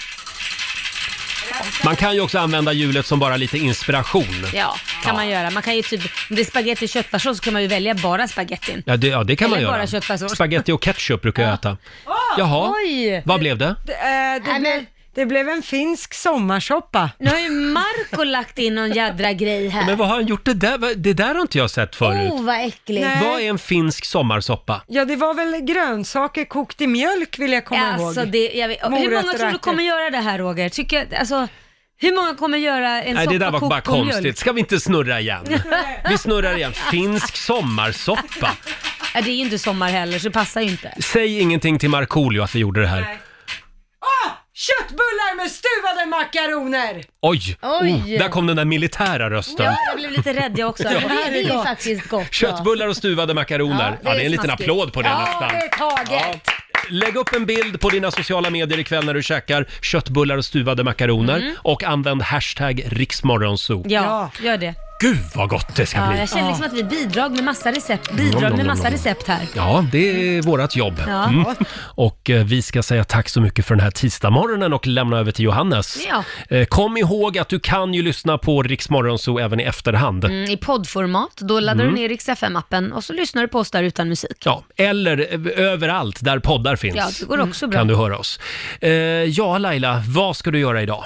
Speaker 1: Man kan ju också använda hjulet som bara lite inspiration.
Speaker 4: Ja, kan man göra. Man kan ju typ, om det är spagetti och köttfärssås så kan man ju välja bara spagettin.
Speaker 1: Ja, det, ja, det kan
Speaker 4: Eller
Speaker 1: man göra.
Speaker 4: bara köttfärssås.
Speaker 1: Spaghetti och ketchup brukar jag äta. Jaha,
Speaker 4: Oj!
Speaker 1: vad blev det?
Speaker 2: Det, eh, det, blev, det blev en finsk sommarsoppa.
Speaker 4: Nu har ju Marco lagt in någon jädra grej här.
Speaker 1: Men vad har han gjort det där? Vad- Det där har inte jag sett förut.
Speaker 4: Oh, vad äckligt.
Speaker 1: Vad är en finsk sommarsoppa?
Speaker 2: Ja, det var väl grönsaker kokt i mjölk vill jag komma
Speaker 4: alltså,
Speaker 2: ihåg.
Speaker 4: Det, jag vet, hur många
Speaker 2: Morötter och
Speaker 4: tror du
Speaker 2: ärtor.
Speaker 4: kommer göra det här Roger? Tycker, jag- alltså, hur många kommer göra en
Speaker 1: Nej,
Speaker 4: soppa
Speaker 1: det där var
Speaker 4: kokt
Speaker 1: bara
Speaker 4: på mjölk?
Speaker 1: konstigt. Ska vi inte snurra igen? Vi snurrar igen. Finsk sommarsoppa.
Speaker 4: Ja, det är ju inte sommar heller, så det passar ju inte.
Speaker 1: Säg ingenting till Markoolio att vi gjorde det här.
Speaker 2: Ah, Köttbullar med stuvade makaroner!
Speaker 1: Oj! Oh,
Speaker 4: Oj.
Speaker 1: Där kom den där militära rösten.
Speaker 4: Ja, jag blev lite rädd jag också.
Speaker 1: Ja.
Speaker 4: Men det, det är ju faktiskt gott.
Speaker 1: Köttbullar och stuvade makaroner. Ja, det, är en liten
Speaker 4: smaskigt.
Speaker 1: applåd på det
Speaker 4: ja,
Speaker 1: nästan.
Speaker 4: Det är taget.
Speaker 1: Lägg upp en bild på dina sociala medier ikväll när du käkar köttbullar och stuvade makaroner
Speaker 4: Mm.
Speaker 1: och använd hashtag riksmorgonzoo.
Speaker 4: Ja, gör det.
Speaker 1: Gud vad gott det ska
Speaker 4: Ja,
Speaker 1: bli!
Speaker 4: jag känner liksom att vi bidrar med massa recept, bidrar
Speaker 1: nom,
Speaker 4: med
Speaker 1: nom,
Speaker 4: massa
Speaker 1: nom.
Speaker 4: recept här.
Speaker 1: Ja, det är vårt jobb.
Speaker 4: Ja.
Speaker 1: Mm. Och eh, vi ska säga tack så mycket för den här tisdagsmorgonen och lämna över till Johannes.
Speaker 4: Ja.
Speaker 1: Eh, kom ihåg att du kan ju lyssna på Riksmorgonzoo även i efterhand.
Speaker 4: Mm, I poddformat, då laddar
Speaker 1: Mm.
Speaker 4: du ner Rix FM-appen och så lyssnar du på oss där utan musik.
Speaker 1: Ja, eller eh, överallt där poddar finns. Mm.
Speaker 4: Ja, det går också bra.
Speaker 1: Kan du höra oss. Eh, ja, Laila, vad ska du göra idag?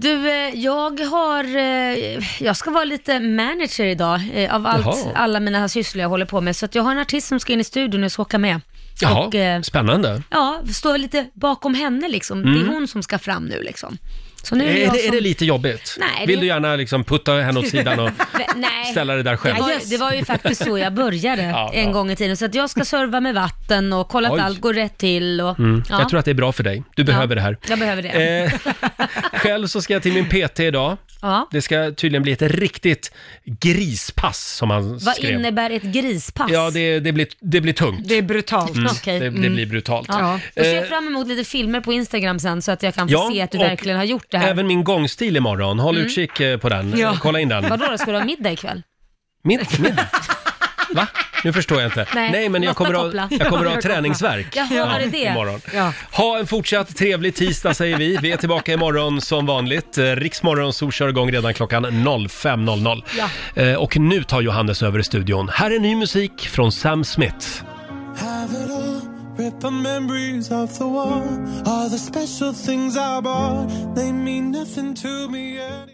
Speaker 4: Du, eh, jag har, eh, jag ska vara lite manager idag eh, av allt,
Speaker 1: Jaha.
Speaker 4: alla mina sysslor jag håller på med. Så att jag har en artist som ska in i studion och jag ska åka med.
Speaker 1: Jaha,
Speaker 4: Och, eh,
Speaker 1: spännande.
Speaker 4: ja, står väl lite bakom henne liksom. Det
Speaker 1: Mm.
Speaker 4: är hon som ska fram nu liksom. Så nu
Speaker 1: är,
Speaker 4: jag
Speaker 1: det, är
Speaker 4: som-
Speaker 1: det lite jobbigt?
Speaker 4: Nej,
Speaker 1: Vill
Speaker 4: det-
Speaker 1: du gärna liksom putta henne åt sidan och
Speaker 4: Nej.
Speaker 1: ställa det där själv?
Speaker 4: Det var, det var ju faktiskt så jag började
Speaker 1: Ja,
Speaker 4: en
Speaker 1: ja.
Speaker 4: gång i tiden. Så att jag ska serva med vatten och kolla
Speaker 1: Oj.
Speaker 4: att allt går rätt till. Och,
Speaker 1: Mm.
Speaker 4: ja.
Speaker 1: Jag tror att det är bra för dig. Du behöver det här.
Speaker 4: Jag behöver det.
Speaker 1: Eh, själv så ska jag till min PT idag.
Speaker 4: ja.
Speaker 1: Det ska tydligen bli ett riktigt grispass som han
Speaker 4: Vad
Speaker 1: skrev.
Speaker 4: innebär ett grispass?
Speaker 1: Ja, det, det, blir, det blir tungt.
Speaker 2: Det är brutalt.
Speaker 1: Mm.
Speaker 4: Okej.
Speaker 1: Det, det
Speaker 4: Mm.
Speaker 1: blir brutalt.
Speaker 4: Ja. Då ser
Speaker 1: Eh,
Speaker 4: jag fram emot lite filmer på Instagram sen så att jag kan få
Speaker 1: Ja,
Speaker 4: se att du
Speaker 1: och
Speaker 4: verkligen har gjort det här.
Speaker 1: Även min gångstil imorgon. Håll
Speaker 4: Mm.
Speaker 1: utkik eh, på den. Eh, Kolla in den.
Speaker 4: Vadå då, ska du ha middag ikväll?
Speaker 1: Min, min. Va? Nu förstår jag inte.
Speaker 4: Nej,
Speaker 1: men jag
Speaker 4: Lotta
Speaker 1: kommer,
Speaker 4: koppla.
Speaker 1: ha, jag kommer
Speaker 4: Ja,
Speaker 1: att ha
Speaker 4: jag kopplar.
Speaker 1: träningsvärk
Speaker 4: Jaha, var det det?
Speaker 1: imorgon.
Speaker 2: Ja.
Speaker 1: Ha en fortsatt trevlig tisdag säger vi. Vi är tillbaka imorgon som vanligt. Eh, Riksmorgon så kör igång redan klockan 05.00. Eh, Och nu tar Johannes över i studion. Här är ny musik från Sam Smith.
Speaker 21: Have it all, rip on memories of the war. All the special things I bought, they mean nothing to me anymore.